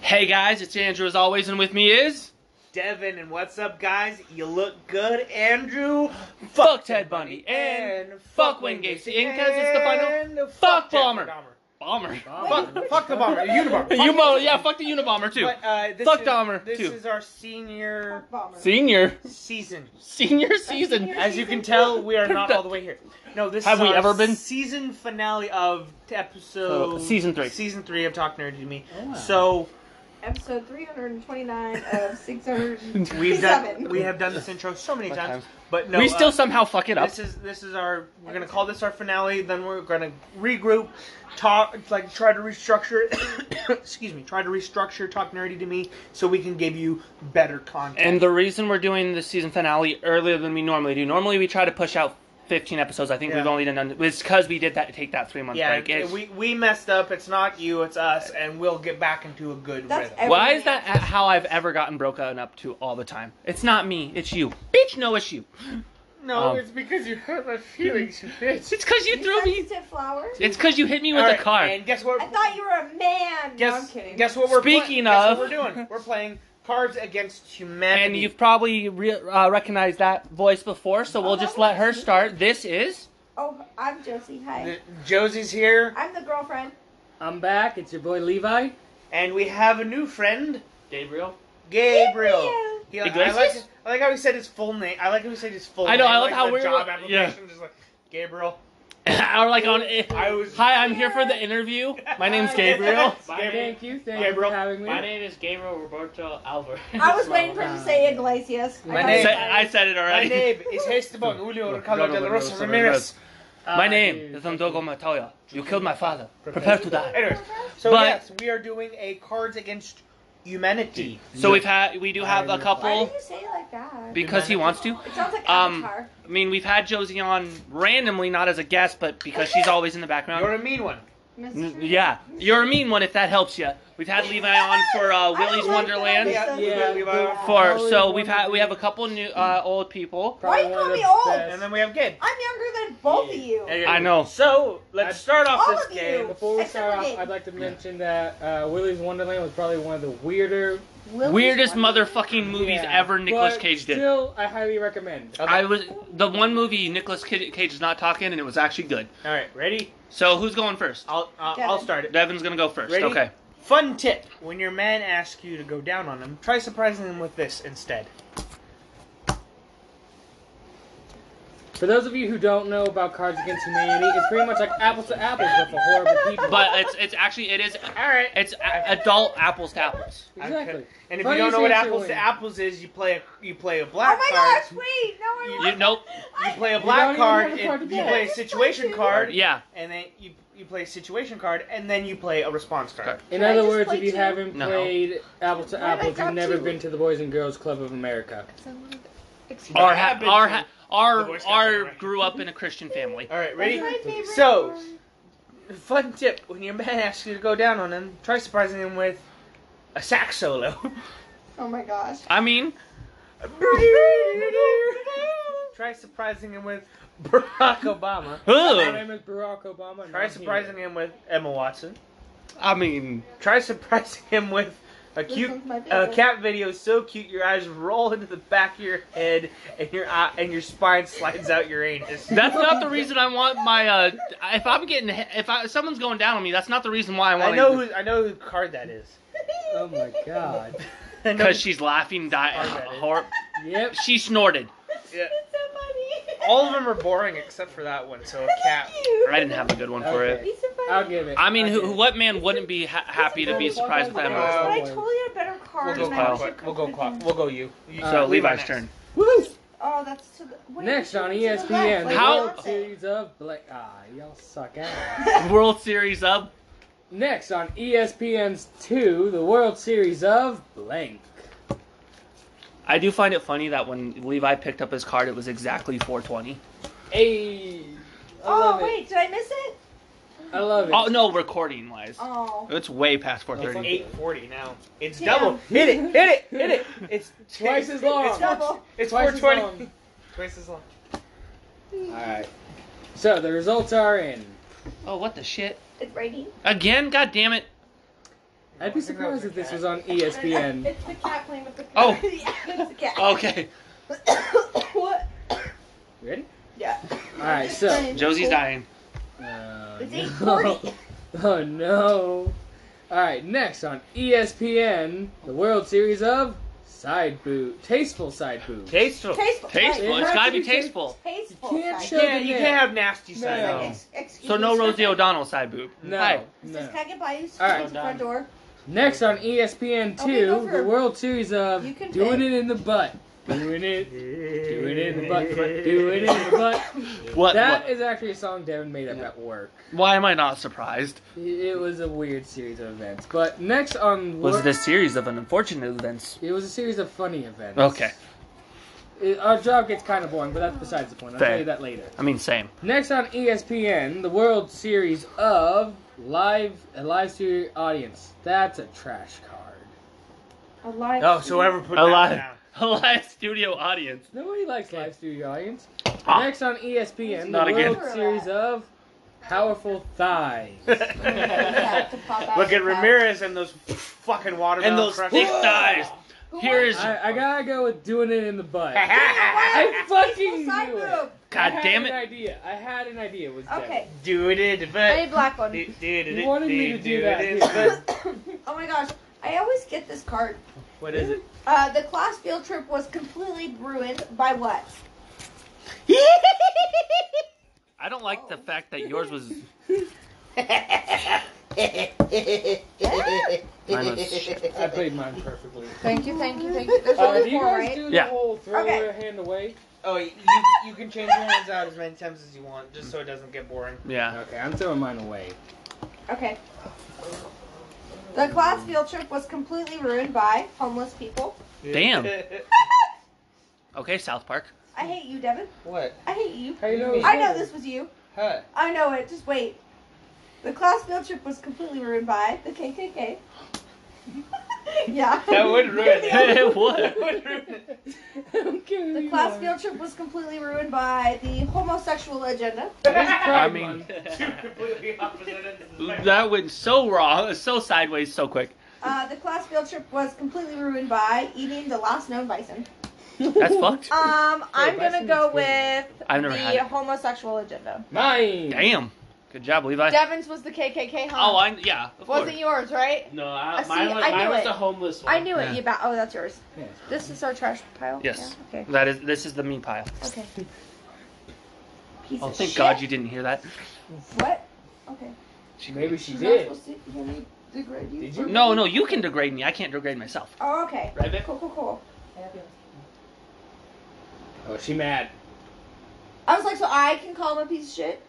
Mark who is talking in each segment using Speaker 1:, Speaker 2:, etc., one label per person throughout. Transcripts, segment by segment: Speaker 1: Hey guys, it's Andrew as always, and with me is
Speaker 2: Devin, and what's up, guys? You look good, Andrew.
Speaker 1: Fuck Ted Bundy and fuck Wayne Gacy, and because it's the final
Speaker 2: and
Speaker 1: fuck
Speaker 2: Jeffrey
Speaker 1: Dahmer.
Speaker 2: Dahmer.
Speaker 1: bomber.
Speaker 2: Fuck, fuck the bomber, Unabomber.
Speaker 1: You mo- yeah, fuck the Unabomber too.
Speaker 2: But, uh, this
Speaker 1: Fuck
Speaker 2: is,
Speaker 1: Dahmer,
Speaker 2: This
Speaker 1: too.
Speaker 2: is our senior
Speaker 1: Senior,
Speaker 2: season.
Speaker 1: senior season.
Speaker 2: As you can tell, we are not all the way here. No, this
Speaker 1: Have
Speaker 2: is
Speaker 1: we
Speaker 2: our
Speaker 1: ever been?
Speaker 2: season finale of episode
Speaker 1: Oh, season three.
Speaker 2: Season three of Talk Nerdy to Me.
Speaker 1: wow.
Speaker 2: So
Speaker 3: Episode 329 of 600.
Speaker 2: we've done
Speaker 3: Seven.
Speaker 2: we have done this intro so many
Speaker 1: What
Speaker 2: times,
Speaker 1: time?
Speaker 2: but no,
Speaker 1: we still
Speaker 2: uh,
Speaker 1: somehow fuck it up.
Speaker 2: This is this is our we're gonna call this our finale. Then we're gonna regroup, talk like try to restructure. excuse me, try to restructure talk nerdy to me so we can give you better content.
Speaker 1: And the reason we're doing the season finale earlier than we normally do. Normally we try to push out 15 episodes. I think
Speaker 2: Yeah.
Speaker 1: we've only done it's because we did that take that three month
Speaker 2: yeah,
Speaker 1: break. It's-
Speaker 2: we we messed up. It's not you, it's us, and we'll get back into a good
Speaker 3: That's
Speaker 2: rhythm.
Speaker 3: every
Speaker 1: Why is that a- how I've ever gotten broken up to all the time? It's not me, it's you. Bitch, no, it's you.
Speaker 2: no,
Speaker 1: um,
Speaker 2: it's because you hurt my feelings, you
Speaker 1: It's
Speaker 2: bitch.
Speaker 1: because you threw me.
Speaker 3: Sensitive flower?
Speaker 1: It's because you hit me with
Speaker 2: All right,
Speaker 1: a car.
Speaker 2: And guess what?
Speaker 3: I thought you were a man. no, I'm
Speaker 2: guess
Speaker 3: kidding.
Speaker 2: guess what we're pla-
Speaker 1: Speaking
Speaker 2: guess
Speaker 1: of-
Speaker 2: what we're doing. We're playing Cards Against Humanity.
Speaker 1: and you've probably re- uh, recognized that voice before, so we'll just let her start. This is
Speaker 3: oh, I'm Josie. Hi.
Speaker 2: The- Josie's here,
Speaker 3: I'm the girlfriend.
Speaker 4: I'm back. It's your boy Levi.
Speaker 2: and we have a new friend.
Speaker 1: Gabriel.
Speaker 2: Gabriel.
Speaker 3: Gabriel.
Speaker 2: He, I,
Speaker 1: Iglesias?
Speaker 2: like, I like how he said his full name. I like how he said his full
Speaker 1: I know,
Speaker 2: name.
Speaker 1: I love
Speaker 2: like
Speaker 1: how
Speaker 2: the
Speaker 1: we're-
Speaker 2: job
Speaker 1: yeah.
Speaker 2: application just like Gabriel.
Speaker 1: or like on. eh,
Speaker 2: I was-
Speaker 1: Hi, I'm here for the interview. My name's Gabriel.
Speaker 2: Gabriel.
Speaker 4: Thank you. Thank
Speaker 2: Gabriel.
Speaker 4: you for having me.
Speaker 1: name is Gabriel Roberto Alvarez.
Speaker 3: I was waiting for you to say Iglesias. I
Speaker 2: My
Speaker 3: thought
Speaker 2: name-
Speaker 3: you
Speaker 2: Say-
Speaker 3: said-
Speaker 1: I said it
Speaker 2: My
Speaker 1: already.
Speaker 2: name is Esteban Julio Ricardo de la Rosa Ramirez.
Speaker 1: My
Speaker 4: Uh,
Speaker 1: name
Speaker 4: dude,
Speaker 1: is
Speaker 4: thank
Speaker 1: Andogo
Speaker 4: you.
Speaker 1: Matoya. You killed my father. Prepare to die.
Speaker 2: Anyways, so
Speaker 1: But-
Speaker 2: yes, we are doing a Cards Against Humanity.
Speaker 1: So we've had we do have a
Speaker 3: Why
Speaker 1: couple
Speaker 3: did you say it like that?
Speaker 1: because he wants to.
Speaker 3: it sounds like
Speaker 1: um,
Speaker 3: Avatar.
Speaker 1: I mean, we've had Josie on randomly, not as a guest, but because she's always in the
Speaker 2: You're
Speaker 1: background.
Speaker 2: a mean one.
Speaker 3: Mr.
Speaker 1: N- Yeah, you're a mean one if that helps you. We've had Levi on for uh,
Speaker 3: I don't
Speaker 1: Willy's
Speaker 3: like
Speaker 1: Wonderland.
Speaker 3: that
Speaker 2: Yeah,
Speaker 3: episode.
Speaker 2: yeah, we were-
Speaker 1: For so we've had we have a couple new uh, old people.
Speaker 3: Why you
Speaker 4: Probably
Speaker 3: call
Speaker 4: one of
Speaker 3: me
Speaker 4: the
Speaker 3: old?
Speaker 4: best.
Speaker 2: And then we have Gabe.
Speaker 3: I'm younger than both of you.
Speaker 1: I know.
Speaker 2: So let's start off
Speaker 3: All
Speaker 2: this
Speaker 3: of you.
Speaker 2: game.
Speaker 4: Before we
Speaker 3: Except
Speaker 4: start
Speaker 3: for
Speaker 4: off,
Speaker 3: Gabe.
Speaker 4: I'd like to mention that uh, Willy's Wonderland was probably one of the weirder
Speaker 3: Willy's
Speaker 1: Weirdest
Speaker 3: Wonderland.
Speaker 1: motherfucking movies
Speaker 4: Yeah,
Speaker 1: ever Nicolas
Speaker 4: but
Speaker 1: Cage did.
Speaker 4: Still, I highly recommend.
Speaker 2: Okay.
Speaker 1: I was the one movie Nicolas Ki- Cage is not talking, and it was actually good.
Speaker 2: All right, ready?
Speaker 1: So who's going first?
Speaker 2: I'll uh, I'll
Speaker 3: Devin.
Speaker 2: start it.
Speaker 1: Devin's gonna go first.
Speaker 2: Ready?
Speaker 1: Okay.
Speaker 2: Fun tip: When your man asks you to go down on him, try surprising him with this instead.
Speaker 4: For those of you who don't know about Cards Against Humanity, it's pretty much like apples to apples, but for horrible people.
Speaker 1: But it's it's actually it is
Speaker 2: All right.
Speaker 1: it's a- adult apples to apples.
Speaker 4: exactly.
Speaker 2: Okay. And if
Speaker 4: Why
Speaker 2: you
Speaker 4: do
Speaker 2: don't
Speaker 4: you
Speaker 2: know what
Speaker 4: say it's
Speaker 2: apples
Speaker 4: your
Speaker 2: to
Speaker 4: way?
Speaker 2: apples is, you play a you play a
Speaker 3: Oh
Speaker 2: black
Speaker 3: my
Speaker 2: card.
Speaker 3: gosh, wait. No, I
Speaker 1: You,
Speaker 3: wasn't.
Speaker 1: nope.
Speaker 3: I-
Speaker 2: You play a
Speaker 4: You
Speaker 2: black
Speaker 4: don't even
Speaker 2: card.
Speaker 4: have a
Speaker 2: and
Speaker 4: card to
Speaker 2: you
Speaker 4: get.
Speaker 2: play a situation card,
Speaker 1: Yeah.
Speaker 2: and then you you play a situation card, and then you play a response card.
Speaker 4: In
Speaker 3: Can I
Speaker 4: other
Speaker 3: just
Speaker 4: words,
Speaker 3: play
Speaker 4: if you
Speaker 3: two?
Speaker 4: haven't
Speaker 1: No.
Speaker 4: played apples to
Speaker 3: Why have I
Speaker 4: apples,
Speaker 3: got
Speaker 4: you've never
Speaker 3: two?
Speaker 4: been to the Boys and Girls Club of America.
Speaker 1: Our
Speaker 2: That
Speaker 1: ha-
Speaker 2: happened
Speaker 1: our
Speaker 2: to-
Speaker 1: ha-
Speaker 2: The
Speaker 1: our
Speaker 2: Boy Scouts are
Speaker 1: our
Speaker 2: right.
Speaker 1: grew up in a Christian family.
Speaker 2: All right, ready?
Speaker 3: That's my favorite
Speaker 2: So-
Speaker 3: part.
Speaker 2: Fun tip: When your man asks you to go down on him, try surprising him with a sax solo.
Speaker 3: Oh my gosh.
Speaker 1: I mean,
Speaker 2: try surprising him with Barack Obama.
Speaker 4: My
Speaker 1: ugh.
Speaker 4: name is Barack Obama. and
Speaker 2: Try
Speaker 4: I'm here.
Speaker 2: surprising him with Emma Watson.
Speaker 1: I mean,
Speaker 2: Try surprising him with a
Speaker 3: This
Speaker 2: cute
Speaker 3: one's my
Speaker 2: a
Speaker 3: favorite.
Speaker 2: cat video so cute your eyes roll into the back of your head and your eye, and your spine slides out your anus.
Speaker 1: that's not the reason I want my. uh If I'm getting, if I, if someone's going down on me, that's not the reason why I want.
Speaker 2: I know who I know who card that is.
Speaker 4: Oh my god.
Speaker 2: I know
Speaker 1: Because she's laughing,
Speaker 2: Sorry
Speaker 1: di-
Speaker 2: about it.
Speaker 1: hor-
Speaker 4: Yep.
Speaker 1: She snorted.
Speaker 2: Yeah.
Speaker 3: It's so funny.
Speaker 2: all of them are boring except for that one. So a cat.
Speaker 1: I didn't have a good one for it.
Speaker 4: Okay.
Speaker 3: He's so funny.
Speaker 4: I'll give it.
Speaker 1: I mean,
Speaker 4: I'll
Speaker 1: who,
Speaker 4: give it.
Speaker 1: what man wouldn't be ha- happy to be surprised with that?
Speaker 2: Uh,
Speaker 3: But
Speaker 1: emotion?
Speaker 3: I totally had a better
Speaker 2: We'll
Speaker 3: card.
Speaker 2: go
Speaker 3: and I
Speaker 1: Kyle.
Speaker 3: was
Speaker 2: clock.
Speaker 3: like,
Speaker 2: We'll go clock. We'll go you. you
Speaker 4: Uh,
Speaker 1: So
Speaker 4: Levi
Speaker 1: Levi's
Speaker 2: next.
Speaker 1: turn.
Speaker 4: Woo!
Speaker 3: Oh, that's to the. Wait,
Speaker 4: Next on E
Speaker 3: to the left,
Speaker 4: ESPN,
Speaker 3: like Beyonce.
Speaker 1: How-
Speaker 4: World Series of Black. Ah, y'all suck ass.
Speaker 1: World Series up.
Speaker 4: Next on E ESPN's two, the World Series of blank.
Speaker 1: I do find it funny that when Levi picked up his card, it was exactly 420.
Speaker 4: Hey, I
Speaker 3: Oh
Speaker 4: love
Speaker 3: wait, did I miss it?
Speaker 4: it. I love it.
Speaker 1: Oh no, recording wise,
Speaker 4: Uh,
Speaker 3: Oh.
Speaker 1: it's way past 430.
Speaker 2: Eight forty now. It's
Speaker 3: Damn.
Speaker 2: double. Hit it! Hit it! Hit it! It's
Speaker 4: Twice as long.
Speaker 2: It's,
Speaker 3: Double.
Speaker 2: it's
Speaker 4: Twice
Speaker 2: four
Speaker 4: as
Speaker 2: twenty.
Speaker 4: long.
Speaker 2: Twice as long.
Speaker 4: All right. So the results are in.
Speaker 1: Oh what the shit!
Speaker 3: It's raining.
Speaker 1: Again, god damn it!
Speaker 4: I'd be surprised if this was on E ESPN.
Speaker 5: It's the cat playing with the
Speaker 1: Oh.
Speaker 5: yeah, it's the cat.
Speaker 2: Oh.
Speaker 1: Okay,
Speaker 5: what?
Speaker 4: You ready?
Speaker 5: Yeah.
Speaker 4: All right, so-
Speaker 1: Josie's dying.
Speaker 4: Uh,
Speaker 5: It's
Speaker 4: no.
Speaker 5: 8:40.
Speaker 4: Oh no. Alright, next on E ESPN, the World Series of Side Boot. Tasteful Side Boot.
Speaker 2: Tasteful.
Speaker 5: Tasteful.
Speaker 1: Tasteful.
Speaker 5: Right.
Speaker 1: It's
Speaker 4: has
Speaker 1: gotta
Speaker 4: to
Speaker 1: be
Speaker 4: be taste-
Speaker 1: tasteful.
Speaker 5: Tasteful.
Speaker 4: You can't
Speaker 5: side.
Speaker 4: show-
Speaker 2: Yeah, you can't have nasty side.
Speaker 4: No.
Speaker 5: Like, ex- excuse
Speaker 1: So
Speaker 5: me,
Speaker 1: no
Speaker 5: sir.
Speaker 1: Rosie O'Donnell side boob.
Speaker 4: No.
Speaker 1: Hi.
Speaker 5: Says,
Speaker 4: no.
Speaker 5: can I get by you? She
Speaker 4: All right.
Speaker 5: opens the front door.
Speaker 4: Next on E ESPN
Speaker 5: Oh, wait,
Speaker 4: 2,
Speaker 5: over.
Speaker 4: the World Series of
Speaker 5: You can
Speaker 4: Doing
Speaker 5: pick.
Speaker 4: It in the Butt. Doing it. Doing it in the butt. Doing it in the butt.
Speaker 1: What?
Speaker 4: That
Speaker 1: what-
Speaker 4: is actually a song Devin made up
Speaker 1: Yeah.
Speaker 4: at work.
Speaker 1: Why am I not surprised?
Speaker 4: It was a weird series of events. But next on
Speaker 1: Was
Speaker 4: Wor-
Speaker 1: it a series of unfortunate events?
Speaker 4: It was a series of funny events.
Speaker 1: Okay.
Speaker 4: It- our job gets kind of boring, but that's besides the point. I'll
Speaker 1: Fair.
Speaker 4: tell you that later.
Speaker 1: I mean, same.
Speaker 4: Next on E ESPN, the World Series of live a live studio audience. That's a trash card.
Speaker 5: A live
Speaker 2: Oh, so
Speaker 5: stream.
Speaker 2: ever put
Speaker 1: A
Speaker 2: that
Speaker 1: live,
Speaker 2: down.
Speaker 1: a live studio audience.
Speaker 4: Nobody likes live studio audience.
Speaker 1: Ah.
Speaker 4: Next on E ESPN,
Speaker 1: Not
Speaker 4: the
Speaker 1: again.
Speaker 4: World Series of powerful thighs.
Speaker 5: Yeah, to pop out
Speaker 2: Look at
Speaker 5: the couch.
Speaker 2: Ramirez and those fucking watermelon
Speaker 1: And those
Speaker 2: crushes.
Speaker 1: thick thighs.
Speaker 5: Who
Speaker 1: Here
Speaker 5: wants-
Speaker 1: is.
Speaker 4: I, I gotta go with doing it in the butt. God
Speaker 2: I
Speaker 5: Why?
Speaker 4: fucking
Speaker 5: Tasteful
Speaker 4: knew
Speaker 5: side
Speaker 4: it.
Speaker 5: boob.
Speaker 1: God damn
Speaker 4: I had an
Speaker 1: it!
Speaker 4: idea. I had an idea. It was
Speaker 5: Okay.
Speaker 2: Do it, but
Speaker 5: I need black one.
Speaker 2: Do- do- do-
Speaker 4: You wanted me to do that,
Speaker 2: it,
Speaker 4: yeah.
Speaker 2: but-
Speaker 5: oh my gosh. I always get this card.
Speaker 2: What is it?
Speaker 5: Uh, the class field trip was completely ruined by what?
Speaker 1: I don't like the fact that yours was. Mine was shit.
Speaker 4: Devin. I played mine perfectly.
Speaker 5: Thank you, thank you, thank you. There's
Speaker 4: Uh, do
Speaker 5: only
Speaker 4: you
Speaker 5: four,
Speaker 4: guys
Speaker 5: right?
Speaker 4: do
Speaker 1: Yeah.
Speaker 4: the whole throw
Speaker 5: Okay.
Speaker 4: your hand away?
Speaker 2: Oh, you, you can change your hands out as many times as you want, just so it doesn't get boring.
Speaker 1: Yeah.
Speaker 4: Okay, I'm throwing mine away.
Speaker 5: Okay. The class field trip was completely ruined by homeless people.
Speaker 1: Damn. Okay, South Park.
Speaker 5: I hate you, Devin.
Speaker 2: what?
Speaker 5: I hate you.
Speaker 4: How you know?
Speaker 5: I know this was you.
Speaker 2: Huh?
Speaker 5: I know it. Just wait. The class field trip was completely ruined by the KKK. yeah.
Speaker 2: That would ruin it.
Speaker 1: it would.
Speaker 2: That would ruin it.
Speaker 4: I don't care who
Speaker 5: The
Speaker 4: you
Speaker 5: class
Speaker 4: are.
Speaker 5: field trip was completely ruined by the homosexual agenda.
Speaker 1: I
Speaker 4: I
Speaker 1: mean,
Speaker 2: Two completely opposite ends of the spectrum.
Speaker 1: that went so wrong, so sideways, so quick.
Speaker 5: Uh, the class field trip was completely ruined by eating the last known bison.
Speaker 1: That's fucked.
Speaker 5: Um, I'm gonna
Speaker 4: bison's
Speaker 5: go
Speaker 4: good.
Speaker 5: with
Speaker 1: I've never
Speaker 5: the
Speaker 1: had it.
Speaker 5: homosexual agenda.
Speaker 4: Mine.
Speaker 1: Damn. Good job, Levi.
Speaker 5: Devin's was the KKK, huh?
Speaker 1: oh, I yeah. Of course.
Speaker 5: Wasn't yours, right?
Speaker 1: No,
Speaker 5: Uh,
Speaker 1: I,
Speaker 5: see,
Speaker 1: mine was,
Speaker 5: I
Speaker 1: mine
Speaker 5: knew
Speaker 1: was
Speaker 5: it.
Speaker 1: the homeless one.
Speaker 5: I knew
Speaker 1: Yeah.
Speaker 5: it. You ba- oh, that's yours.
Speaker 4: Yeah.
Speaker 5: This is our trash pile.
Speaker 1: Yes.
Speaker 5: Yeah, okay.
Speaker 1: That is. This is the meat pile.
Speaker 5: Okay. Piece
Speaker 1: Oh,
Speaker 5: of
Speaker 1: thank
Speaker 5: shit.
Speaker 1: God you didn't hear that.
Speaker 5: What? Okay.
Speaker 4: Maybe she
Speaker 5: She's
Speaker 4: did.
Speaker 5: not supposed to hear me degrade you.
Speaker 4: Did you?
Speaker 1: No, no, you can degrade me. I can't degrade myself.
Speaker 5: Oh, okay.
Speaker 1: Right, babe?
Speaker 5: Cool, cool, cool.
Speaker 4: Oh, she mad.
Speaker 5: I was like, so I can call him a piece of shit?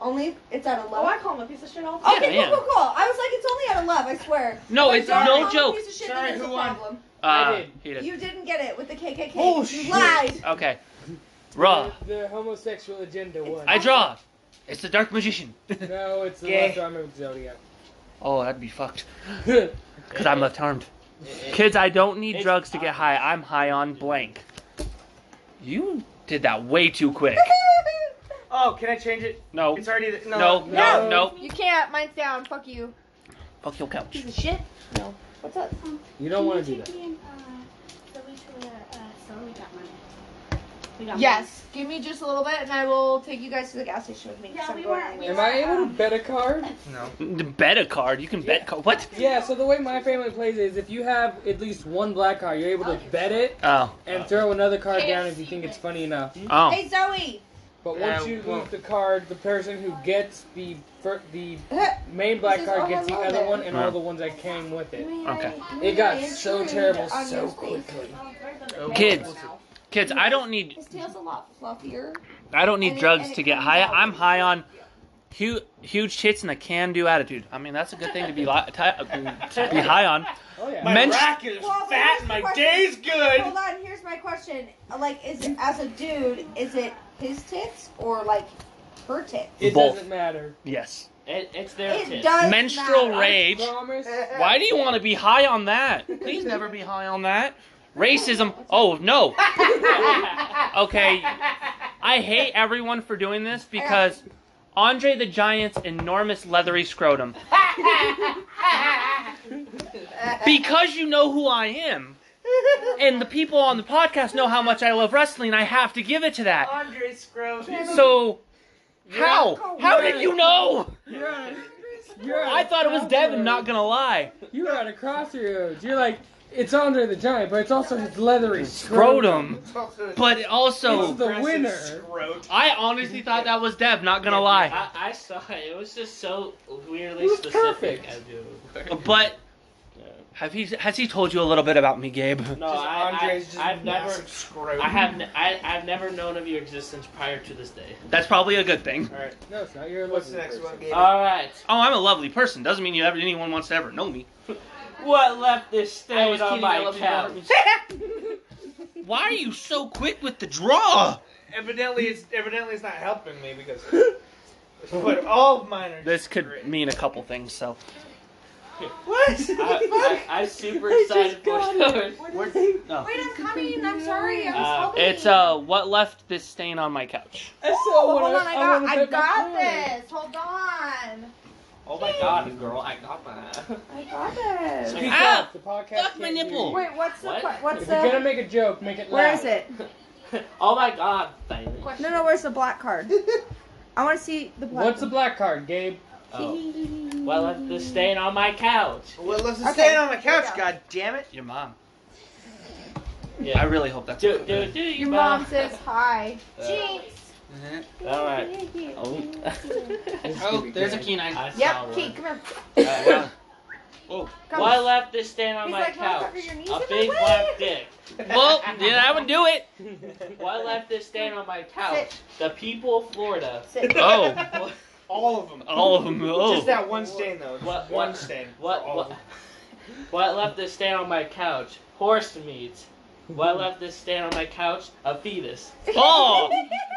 Speaker 5: Only it's out of love.
Speaker 6: Oh, I call him a piece of shit all the
Speaker 1: Yeah,
Speaker 5: okay,
Speaker 1: yeah.
Speaker 5: cool, cool, cool. I was like, it's only out of love, I swear.
Speaker 1: No,
Speaker 5: But
Speaker 1: it's
Speaker 5: don't
Speaker 1: no
Speaker 5: call him a
Speaker 1: joke.
Speaker 5: piece of shit,
Speaker 2: Sorry,
Speaker 5: then there's
Speaker 2: who
Speaker 5: a
Speaker 2: won?
Speaker 5: problem.
Speaker 1: Uh,
Speaker 4: did.
Speaker 1: He did.
Speaker 5: You didn't get it with the KKK.
Speaker 2: Oh,
Speaker 5: you
Speaker 2: shit.
Speaker 5: lied.
Speaker 1: Okay. Raw.
Speaker 4: The, the homosexual agenda
Speaker 5: It's-
Speaker 4: one.
Speaker 1: I draw. It's the Dark Magician.
Speaker 4: No, it's the
Speaker 2: Gay.
Speaker 4: last drama of Zodiac.
Speaker 1: oh, that'd be fucked. Because I'm left armed. Kids, I don't need drugs to get high. I'm high on blank. You did that way too quick.
Speaker 2: Oh, can I change it?
Speaker 1: No.
Speaker 2: It's already the, no.
Speaker 1: No, no,
Speaker 4: No.
Speaker 1: no.
Speaker 5: you can't. Mine's down. Fuck you.
Speaker 1: Fuck your couch.
Speaker 5: of shit. No. What's up?
Speaker 4: You don't want to do that.
Speaker 6: uh,
Speaker 5: Yes. Give me just a little bit, and I will take you guys to the gas station with me. 'cause
Speaker 6: Yeah,
Speaker 5: I'm
Speaker 6: we
Speaker 5: going
Speaker 6: were-
Speaker 5: anyway.
Speaker 6: we
Speaker 4: Am I able to bet a card?
Speaker 2: No.
Speaker 1: Bet a card. You can bet card. What?
Speaker 4: Yeah. So the way my family plays is, if you have at least one black card, you're able to bet it
Speaker 1: Oh.
Speaker 4: and throw another card down if you think it's funny enough.
Speaker 1: Oh.
Speaker 5: Hey Zoe.
Speaker 4: But
Speaker 2: Yeah,
Speaker 4: once you
Speaker 2: well-
Speaker 4: lose the card, the person who gets the fir- the
Speaker 5: This
Speaker 4: main black
Speaker 5: is
Speaker 4: card
Speaker 5: all
Speaker 4: gets the
Speaker 5: I love
Speaker 4: other
Speaker 5: it.
Speaker 4: one and
Speaker 1: Yeah.
Speaker 4: all the ones that came with it.
Speaker 1: Okay.
Speaker 4: It got so
Speaker 5: intrude
Speaker 4: terrible
Speaker 5: on
Speaker 4: so
Speaker 5: your space.
Speaker 4: quickly.
Speaker 1: Kids. Kids, I don't need
Speaker 5: His tail's a lot fluffier.
Speaker 1: I don't need
Speaker 5: And it-
Speaker 1: drugs
Speaker 5: and it
Speaker 1: to get
Speaker 5: comes
Speaker 1: high.
Speaker 5: out.
Speaker 1: I'm high on huge, huge tits and a can-do attitude. I mean, that's a good thing to be li- ti- to be high on.
Speaker 4: Oh yeah.
Speaker 2: My
Speaker 1: Men-
Speaker 2: rack is
Speaker 5: Well, but
Speaker 2: fat
Speaker 5: here's
Speaker 2: and
Speaker 5: the
Speaker 2: my
Speaker 5: question.
Speaker 2: day's good.
Speaker 5: Hold on. Here's my question. Like, is it, as a dude, is it his tits or like her tits?
Speaker 4: It
Speaker 1: Both.
Speaker 4: doesn't matter.
Speaker 1: Yes.
Speaker 7: It, it's their
Speaker 5: It
Speaker 7: tits.
Speaker 5: does.
Speaker 1: Menstrual
Speaker 5: matter.
Speaker 1: rage.
Speaker 4: Promise.
Speaker 1: Why do you want to be high on that? Please never be high on that. Racism. Oh no. Okay. I hate everyone for doing this because Andre the Giant's enormous leathery scrotum because you know who I am, and the people on the podcast know how much I love wrestling. I have to give it to that.
Speaker 8: Andre Scrooge.
Speaker 1: So, how? How did you know?
Speaker 4: You're on a, you're on
Speaker 1: I
Speaker 4: a
Speaker 1: thought it was Devin. Not gonna lie.
Speaker 4: You're on a crossroads. You're like, it's Andre the Giant, but it's also his leathery
Speaker 1: Scrotum.
Speaker 2: It's also-
Speaker 1: But
Speaker 4: It's
Speaker 1: also,
Speaker 4: the
Speaker 2: Aggressive
Speaker 4: winner.
Speaker 2: scrote.
Speaker 1: I honestly thought that was Dev. Not gonna lie.
Speaker 8: I, I saw it. It was just so weirdly
Speaker 4: It was
Speaker 8: specific.
Speaker 4: perfect.
Speaker 8: I do.
Speaker 1: But
Speaker 8: Yeah.
Speaker 1: have he has he told you a little bit about me, Gabe?
Speaker 8: No,
Speaker 2: Just
Speaker 8: I,
Speaker 2: Andre's just
Speaker 8: I, I've never.
Speaker 2: massive scrote.
Speaker 8: I have n- I, have never known of your existence prior to this day.
Speaker 1: That's probably a good thing.
Speaker 8: All right.
Speaker 4: No, it's not. You're a
Speaker 2: What's the
Speaker 4: lovely
Speaker 2: next one?
Speaker 4: person.
Speaker 2: Gabe?
Speaker 8: All right.
Speaker 1: Oh, I'm a lovely person. Doesn't mean you ever anyone wants to ever know me.
Speaker 8: What left this
Speaker 1: I
Speaker 8: stain
Speaker 1: was
Speaker 8: on
Speaker 1: kidding, I
Speaker 8: my
Speaker 1: love you,
Speaker 8: couch?
Speaker 1: Why are you so quick with the draw?
Speaker 2: Evidently, it's evidently it's not helping me because. But all of mine are.
Speaker 1: This could mean a couple things. So
Speaker 2: What?
Speaker 8: I, I, I'm super
Speaker 3: I just
Speaker 8: excited for
Speaker 3: got
Speaker 8: yours.
Speaker 3: What is it?
Speaker 1: no.
Speaker 3: Wait, I'm coming. I'm sorry. I was
Speaker 8: Uh,
Speaker 3: hoping.
Speaker 1: it's uh, what left this stain on my couch?
Speaker 4: I
Speaker 3: Oh,
Speaker 4: still
Speaker 3: hold
Speaker 4: wanna-
Speaker 3: on, I got,
Speaker 4: wanna
Speaker 3: I,
Speaker 4: bet my
Speaker 3: got
Speaker 4: card.
Speaker 3: this. Hold on.
Speaker 8: Oh my god, girl, I got that.
Speaker 3: I got this.
Speaker 4: Speak
Speaker 1: Ah!
Speaker 4: up, the podcast
Speaker 1: Fuck my
Speaker 4: can't hear
Speaker 1: nipple.
Speaker 4: you.
Speaker 3: Wait, what's the
Speaker 8: What?
Speaker 3: que- what's
Speaker 4: If
Speaker 3: the
Speaker 4: you're gonna make a joke, make it loud.
Speaker 3: where is it?
Speaker 8: oh my god, baby.
Speaker 3: No, no, where's the black card? I want to see the black.
Speaker 4: What's the
Speaker 3: one.
Speaker 4: black card, Gabe?
Speaker 8: Oh. Well, left this stain on my couch.
Speaker 2: well, let's just
Speaker 3: Okay,
Speaker 2: stay on the
Speaker 3: here we
Speaker 2: couch.
Speaker 3: go.
Speaker 2: God damn it!
Speaker 1: Your mom. I
Speaker 8: Yeah.
Speaker 1: really hope that's.
Speaker 8: Do, do, do,
Speaker 3: Your mom says hi.
Speaker 8: Uh,
Speaker 3: Jinx.
Speaker 8: Alright.
Speaker 1: Oh,
Speaker 4: This is
Speaker 1: Oh,
Speaker 4: gonna be
Speaker 1: there's a
Speaker 4: good.
Speaker 1: keen eye.
Speaker 8: I saw
Speaker 3: Yep,
Speaker 8: one.
Speaker 3: Kate, come here.
Speaker 8: Alright, well,
Speaker 1: Whoa.
Speaker 3: Come.
Speaker 8: Why left this stain on
Speaker 3: He's
Speaker 8: my
Speaker 3: like,
Speaker 8: couch?
Speaker 3: motherfucker, your knees in
Speaker 8: A
Speaker 3: my
Speaker 8: big
Speaker 3: way.
Speaker 8: black dick.
Speaker 1: Well, yeah, that would do it.
Speaker 8: Why left this stain on my couch? The people of Florida.
Speaker 3: Sit.
Speaker 1: Oh,
Speaker 8: What?
Speaker 2: All of them.
Speaker 1: all of them.
Speaker 2: Just
Speaker 1: Oh,
Speaker 2: that one stain though.
Speaker 8: What-
Speaker 2: one
Speaker 8: what-
Speaker 2: stain.
Speaker 8: What?
Speaker 2: All
Speaker 8: What? What left this stain on my couch? Horse meat. What left this stain on my couch? A fetus.
Speaker 1: oh,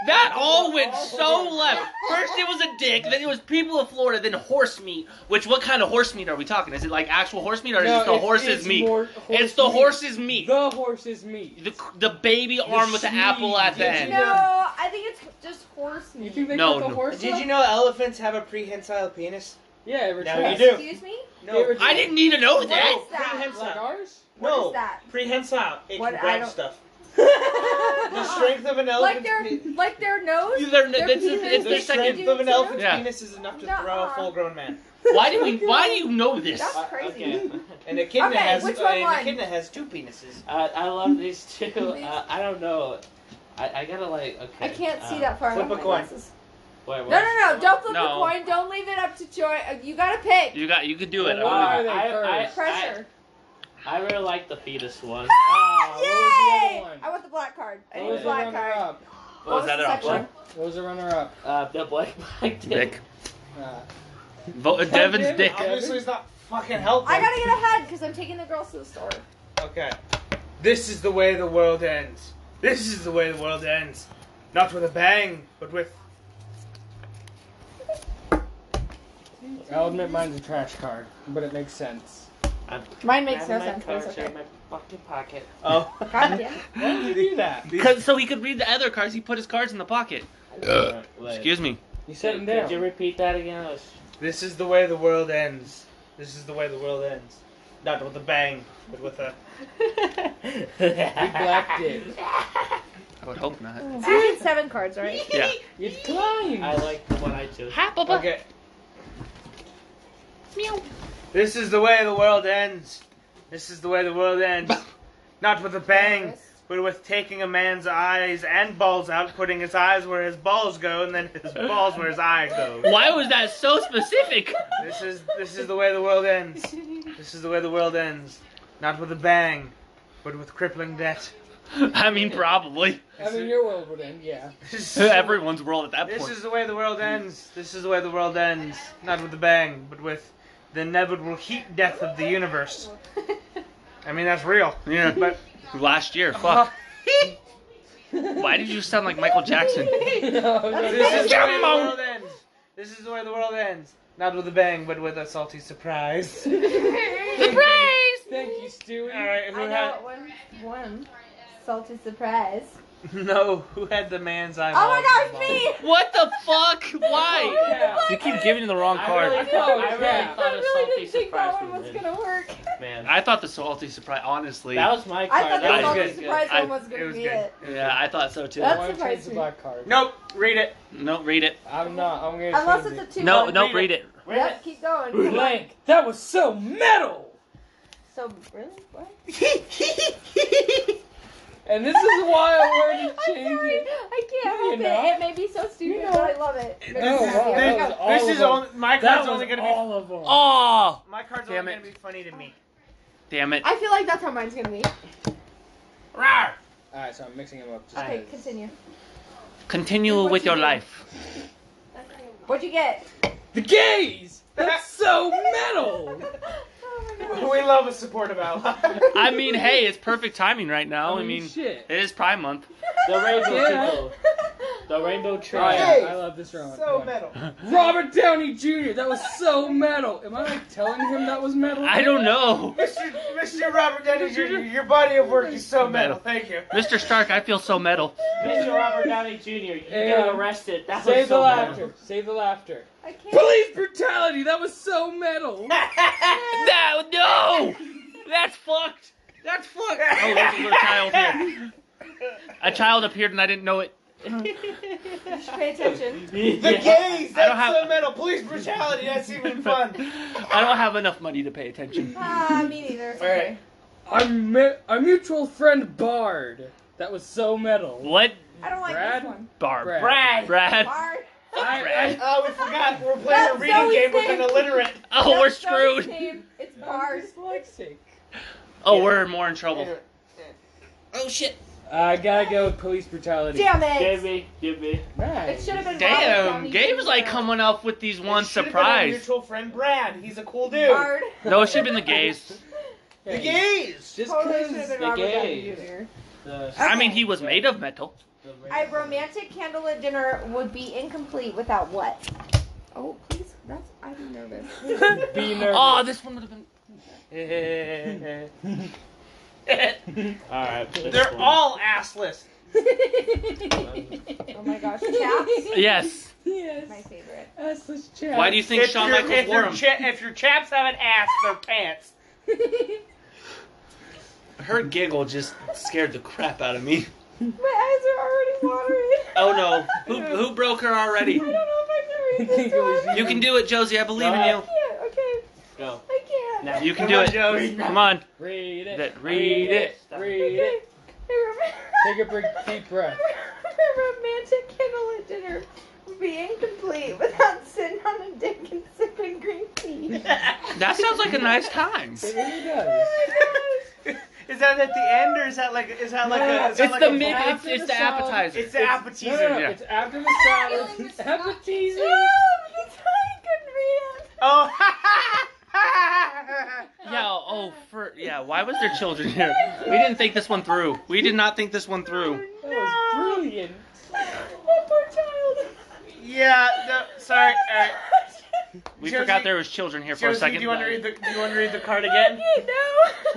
Speaker 1: that all went so left. First it was a dick, then it was people of Florida, then horse meat. Which what kind of horse meat are we talking? Is it like actual horse meat or is
Speaker 4: No,
Speaker 1: it the
Speaker 4: it's-
Speaker 1: horse's
Speaker 4: it's
Speaker 1: meat?
Speaker 4: more
Speaker 1: it's the
Speaker 4: meat.
Speaker 1: horse's meat.
Speaker 4: The horse's meat.
Speaker 1: The, the baby arm with the
Speaker 2: sneeze.
Speaker 1: apple at the
Speaker 2: Did
Speaker 1: end.
Speaker 2: you know-
Speaker 3: No, I think it's just horse
Speaker 4: You
Speaker 3: meat.
Speaker 4: think they
Speaker 1: No,
Speaker 4: cut the
Speaker 1: no.
Speaker 4: horse?
Speaker 2: Did
Speaker 4: up?
Speaker 2: you know elephants have a prehensile penis?
Speaker 4: Yeah, it
Speaker 2: Now
Speaker 4: retracts.
Speaker 2: you do.
Speaker 3: Excuse me?
Speaker 4: They were-
Speaker 1: I didn't need to know that.
Speaker 3: is that?
Speaker 4: Like ours?
Speaker 3: What
Speaker 2: no,
Speaker 3: is that?
Speaker 2: prehensile. It
Speaker 3: What-
Speaker 2: can
Speaker 3: I
Speaker 2: grab
Speaker 3: don't-
Speaker 2: stuff. The strength of an
Speaker 3: like
Speaker 2: elephant's
Speaker 3: their
Speaker 2: penis.
Speaker 3: like their nose.
Speaker 1: They're- it's-
Speaker 3: penis
Speaker 1: it's their
Speaker 2: The
Speaker 3: is
Speaker 1: second-
Speaker 2: strength
Speaker 3: huge
Speaker 2: of an
Speaker 3: too?
Speaker 2: elephant's
Speaker 1: Yeah.
Speaker 2: penis is enough to
Speaker 3: Nuh-uh.
Speaker 2: throw a full-grown man,
Speaker 1: Why do we? Why do you know this?
Speaker 3: That's
Speaker 8: Uh,
Speaker 3: crazy.
Speaker 8: okay.
Speaker 2: and a kidna
Speaker 3: Okay,
Speaker 2: has
Speaker 3: which
Speaker 2: uh,
Speaker 3: one
Speaker 2: and
Speaker 3: won?
Speaker 2: a kidna has two penises.
Speaker 8: Uh, I love these two. Uh, I don't know. I, I gotta like. Okay.
Speaker 3: I can't see
Speaker 8: uh,
Speaker 3: that far.
Speaker 2: flip
Speaker 3: with
Speaker 2: a
Speaker 3: my
Speaker 2: coin.
Speaker 3: glasses.
Speaker 8: Wait,
Speaker 3: No, no, no! Don't flip
Speaker 1: No.
Speaker 3: the coin. Don't leave it up to joy. Uh, You gotta pick.
Speaker 1: You got. You could do it. I
Speaker 4: Why
Speaker 1: would've-
Speaker 4: are they
Speaker 8: Uh, I- I-
Speaker 4: cursed?
Speaker 3: Pressure.
Speaker 8: I really like the fetus one.
Speaker 4: Ah, what was the
Speaker 3: Yay!
Speaker 4: other one?
Speaker 3: I want the black card. I
Speaker 8: What
Speaker 3: need
Speaker 4: What
Speaker 3: the
Speaker 4: was the
Speaker 3: black card.
Speaker 4: runner up?
Speaker 3: What was
Speaker 1: that
Speaker 3: the
Speaker 1: other
Speaker 3: section?
Speaker 1: one?
Speaker 4: What was the runner up?
Speaker 8: Uh, the black black dick.
Speaker 1: Dick.
Speaker 4: Uh,
Speaker 1: Vo- Devin's dick.
Speaker 2: Obviously, it's not fucking helping.
Speaker 3: I gotta get ahead because I'm taking the girls to the store.
Speaker 2: Okay. This is the way the world ends. This is the way the world ends. Not with a bang, but with.
Speaker 4: I'll admit mine's a trash card, but it makes sense.
Speaker 3: Mine makes no sense.
Speaker 8: Grabbing My
Speaker 3: but
Speaker 8: cards
Speaker 3: it's
Speaker 8: out of
Speaker 3: okay.
Speaker 8: my fucking pocket.
Speaker 2: Oh.
Speaker 3: God damn it.
Speaker 4: Why did you do that?
Speaker 1: Cause, so he could read the other cards. He put his cards in the pocket.
Speaker 8: Uh, wait.
Speaker 1: Excuse me.
Speaker 4: You set him
Speaker 8: Could,
Speaker 4: down.
Speaker 8: could you repeat that again? It was-
Speaker 2: This is the way the world ends. This is the way the world ends. Not with a bang, but with a.
Speaker 4: Big black dick.
Speaker 1: I would hope not.
Speaker 3: You need seven cards, right?
Speaker 1: Yeah.
Speaker 4: It's climbed.
Speaker 8: I like the one I chose.
Speaker 1: Hi, Bubba.
Speaker 2: Okay. This is the way the world ends. This is the way the world ends. Not with a bang, but with taking a man's eyes and balls out, putting his eyes where his balls go, and then his balls where his eye goes.
Speaker 1: Why was that so specific?
Speaker 2: This is this is the way the world ends. This is the way the world ends. Not with a bang, but with crippling debt.
Speaker 1: I mean, probably.
Speaker 4: I mean, your world would end, yeah.
Speaker 2: This is-
Speaker 1: Everyone's world at that
Speaker 2: This
Speaker 1: point.
Speaker 2: is the way the world ends. This is the way the world ends. Not with a bang, but with the inevitable heat death of the universe. I mean, that's real.
Speaker 1: Yeah.
Speaker 2: But
Speaker 1: Last year.
Speaker 2: Uh-huh.
Speaker 1: Fuck.
Speaker 5: Uh-huh.
Speaker 1: Why did you sound like Michael Jackson?
Speaker 4: No, no,
Speaker 2: this is the
Speaker 1: Come
Speaker 2: way the
Speaker 1: on.
Speaker 2: world ends. This is the way the world ends. Not with a bang, but with a salty surprise.
Speaker 1: Surprise!
Speaker 4: Thank you, Stewie.
Speaker 2: All right, who
Speaker 3: I
Speaker 2: had?
Speaker 3: know one. One.
Speaker 5: Salted surprise.
Speaker 2: No, who had the man's eye?
Speaker 5: Oh my gosh, me!
Speaker 1: What the fuck?
Speaker 5: What
Speaker 1: Why?
Speaker 5: the
Speaker 8: Yeah.
Speaker 5: fuck?
Speaker 1: You keep giving the wrong
Speaker 8: I
Speaker 1: card.
Speaker 8: really, thought, I really
Speaker 4: Yeah.
Speaker 8: thought
Speaker 5: I
Speaker 8: a
Speaker 5: really
Speaker 8: salty
Speaker 5: didn't think that
Speaker 8: surprise
Speaker 5: one
Speaker 8: would
Speaker 5: was
Speaker 8: win.
Speaker 5: "Oh, gonna work.
Speaker 8: Man,
Speaker 1: I thought the salty surprise. Honestly,
Speaker 8: that was my
Speaker 5: I
Speaker 8: card.
Speaker 5: thought
Speaker 8: that
Speaker 5: the
Speaker 1: was
Speaker 5: salted
Speaker 1: good.
Speaker 5: surprise
Speaker 1: I-
Speaker 5: one was gonna
Speaker 2: it was
Speaker 5: be
Speaker 2: good.
Speaker 5: it.
Speaker 1: yeah, I thought so too.
Speaker 4: I
Speaker 5: That's
Speaker 4: want to change
Speaker 5: surprised
Speaker 4: the
Speaker 5: me.
Speaker 4: black card.
Speaker 2: Nope, read it.
Speaker 1: No, read it.
Speaker 4: I'm not. I'm gonna.
Speaker 5: Unless
Speaker 4: change
Speaker 5: it's a
Speaker 4: it.
Speaker 5: two.
Speaker 1: No,
Speaker 5: one.
Speaker 1: no, read it.
Speaker 8: Wait a minute.
Speaker 5: Yep, keep going.
Speaker 4: Blank. That was so metal.
Speaker 5: So really, what?
Speaker 4: And this is why I wanted to
Speaker 5: I'm
Speaker 4: change
Speaker 5: sorry.
Speaker 4: it.
Speaker 5: I can't
Speaker 4: No,
Speaker 5: help
Speaker 4: you're
Speaker 5: it.
Speaker 4: not.
Speaker 5: It may be so stupid,
Speaker 4: You're
Speaker 5: but I love it. It makes me
Speaker 4: No,
Speaker 5: happy.
Speaker 4: wow,
Speaker 5: Here we
Speaker 4: that was
Speaker 5: go.
Speaker 4: all
Speaker 2: Oh, this
Speaker 4: of
Speaker 2: is
Speaker 4: them.
Speaker 2: only my
Speaker 4: That
Speaker 2: card's
Speaker 4: was
Speaker 2: only gonna be
Speaker 4: all of them.
Speaker 1: Oh,
Speaker 2: my card's
Speaker 1: Damn
Speaker 2: only
Speaker 1: it.
Speaker 2: gonna be funny to me.
Speaker 1: damn it.
Speaker 5: I feel like that's how mine's gonna be.
Speaker 2: Rawr.
Speaker 4: All right, so I'm mixing them up. Just
Speaker 5: Okay,
Speaker 4: 'cause-
Speaker 5: continue.
Speaker 1: Continue
Speaker 5: What
Speaker 1: with
Speaker 5: you
Speaker 1: your
Speaker 5: do?
Speaker 1: life.
Speaker 5: What'd you get?
Speaker 4: The gays. That's so metal.
Speaker 5: Oh my gosh.
Speaker 2: We love a supportive ally.
Speaker 1: I mean, hey, it's perfect timing right now. I mean,
Speaker 4: shit.
Speaker 1: it is Pride Month.
Speaker 8: The rainbow
Speaker 4: Yeah.
Speaker 8: people. The rainbow
Speaker 4: Oh,
Speaker 8: tribe.
Speaker 4: yeah,
Speaker 2: Gays.
Speaker 4: I love this round.
Speaker 2: so
Speaker 4: Come on.
Speaker 2: metal.
Speaker 4: Robert Downey Jr. That was so metal. Am I like telling him that was metal?
Speaker 1: I don't know.
Speaker 2: Mr. Mr. Robert Downey Jr., your body of work is so metal. Thank you.
Speaker 1: Mr. Stark, I feel so metal.
Speaker 8: Mr. Robert Downey Jr., you
Speaker 4: Yeah.
Speaker 8: got arrested. That
Speaker 4: Save
Speaker 8: was
Speaker 4: the
Speaker 8: so
Speaker 4: laughter.
Speaker 8: metal.
Speaker 4: Save the laughter.
Speaker 5: I can't.
Speaker 4: Police brutality. That was so metal.
Speaker 1: No, no! That's fucked! That's fucked! Oh, there's a little child here. A child appeared and I didn't know it.
Speaker 5: You should pay attention.
Speaker 2: The gays, that's
Speaker 1: have-
Speaker 2: so metal. Police brutality, that's even fun.
Speaker 1: I don't have enough money to pay attention.
Speaker 5: Ah, me neither. It's
Speaker 2: All
Speaker 5: okay.
Speaker 2: right.
Speaker 4: Our, mu- our mutual friend Bard. That was so metal.
Speaker 1: What?
Speaker 5: I don't like
Speaker 4: Brad?
Speaker 5: this one.
Speaker 1: Barb.
Speaker 4: Brad.
Speaker 2: Brad.
Speaker 1: Brad.
Speaker 5: Bar.
Speaker 4: I, I,
Speaker 2: Oh, we forgot. We're playing
Speaker 5: That's
Speaker 2: a reading
Speaker 5: Zoe's
Speaker 2: game with
Speaker 5: name.
Speaker 2: an illiterate.
Speaker 1: Oh, we're
Speaker 5: That's Joey's
Speaker 1: screwed.
Speaker 5: name. It's
Speaker 4: I'm
Speaker 5: bars.
Speaker 4: dyslexic.
Speaker 1: Oh, we're more in trouble.
Speaker 4: I gotta go with police brutality.
Speaker 5: Damn it.
Speaker 8: Give me, give me.
Speaker 4: Nice.
Speaker 5: It should have been
Speaker 1: Damn,
Speaker 5: Robert Downey
Speaker 1: Gabe's like
Speaker 5: Jr.
Speaker 1: coming up with these one
Speaker 2: It should've been our
Speaker 1: surprise.
Speaker 2: Mutual friend Brad. He's a cool dude.
Speaker 5: Bard.
Speaker 1: No, it should have been the gays.
Speaker 2: The gays.
Speaker 4: Just
Speaker 5: Totally
Speaker 4: because
Speaker 5: should have been
Speaker 4: the
Speaker 5: Robert Downey
Speaker 4: gays.
Speaker 5: Jr.
Speaker 8: The,
Speaker 1: I mean, he was made of metal.
Speaker 8: the
Speaker 5: A
Speaker 8: rainbow.
Speaker 5: romantic candlelit dinner would be incomplete without what? Oh, please. That's. I'm nervous.
Speaker 4: Be nervous.
Speaker 1: Oh, this one would have been.
Speaker 8: All right. this
Speaker 2: They're
Speaker 8: one.
Speaker 2: all assless.
Speaker 5: oh my gosh. Chaps.
Speaker 1: Yes.
Speaker 4: Yes.
Speaker 5: My favorite.
Speaker 4: Assless chat.
Speaker 1: Why do you think
Speaker 2: If,
Speaker 1: Shawn
Speaker 2: your,
Speaker 1: Michaels
Speaker 2: if,
Speaker 1: wore
Speaker 2: your
Speaker 1: them?
Speaker 2: cha- if your chaps have an ass, they're pants.
Speaker 1: Her giggle just scared the crap out of me.
Speaker 5: My eyes are already watering.
Speaker 1: Oh no. Who, who broke her already?
Speaker 5: I don't know if I can read
Speaker 4: You think
Speaker 5: this
Speaker 4: it was
Speaker 5: one.
Speaker 1: You can do it, Josie. I believe in you.
Speaker 5: I can't. Okay.
Speaker 8: Go.
Speaker 5: I can't.
Speaker 8: Now
Speaker 1: You can
Speaker 2: Come
Speaker 1: do
Speaker 2: on,
Speaker 1: it.
Speaker 2: Joey.
Speaker 1: Come on.
Speaker 4: Read it.
Speaker 1: That- read it.
Speaker 4: Read
Speaker 5: Okay.
Speaker 4: it.
Speaker 5: A
Speaker 4: Take a break, deep breath.
Speaker 5: romantic candlelit dinner would be incomplete without sitting on a dick and sipping green tea.
Speaker 1: That sounds like a nice time.
Speaker 4: It really does.
Speaker 5: Oh
Speaker 2: Is that at the end or is that like is that like
Speaker 4: No,
Speaker 2: a? Is that
Speaker 1: It's
Speaker 2: like
Speaker 1: the
Speaker 2: a
Speaker 1: mid.
Speaker 2: bar-
Speaker 1: It's, it's the appetizer.
Speaker 2: It's the
Speaker 4: No,
Speaker 2: appetizer.
Speaker 4: no, no.
Speaker 1: yeah.
Speaker 4: It's after the
Speaker 5: Feeling
Speaker 4: salad.
Speaker 5: this
Speaker 4: Appetizer.
Speaker 5: No, that's why I Oh, couldn't read it.
Speaker 2: Oh.
Speaker 1: Yeah.
Speaker 6: Uh,
Speaker 1: Oh, for yeah. Why was there children here? We didn't think this one through. We did not think this one through.
Speaker 4: That was brilliant.
Speaker 5: That poor child.
Speaker 2: yeah. No, sorry. All right.
Speaker 1: We
Speaker 2: Josie-
Speaker 1: forgot there was children here for
Speaker 2: Josie,
Speaker 1: a second.
Speaker 2: do you want to read the Do you want to read the card again?
Speaker 5: Okay,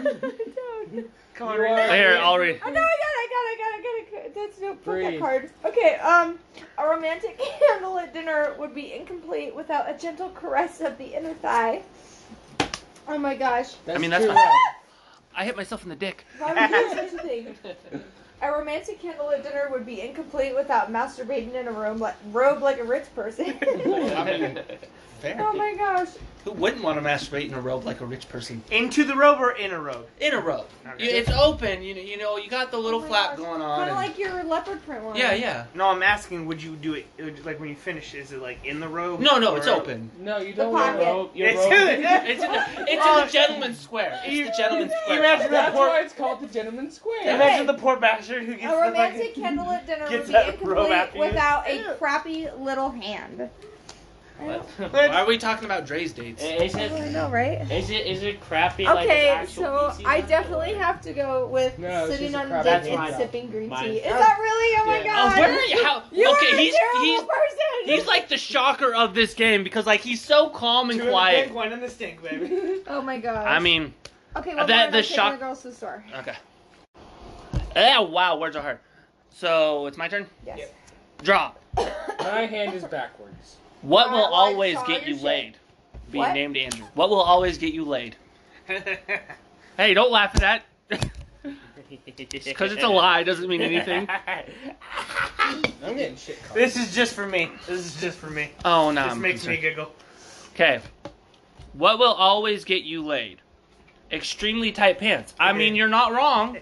Speaker 5: no. Don't.
Speaker 2: Come on,
Speaker 4: You
Speaker 2: read
Speaker 4: are-
Speaker 2: it.
Speaker 1: Here, I'll read.
Speaker 5: Oh, no, I got it, I got it, I got it, I got it. That's no put that
Speaker 4: Breathe.
Speaker 5: card. Okay, um, a romantic candlelit dinner would be incomplete without a gentle caress of the inner thigh. Oh my gosh.
Speaker 4: That's
Speaker 1: mean, that's
Speaker 4: true.
Speaker 1: fine. I hit myself in the dick.
Speaker 5: Why would you do such a thing? A romantic candlelit dinner would be incomplete without masturbating in a room like, robe like a rich person.
Speaker 1: I mean,
Speaker 5: oh
Speaker 1: fair.
Speaker 5: my gosh.
Speaker 1: Who wouldn't want to masturbate in a robe like a rich person?
Speaker 2: Into the robe or in a robe?
Speaker 1: In a robe.
Speaker 2: Okay.
Speaker 1: You- It's open. You know. You know. You got the little
Speaker 5: Oh my
Speaker 1: flap
Speaker 5: gosh.
Speaker 1: going on.
Speaker 5: Kind
Speaker 1: and-
Speaker 5: of like your leopard print one.
Speaker 1: yeah. Yeah.
Speaker 2: No, I'm asking. Would you do it would- like when you finish? Is it like in the robe?
Speaker 1: No. No.
Speaker 2: or-
Speaker 1: It's open.
Speaker 4: No, you
Speaker 5: The
Speaker 4: don't want
Speaker 5: pocket.
Speaker 4: rope. Your
Speaker 2: It's
Speaker 4: rope.
Speaker 2: in it.
Speaker 1: It's in the, it's in the gentleman's square. It's the gentleman's square.
Speaker 2: Imagine that
Speaker 4: That's
Speaker 2: poor.
Speaker 4: why it's called the gentleman's square.
Speaker 5: Yeah.
Speaker 2: Imagine the poor bastard who gets
Speaker 5: A
Speaker 2: the
Speaker 5: romantic
Speaker 2: fucking-
Speaker 5: candlelit dinner would
Speaker 2: Gets
Speaker 5: be
Speaker 2: that robe
Speaker 5: incomplete
Speaker 2: after you.
Speaker 5: without a
Speaker 2: Ew.
Speaker 5: crappy little hand. I don't,
Speaker 8: What?
Speaker 1: Why are we talking about Dre's dates?
Speaker 8: Is
Speaker 5: I
Speaker 8: it,
Speaker 5: don't know, right?
Speaker 8: is it, is it crappy like his
Speaker 5: Okay,
Speaker 8: actual
Speaker 5: so
Speaker 8: PC
Speaker 5: I
Speaker 8: one,
Speaker 5: definitely
Speaker 8: or-
Speaker 5: have to go with
Speaker 4: No, it's
Speaker 5: sitting
Speaker 4: just
Speaker 5: on
Speaker 4: a
Speaker 5: a
Speaker 4: crap
Speaker 5: dick
Speaker 8: idea.
Speaker 5: and
Speaker 8: Mine.
Speaker 5: sipping green
Speaker 8: Mine.
Speaker 5: tea. Is that really? Oh my
Speaker 8: Yeah.
Speaker 1: Oh,
Speaker 5: god!
Speaker 1: where are you? How?
Speaker 5: You
Speaker 1: okay,
Speaker 5: are a
Speaker 1: he's
Speaker 5: terrible
Speaker 1: he's
Speaker 5: person.
Speaker 1: he's like the shocker of this game because like he's so calm
Speaker 2: Two
Speaker 1: and
Speaker 2: in the
Speaker 1: quiet.
Speaker 2: pink, one in the stink, baby.
Speaker 5: oh my god.
Speaker 1: I mean,
Speaker 5: okay, well,
Speaker 1: that-
Speaker 5: that,
Speaker 1: the
Speaker 5: the shock.
Speaker 1: shock-
Speaker 5: Girls to the store.
Speaker 1: okay. Ah, wow, words are hard. So it's my turn.
Speaker 3: Yes.
Speaker 1: Draw.
Speaker 4: My hand is backwards.
Speaker 1: What will
Speaker 3: Alright, well, I
Speaker 1: always
Speaker 3: saw
Speaker 1: get
Speaker 3: your
Speaker 1: you
Speaker 3: shit.
Speaker 1: laid? Being
Speaker 3: What?
Speaker 1: named Andrew. What will always get you laid? Hey, don't laugh at that. Because it's a lie doesn't mean anything.
Speaker 4: I'm getting shit called.
Speaker 2: This is just for me. This is just for me.
Speaker 1: Oh no.
Speaker 2: this makes me giggle.
Speaker 1: Okay. What will always get you laid? Extremely tight pants. I mean, you're not wrong.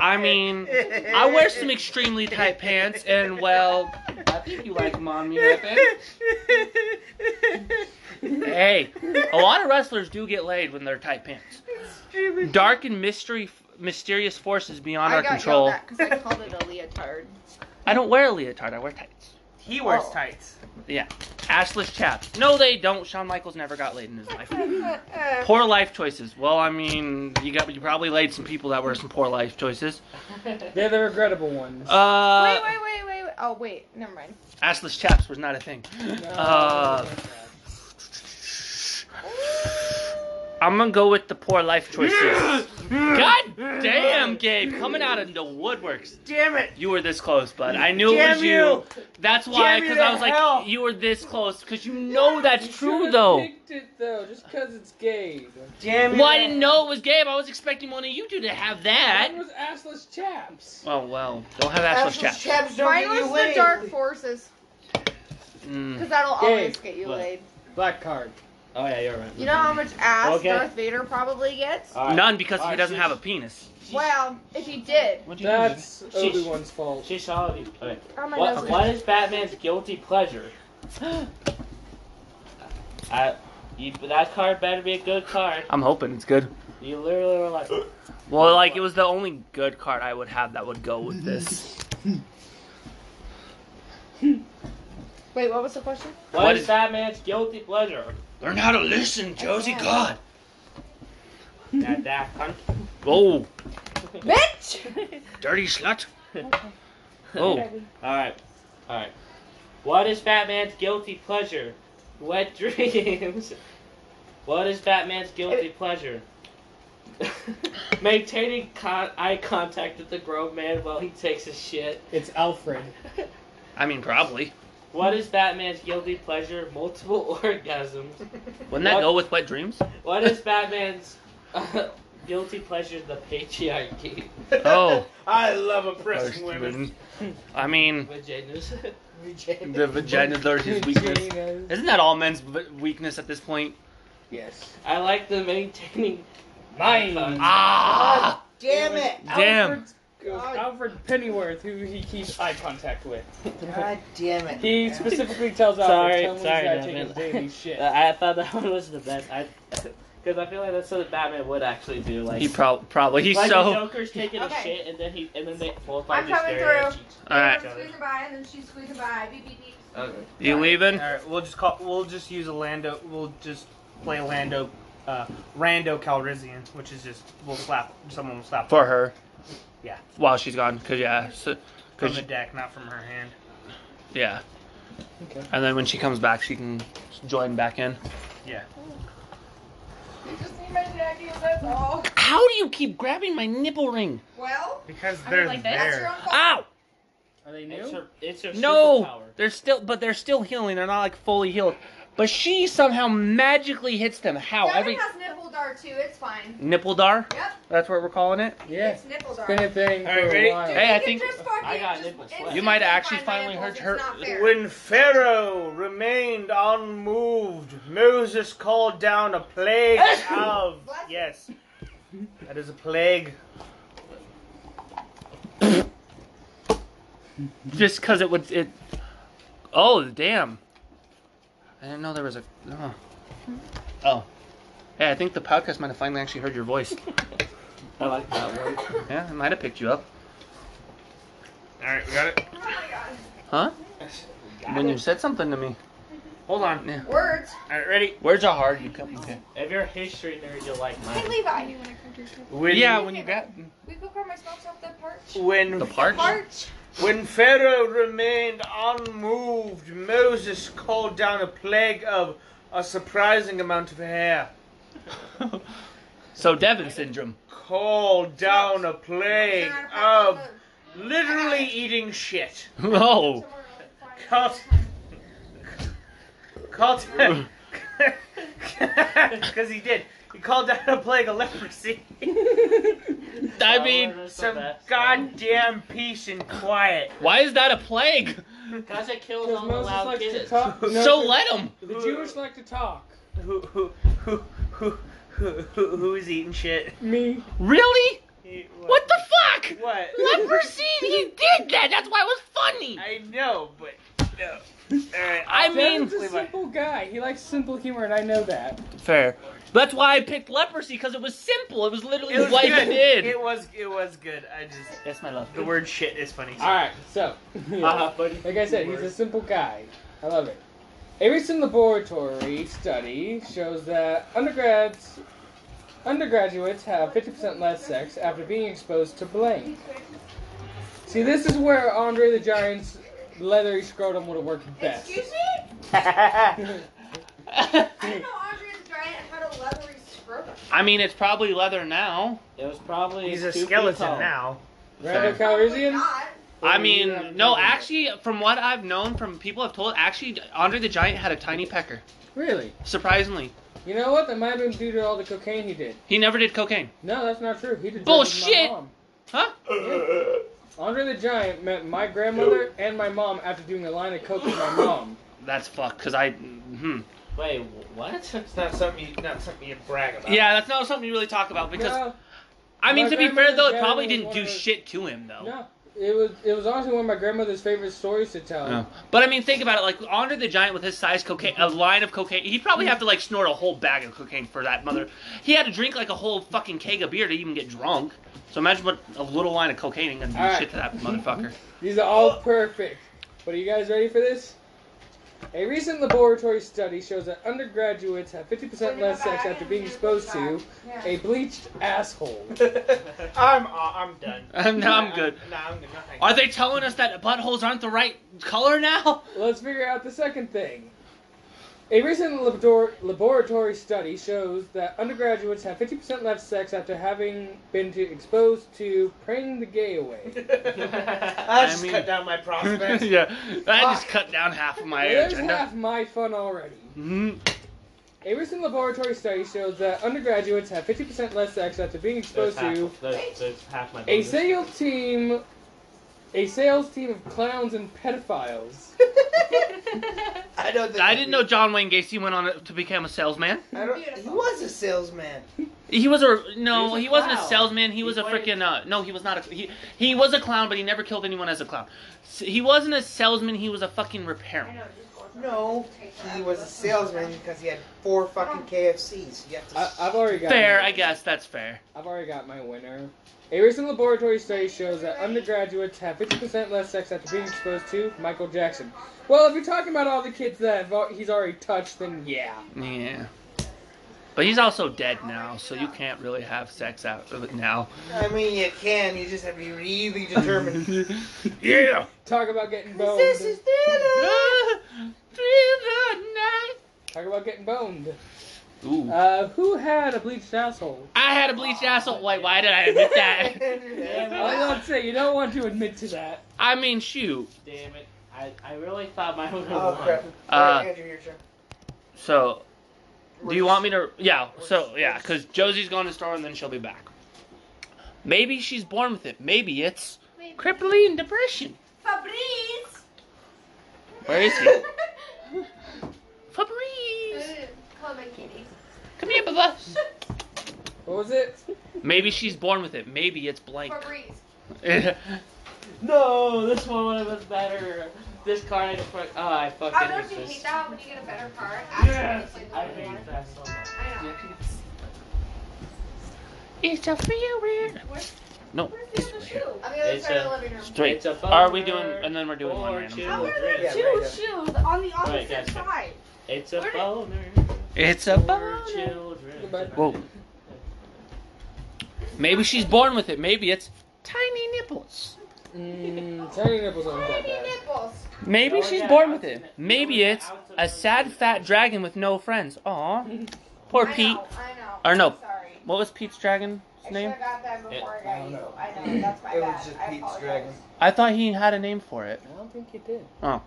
Speaker 1: I mean, I wear some extremely tight pants, and well, I think you like them on me, Rippin. Hey, a lot of wrestlers do get laid when they're tight pants. Dark and mystery, mysterious forces beyond
Speaker 6: I
Speaker 1: our
Speaker 6: got
Speaker 1: control.
Speaker 6: yelled at because I called it a leotard.
Speaker 1: I don't wear a leotard. I wear tights.
Speaker 2: He wears
Speaker 6: Oh.
Speaker 2: tights.
Speaker 1: Ashless chaps. No, they don't. Shawn Michaels never got laid in his life.
Speaker 3: Uh,
Speaker 1: Poor life choices. Well, I mean, you got you probably laid some people that were some poor life choices.
Speaker 4: They're the regrettable ones.
Speaker 1: Uh,
Speaker 6: wait, wait, wait, wait, wait. Oh, wait. Never mind.
Speaker 1: assless chaps was not a thing.
Speaker 4: No,
Speaker 1: Uh, I'm gonna go with the poor life choices. God damn, Gabe, coming out of the woodworks.
Speaker 2: Damn it!
Speaker 1: You were this close, bud. I knew it
Speaker 2: Damn
Speaker 1: was you. That's why,
Speaker 2: Damn you
Speaker 1: because
Speaker 2: to
Speaker 1: I was like,
Speaker 2: hell.
Speaker 1: you were this close, because you know that's
Speaker 4: you
Speaker 1: true,
Speaker 4: should've
Speaker 1: though.
Speaker 4: picked it, though, just 'cause it's gay.
Speaker 2: Damn you
Speaker 1: Well, I
Speaker 2: to
Speaker 1: didn't know it was Gabe. I was expecting one of you two to have that.
Speaker 4: Mine was assless chaps.
Speaker 1: Oh well, don't have assless chaps.
Speaker 6: Mine was the dark forces
Speaker 1: Mm.
Speaker 6: because that'll
Speaker 4: Yay.
Speaker 6: always get you
Speaker 8: What?
Speaker 6: laid.
Speaker 4: Black card.
Speaker 8: Oh yeah, you're right.
Speaker 6: You know how much ass
Speaker 8: Okay.
Speaker 6: Darth Vader probably gets?
Speaker 8: All right.
Speaker 1: None because he
Speaker 8: Alright,
Speaker 1: doesn't
Speaker 8: she-
Speaker 1: have a penis.
Speaker 6: Well, if he did.
Speaker 1: What'd you do?
Speaker 4: That's
Speaker 8: Sheesh.
Speaker 4: Obi Wan's fault.
Speaker 8: She saw you. Okay.
Speaker 6: Oh, my
Speaker 8: What,
Speaker 6: nose
Speaker 8: what is Batman's guilty pleasure? I, you, that card better be a good card.
Speaker 1: I'm hoping it's good.
Speaker 8: You literally were like,
Speaker 1: Well, like it was the only good card I would have that would go with this.
Speaker 6: Wait, what was the question?
Speaker 1: What
Speaker 8: what
Speaker 1: is-
Speaker 8: is Batman's guilty pleasure?
Speaker 1: Learn how to listen,
Speaker 6: Josie. God.
Speaker 8: that that cunt.
Speaker 1: Oh,
Speaker 6: Bitch!
Speaker 1: dirty slut.
Speaker 8: Okay. All right, all right. What is Batman's guilty pleasure? Wet dreams. What is Batman's guilty pleasure? Maintaining con- eye contact with the grown man while he takes a shit.
Speaker 4: It's Alfred.
Speaker 1: I mean, probably.
Speaker 8: What is Batman's guilty pleasure? Multiple orgasms.
Speaker 1: Wouldn't that
Speaker 8: What?
Speaker 1: go with wet dreams?
Speaker 8: What is Batman's uh, guilty pleasure? The patriarchy.
Speaker 1: Oh.
Speaker 2: I love oppressing women.
Speaker 1: I mean,
Speaker 8: Vaginas.
Speaker 1: the vagina is his weakness.
Speaker 4: Vaginas.
Speaker 1: Isn't that all men's v- weakness at this point?
Speaker 4: Yes.
Speaker 8: I like the maintaining.
Speaker 4: Mine.
Speaker 1: Ah!
Speaker 4: Damn it.
Speaker 1: Damn.
Speaker 4: Alfred, Alfred Pennyworth, who he keeps eye contact with.
Speaker 9: God damn it.
Speaker 4: He specifically tells Alfred,
Speaker 8: Sorry,
Speaker 4: tell him he's
Speaker 8: sorry,
Speaker 4: gotta take his
Speaker 8: Devin.
Speaker 4: daily shit.
Speaker 8: Uh, I thought that one was the best. I, because I feel like that's something Batman would actually do. Like
Speaker 1: He prob- probably he's
Speaker 8: like the
Speaker 1: so.
Speaker 8: Joker's taking
Speaker 6: Okay.
Speaker 8: a shit and then he and then they both
Speaker 6: I'm
Speaker 8: like just
Speaker 6: coming
Speaker 8: stare at each
Speaker 1: All right,
Speaker 8: other.
Speaker 6: Squeezing by, and then she's squeezing by. Beep, beep, beep.
Speaker 8: Okay.
Speaker 1: you leaving?
Speaker 2: All right, we'll just call. We'll just use a Lando. We'll just play Lando, uh, Rando Calrissian, which is just we'll slap someone will slap
Speaker 1: For her.
Speaker 2: Yeah.
Speaker 1: While she's gone, cause yeah, so,
Speaker 2: from
Speaker 1: cause
Speaker 2: the deck, not from her hand.
Speaker 1: yeah.
Speaker 4: Okay.
Speaker 1: And then when she comes back, she can join back in.
Speaker 6: You just need my jacket, that's all.
Speaker 1: How do you keep grabbing my nipple ring?
Speaker 6: Well,
Speaker 2: Because
Speaker 6: I mean,
Speaker 2: they're
Speaker 6: like this. that's your
Speaker 2: there.
Speaker 6: own fault.
Speaker 1: Ow!
Speaker 4: Are they
Speaker 8: It's
Speaker 4: new?
Speaker 8: her, it's her
Speaker 1: No,
Speaker 8: superpower.
Speaker 1: they're still, but they're still healing. They're not like fully healed. But she somehow magically hits them. How?
Speaker 6: Devin
Speaker 1: Every
Speaker 6: has nipple dar too, it's fine.
Speaker 1: nipple dar.
Speaker 6: Yep,
Speaker 1: That's what we're calling it.
Speaker 4: Yeah.
Speaker 6: it's nipple dar.
Speaker 4: Been a thing
Speaker 2: All right,
Speaker 4: for
Speaker 2: ready?
Speaker 4: a while.
Speaker 6: Dude,
Speaker 1: Hey,
Speaker 6: you
Speaker 1: I
Speaker 6: can
Speaker 1: think-
Speaker 6: just fucking
Speaker 8: I got
Speaker 6: just
Speaker 8: nipple sweat.
Speaker 6: instantly
Speaker 1: You might have actually
Speaker 6: find
Speaker 1: finally
Speaker 6: my nipples,
Speaker 1: hurt
Speaker 6: it's
Speaker 1: her-
Speaker 6: not fair.
Speaker 2: When Pharaoh remained unmoved, Moses called down a plague of
Speaker 6: What?
Speaker 2: yes, that is a plague.
Speaker 1: Just cause it would it. Oh damn! I didn't know there was a. Oh. oh. Hey, I think the podcast might have finally actually heard your voice.
Speaker 8: I like that one.
Speaker 1: yeah, it might have picked you up.
Speaker 2: All right, we got it.
Speaker 6: Oh my god.
Speaker 1: Huh? When you said something to me.
Speaker 2: Hold on.
Speaker 1: Yeah.
Speaker 6: Words.
Speaker 2: All right, ready.
Speaker 1: Words are hard. You come. Okay.
Speaker 8: If you're a history nerd, you'll like mine.
Speaker 6: Hey Levi,
Speaker 2: When,
Speaker 1: Yeah, when you got
Speaker 6: we go grab my smokes off the parch.
Speaker 2: when
Speaker 1: the part.
Speaker 6: Parch.
Speaker 2: When Pharaoh remained unmoved, Moses called down a plague of a surprising amount of hair.
Speaker 1: so Devin syndrome.
Speaker 2: called down a plague
Speaker 6: Can I
Speaker 1: oh,
Speaker 6: park
Speaker 2: of
Speaker 6: on
Speaker 2: literally eating shit.
Speaker 6: the-
Speaker 1: No.
Speaker 6: somewhere else? Fine.
Speaker 2: Called, called, because he did. He called down a plague of leprosy.
Speaker 1: I mean,
Speaker 2: Some goddamn peace and quiet.
Speaker 1: why is that a plague?
Speaker 8: Because it kills
Speaker 4: Because
Speaker 8: all the
Speaker 4: Moses
Speaker 8: loud
Speaker 4: likes to
Speaker 8: kids.
Speaker 4: talk. No,
Speaker 1: so
Speaker 4: the-
Speaker 1: let him.
Speaker 4: The Jewish like to talk.
Speaker 2: Who, who, who, who, who, who, who's eating shit?
Speaker 4: Me.
Speaker 1: Really? What the fuck?
Speaker 2: What?
Speaker 1: Leprosy? He did that. That's why it was funny.
Speaker 2: I know, but no. Alright,
Speaker 1: I
Speaker 2: I'll-
Speaker 1: mean-
Speaker 4: Devin's a simple guy. He likes simple humor, and I know that.
Speaker 1: Fair. That's why I picked leprosy because it was simple. It was literally
Speaker 2: it was
Speaker 1: what
Speaker 2: good.
Speaker 1: he did.
Speaker 2: It was it was good. I just
Speaker 1: That's my love.
Speaker 2: the word shit is funny. too.
Speaker 4: All right, so
Speaker 8: Uh-huh, buddy.
Speaker 4: like I said, he's a simple guy. I love it. A recent laboratory study shows that undergrads, undergraduates have 50% less sex after being exposed to blank. See, this is where Andre the Giant's leathery scrotum would have worked best.
Speaker 6: Excuse me? I didn't know Andre the Giant had a leathery scrotum.
Speaker 1: I mean, it's probably leather now.
Speaker 8: It was probably
Speaker 2: He's a
Speaker 8: two feet
Speaker 2: skeleton
Speaker 8: tall.
Speaker 2: now.
Speaker 4: Randall
Speaker 6: Probably
Speaker 4: Calrissian?
Speaker 6: not.
Speaker 1: I
Speaker 4: Or you have
Speaker 1: mean, no,
Speaker 4: to-
Speaker 1: actually, from what I've known, from people I've told, actually, Andre the Giant had a tiny pecker.
Speaker 4: Really?
Speaker 1: Surprisingly,
Speaker 4: You know what? That might have been due to all the cocaine he did.
Speaker 1: he never did cocaine.
Speaker 4: No, that's not true. He did drugs with my
Speaker 1: Bullshit!
Speaker 4: mom.
Speaker 1: Huh?
Speaker 4: Andre the Giant met my grandmother and my mom after doing a line of coke with my mom.
Speaker 1: That's fucked. Cause I, hmm.
Speaker 8: Wait, wh- what?
Speaker 2: It's not something you, not something you brag about.
Speaker 1: Yeah, that's not something you really talk about because
Speaker 4: no,
Speaker 1: I mean,
Speaker 4: My
Speaker 1: to be
Speaker 4: grandmother's
Speaker 1: fair though, it
Speaker 4: better
Speaker 1: probably
Speaker 4: than
Speaker 1: didn't
Speaker 4: one
Speaker 1: do
Speaker 4: of those-
Speaker 1: shit to him though.
Speaker 4: no, it was it was honestly one of my grandmother's favorite stories to tell.
Speaker 1: No. But I mean, think about it. Like Andre the Giant with his size cocaine, a line of cocaine, he'd probably have to like snort a whole bag of cocaine for that mother. He had to drink like a whole fucking keg of beer to even get drunk. So imagine what a little line of cocaine ain't gonna do
Speaker 4: Alright.
Speaker 1: shit to that motherfucker.
Speaker 4: These are all perfect. But are you guys ready for this? A recent laboratory study shows that undergraduates have 50% less sex after being exposed to
Speaker 6: Yeah.
Speaker 4: a bleached asshole.
Speaker 2: I'm uh, I'm done.
Speaker 1: no, I'm good.
Speaker 2: Nah, I'm good. No, thank
Speaker 1: Are they telling us that buttholes aren't the right color now?
Speaker 4: Let's figure out the second thing. A recent labor- laboratory study shows that undergraduates have 50% less sex after having been to- exposed to praying the gay away.
Speaker 2: you. I just
Speaker 1: mean-
Speaker 2: cut down my prospects.
Speaker 1: yeah, I just cut down half of my
Speaker 4: There's
Speaker 1: agenda.
Speaker 4: half my fun already.
Speaker 1: Mm,
Speaker 4: A recent laboratory study shows that undergraduates have 50% less sex after being
Speaker 8: There's
Speaker 4: exposed
Speaker 8: half,
Speaker 4: to
Speaker 8: there's, there's half my
Speaker 4: a
Speaker 8: bonus.
Speaker 4: sales team, a sales team of clowns and pedophiles.
Speaker 2: I don't. Think
Speaker 1: I didn't know John Wayne Gacy went on to become a salesman.
Speaker 2: I don't, he was a salesman.
Speaker 1: He was a no.
Speaker 8: He was a
Speaker 1: He, wasn't a
Speaker 8: clown.
Speaker 1: salesman. He, was a
Speaker 8: played-
Speaker 1: freaking uh, no. He was not a he. He was a clown, but he never killed anyone as a clown. S he wasn't a salesman. He was a fucking repairman.
Speaker 9: No, he was a salesman because he had four fucking KFCs. You have
Speaker 2: Uh,
Speaker 9: to
Speaker 4: I, I've already got
Speaker 1: Fair,
Speaker 4: my-
Speaker 1: I guess that's fair.
Speaker 4: I've already got my winner. A recent laboratory study shows that undergraduates have 50% less sex after being exposed to Michael Jackson. Well, if you're talking about all the kids that have, al- he's already touched, then yeah.
Speaker 1: Yeah, but he's also dead now, so you can't really have sex out of it now.
Speaker 9: I mean, you can. You just have to be really determined.
Speaker 1: yeah.
Speaker 4: Talk about getting boned.
Speaker 9: this is Dylan.
Speaker 4: Talk about getting boned.
Speaker 1: Ooh.
Speaker 4: Uh, who had a bleached asshole?
Speaker 1: I had a bleached asshole. Wait, why did I admit that?
Speaker 4: I was about to say, you don't want to admit to that.
Speaker 1: I mean, shoot.
Speaker 8: Damn it. I, I really thought mine would have
Speaker 9: oh
Speaker 8: won.
Speaker 9: crap!
Speaker 1: Uh,
Speaker 9: Alright, Andrew, your turn.
Speaker 1: So, do you want me to? Yeah. So yeah, because Josie's going to store and then she'll be back. Maybe she's born with it. Maybe it's crippling depression.
Speaker 6: Fabrice!
Speaker 1: Where is he? Fabrice,
Speaker 6: Call my kitty.
Speaker 1: come here, Bubba.
Speaker 4: What was it?
Speaker 1: Maybe she's born with it. Maybe it's blank.
Speaker 6: Fabrice.
Speaker 8: No, this one would have been better. This card I just fuck. Oh, I
Speaker 6: Oh,
Speaker 8: fucking
Speaker 6: don't
Speaker 8: hate
Speaker 6: you
Speaker 8: this.
Speaker 6: hate that when you get a better car?
Speaker 8: Yes! I hate that so much.
Speaker 6: I know.
Speaker 1: it's a feeling. No.
Speaker 6: Where's the
Speaker 1: it's
Speaker 6: other
Speaker 1: right
Speaker 6: shoe?
Speaker 1: here.
Speaker 6: On the other
Speaker 8: It's
Speaker 6: side of
Speaker 8: a-
Speaker 6: the living room.
Speaker 1: Straight.
Speaker 8: It's a
Speaker 1: Are we doing?
Speaker 8: boner
Speaker 1: And then we're doing one
Speaker 8: or
Speaker 1: random.
Speaker 8: two.
Speaker 6: How are there
Speaker 9: Yeah,
Speaker 6: two
Speaker 9: right up.
Speaker 6: shoes on the opposite
Speaker 8: Right, gotcha.
Speaker 6: side?
Speaker 8: It's a
Speaker 6: Where did-
Speaker 8: boner.
Speaker 1: It's a
Speaker 8: for
Speaker 1: boner.
Speaker 8: children.
Speaker 4: Goodbye.
Speaker 1: Whoa. Maybe she's born with it. Maybe it's tiny nipples.
Speaker 4: Mm, tiny nipples aren't that
Speaker 6: Tiny
Speaker 4: bad.
Speaker 6: nipples.
Speaker 1: Maybe
Speaker 8: Oh,
Speaker 1: she's
Speaker 8: yeah,
Speaker 1: born with
Speaker 8: I've
Speaker 1: it.
Speaker 8: seen it.
Speaker 1: Maybe
Speaker 8: Yeah,
Speaker 1: it's
Speaker 8: I've seen
Speaker 1: a
Speaker 8: it.
Speaker 1: sad fat dragon with no friends. Aw. Poor
Speaker 6: I
Speaker 1: Pete.
Speaker 6: Know, I know.
Speaker 1: Or no.
Speaker 6: I'm sorry.
Speaker 1: What was Pete's dragon's name?
Speaker 5: I should have got that before I
Speaker 4: I
Speaker 5: got
Speaker 4: don't
Speaker 5: you.
Speaker 4: know.
Speaker 5: I know, that's my
Speaker 2: It
Speaker 5: bad.
Speaker 2: was just
Speaker 5: I
Speaker 2: Pete's
Speaker 5: apologize.
Speaker 2: dragon.
Speaker 1: I thought he had a name for it.
Speaker 4: I don't think you did.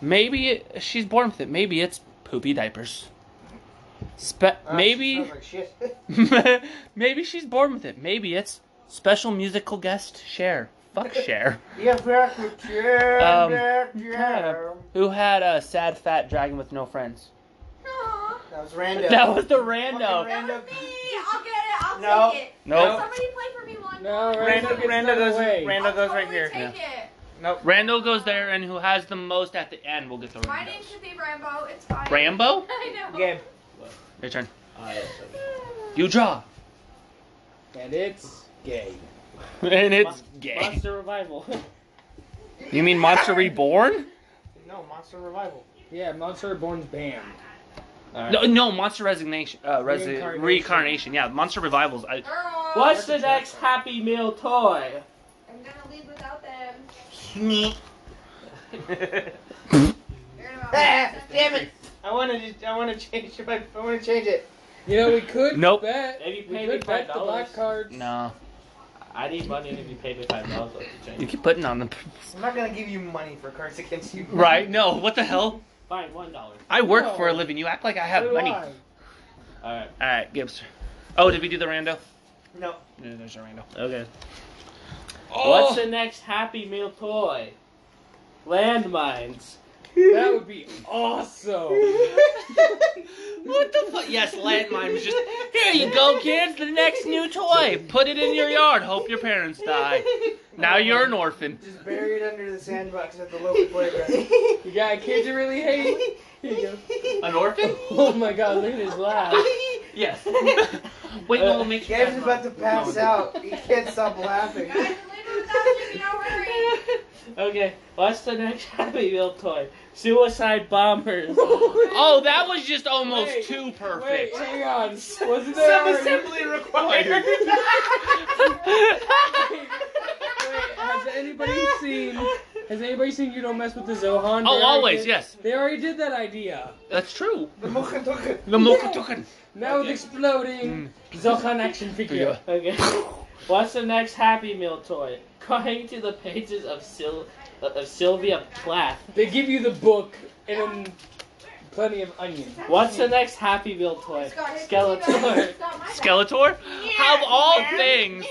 Speaker 1: Maybe it, she's born with it. Maybe it's poopy diapers. Spe-
Speaker 2: Ah, she
Speaker 1: maybe
Speaker 2: smells like shit.
Speaker 1: maybe she's born with it. Maybe it's special musical guest Cher. Fuck Cher.
Speaker 2: Yeah, back to chair,
Speaker 1: Um,
Speaker 2: chair, chair.
Speaker 1: yeah. Who had a sad fat dragon with no friends?
Speaker 5: Aw,
Speaker 2: That was random.
Speaker 1: That was the
Speaker 2: Fucking
Speaker 1: random.
Speaker 5: that was me. I'll get it. I'll
Speaker 2: No.
Speaker 5: take it.
Speaker 1: No.
Speaker 5: Somebody play for me one.
Speaker 4: No,
Speaker 10: Randa-
Speaker 4: Randall,
Speaker 10: Randa
Speaker 4: Randall
Speaker 10: doesn't-
Speaker 4: away.
Speaker 10: Randa-
Speaker 5: I'll
Speaker 10: Randall goes
Speaker 5: totally
Speaker 10: right here.
Speaker 5: Take it.
Speaker 1: Randall goes there, and who has the most at the end will get the
Speaker 5: My
Speaker 1: Rando.
Speaker 5: name should be Rambo. It's fine.
Speaker 1: Rambo?
Speaker 5: I know.
Speaker 2: Gabe.
Speaker 1: Your turn.
Speaker 8: Alright, so-
Speaker 1: You draw.
Speaker 4: and it's gay.
Speaker 1: And it's
Speaker 8: Monster Revival.
Speaker 1: You mean Monster Reborn?
Speaker 2: No, Monster Revival.
Speaker 4: Yeah, Monster Reborn's banned.
Speaker 8: Alright.
Speaker 1: No, no Monster Resignation. Uh, resi-
Speaker 4: Reincarnation.
Speaker 1: reincarnation. Yeah, Monster Revivals. I,
Speaker 5: Girl.
Speaker 8: What's the next Happy Meal toy?
Speaker 5: I'm gonna leave without them. You're gonna-
Speaker 8: Eh.
Speaker 2: Ah, damn it! I wanted to. I want to change my. I want to change it.
Speaker 4: You know, we could
Speaker 1: Nope.
Speaker 4: bet.
Speaker 8: Maybe
Speaker 4: we
Speaker 8: pay me
Speaker 4: could bet the
Speaker 8: $5.
Speaker 4: black cards.
Speaker 1: no,
Speaker 8: I need money to be paid me five dollars to
Speaker 1: you
Speaker 8: change.
Speaker 1: keep putting on the
Speaker 2: I'm not gonna give you money for Cards Against you.
Speaker 1: right. No, what the hell?
Speaker 8: Fine, one dollar.
Speaker 1: I work
Speaker 4: No.
Speaker 1: for a living. You act like I have
Speaker 4: So do
Speaker 1: money.
Speaker 4: I.
Speaker 8: Alright.
Speaker 1: All right, Gibbs. Oh, did we do the rando?
Speaker 2: No.
Speaker 1: Yeah, there's a rando.
Speaker 8: Okay.
Speaker 1: Oh.
Speaker 8: What's the next Happy Meal toy? Landmines.
Speaker 4: That would be awesome.
Speaker 1: What the fuck? Oh, Yes, landmine was just. Here you go, kids. The next new toy. Put it in your yard. Hope your parents die. Now you're an orphan.
Speaker 2: Just buried under the sandbox at the local playground.
Speaker 4: You got a kid you really hate? Here you
Speaker 1: An orphan?
Speaker 4: go. Oh my god, look at his laugh.
Speaker 1: Yes. Wait, no, we'll make you guys
Speaker 2: Gabe's about to
Speaker 1: laugh.
Speaker 2: pass out. He can't stop laughing.
Speaker 5: Guys, I'm leaving without you. You know, worry.
Speaker 8: Okay, what's the next Happy Meal toy? Suicide bombers.
Speaker 1: Oh, that was just almost
Speaker 4: Wait,
Speaker 1: too
Speaker 4: Wait,
Speaker 1: perfect.
Speaker 4: hang on. Wasn't there already?
Speaker 2: Sub-assembly required.
Speaker 4: Wait, has anybody seen? Has anybody seen You Don't Mess with the Zohan?
Speaker 1: oh,
Speaker 4: They already
Speaker 1: always,
Speaker 4: did-
Speaker 1: yes.
Speaker 4: They already did that idea.
Speaker 1: That's true.
Speaker 2: The Mochadoka.
Speaker 1: The Mokutokan.
Speaker 4: Now with exploding Zohan action figure.
Speaker 8: Okay. What's the next Happy Meal toy? According to the pages of Sil- of Sylvia Plath.
Speaker 4: They give you the book and then plenty of onion.
Speaker 8: What's the next Happy Meal toy?
Speaker 5: It's got-
Speaker 8: Skeletor.
Speaker 5: It's got my back.
Speaker 1: Skeletor? Of all things,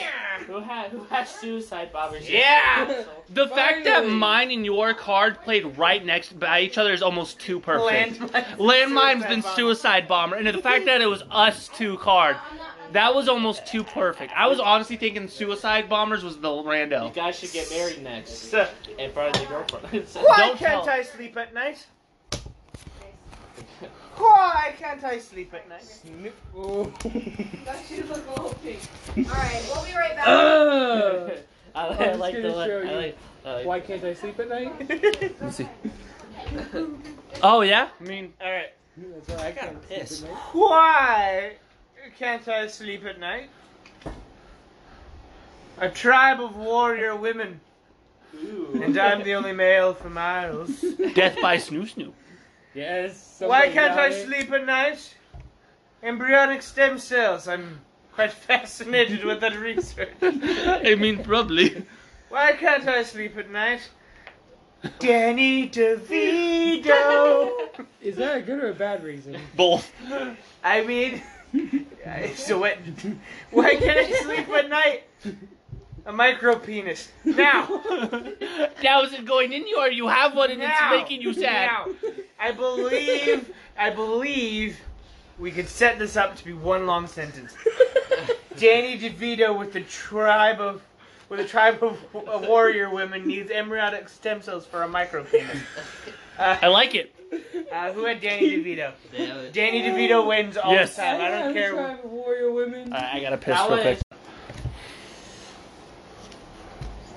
Speaker 8: who had who had suicide bombers?
Speaker 1: Yeah! the fact that
Speaker 4: Finally.
Speaker 1: mine and your card played right next by each other is almost too perfect.
Speaker 2: Landmine.
Speaker 1: Landmine's been
Speaker 2: bomb.
Speaker 1: suicide bomber, and the fact that it was us two card,
Speaker 5: I'm not- I'm
Speaker 1: that was almost too perfect. I was honestly thinking suicide bombers was the
Speaker 8: You
Speaker 1: rando.
Speaker 8: guys should get married next
Speaker 10: So,
Speaker 8: in front of your girlfriend.
Speaker 2: Why
Speaker 1: Don't
Speaker 2: can't
Speaker 1: tell.
Speaker 2: I sleep at night? Why can't I sleep at night?
Speaker 4: Snip- oh.
Speaker 5: That should look a little pink. Alright, we'll be right back.
Speaker 4: Ugh.
Speaker 8: I,
Speaker 4: I'm
Speaker 8: like- I
Speaker 4: just
Speaker 8: like the
Speaker 4: Oh, gonna
Speaker 8: look.
Speaker 4: show
Speaker 8: I
Speaker 4: you.
Speaker 8: like. I like-
Speaker 4: Why can't I sleep at night?
Speaker 1: Oh, yeah? I mean,
Speaker 2: All right.
Speaker 4: That's why I can't sleep
Speaker 1: piss.
Speaker 4: at night.
Speaker 2: Why can't I sleep at night? A tribe of warrior women, and I'm the only male for miles.
Speaker 1: death by snoo snoo.
Speaker 4: Yes.
Speaker 2: Why
Speaker 4: somebody
Speaker 2: can't
Speaker 4: got
Speaker 2: I
Speaker 4: it.
Speaker 2: sleep at night? Embryonic stem cells. I'm quite fascinated with that research.
Speaker 1: I mean, probably.
Speaker 2: Why can't I sleep at night? Danny DeVito.
Speaker 4: Is that a good or a bad reason?
Speaker 1: Both.
Speaker 2: I mean, so what? Why can't I sleep at night? A micro penis. Now.
Speaker 1: that wasn't going in you, or you have one and
Speaker 2: Now.
Speaker 1: it's making you sad.
Speaker 2: Now. I believe. I believe. We could set this up to be one long sentence. Danny DeVito with the tribe of. With a tribe of, of warrior women needs embryonic stem cells for a micro penis.
Speaker 1: I like it.
Speaker 2: Uh, who had Danny DeVito?
Speaker 8: Damn it.
Speaker 2: Danny DeVito wins all
Speaker 1: Yes.
Speaker 2: the time. I
Speaker 4: I'm
Speaker 2: don't
Speaker 4: a
Speaker 2: care.
Speaker 4: tribe of warrior women.
Speaker 1: I, I gotta piss
Speaker 8: That
Speaker 1: real
Speaker 8: was-
Speaker 1: quick.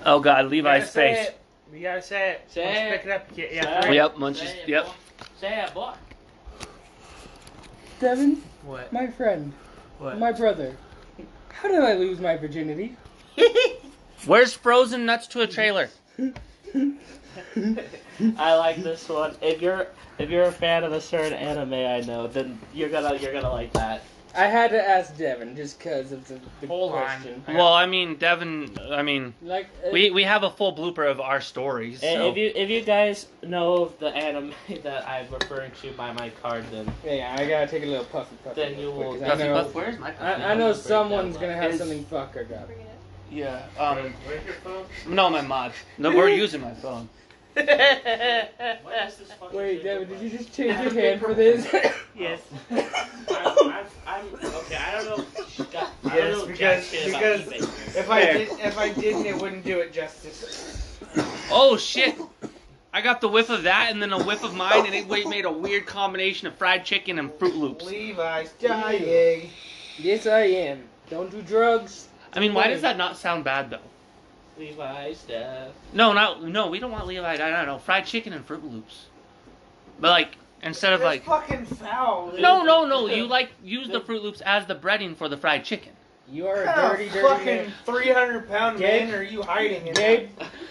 Speaker 1: Oh god, Levi's
Speaker 2: Say
Speaker 1: face.
Speaker 2: it. We gotta say it.
Speaker 8: Say
Speaker 2: Let's
Speaker 8: it.
Speaker 2: pick it up. Yeah, yeah.
Speaker 8: Say it.
Speaker 2: right.
Speaker 1: Yep, munches.
Speaker 8: Say it,
Speaker 1: Yep.
Speaker 8: boy. Say it, boy.
Speaker 4: Devin,
Speaker 2: What?
Speaker 4: my friend,
Speaker 2: What?
Speaker 4: my brother. How did I lose my virginity?
Speaker 1: Where's frozen nuts to a trailer?
Speaker 8: I like this one. If you're if you're a fan of a certain anime, I know, then you're gonna you're gonna like that.
Speaker 4: I had to ask Devin just because of the, the
Speaker 2: Hold on.
Speaker 4: question.
Speaker 1: Well, I mean, Devin. I mean,
Speaker 4: Like uh,
Speaker 1: we we have a full blooper of our stories.
Speaker 8: And
Speaker 1: so-
Speaker 8: if you if you guys know of the anime that I'm referring to by my card, then
Speaker 4: Yeah, I gotta take a little puffy puffy.
Speaker 8: Then you
Speaker 4: real quick, 'cause
Speaker 8: will- Puffy
Speaker 4: I know,
Speaker 1: puff?
Speaker 8: where's my?
Speaker 4: I, I know someone's gonna have
Speaker 1: Is-
Speaker 4: something fucker up.
Speaker 6: Bring it up.
Speaker 1: Yeah. Um. No, my mod. No, we're using my phone.
Speaker 4: Wait, Devin, did you just change your hand for this?
Speaker 2: Yes.
Speaker 8: I'm, Oh. I'm, I'm okay. I don't know. Jack- I
Speaker 2: Yes,
Speaker 8: don't know jack
Speaker 2: because-
Speaker 8: shit about
Speaker 2: because-
Speaker 8: eBay.
Speaker 2: If I did, if I didn't, it wouldn't do it justice.
Speaker 1: Oh shit! I got the whiff of that and then a whiff of mine, and it wa- made a weird combination of fried chicken and Fruit Loops.
Speaker 2: Levi's dying.
Speaker 4: yes, I am. Don't do drugs.
Speaker 1: I mean, why does that not sound bad though?
Speaker 8: Levi's stuff.
Speaker 1: No, not no. We don't want Levi. I don't know. Fried chicken and Fruit Loops. But like instead of
Speaker 2: That's
Speaker 1: like
Speaker 2: fucking foul. dude.
Speaker 1: no, no, no. You like use the Fruit Loops as the breading for the fried chicken.
Speaker 4: You are a
Speaker 1: Oh,
Speaker 2: What kind of
Speaker 4: dirty, dirty
Speaker 2: fucking
Speaker 4: man.
Speaker 2: 300 pound
Speaker 4: Gabe?
Speaker 2: man are you hiding in?
Speaker 4: Gabe,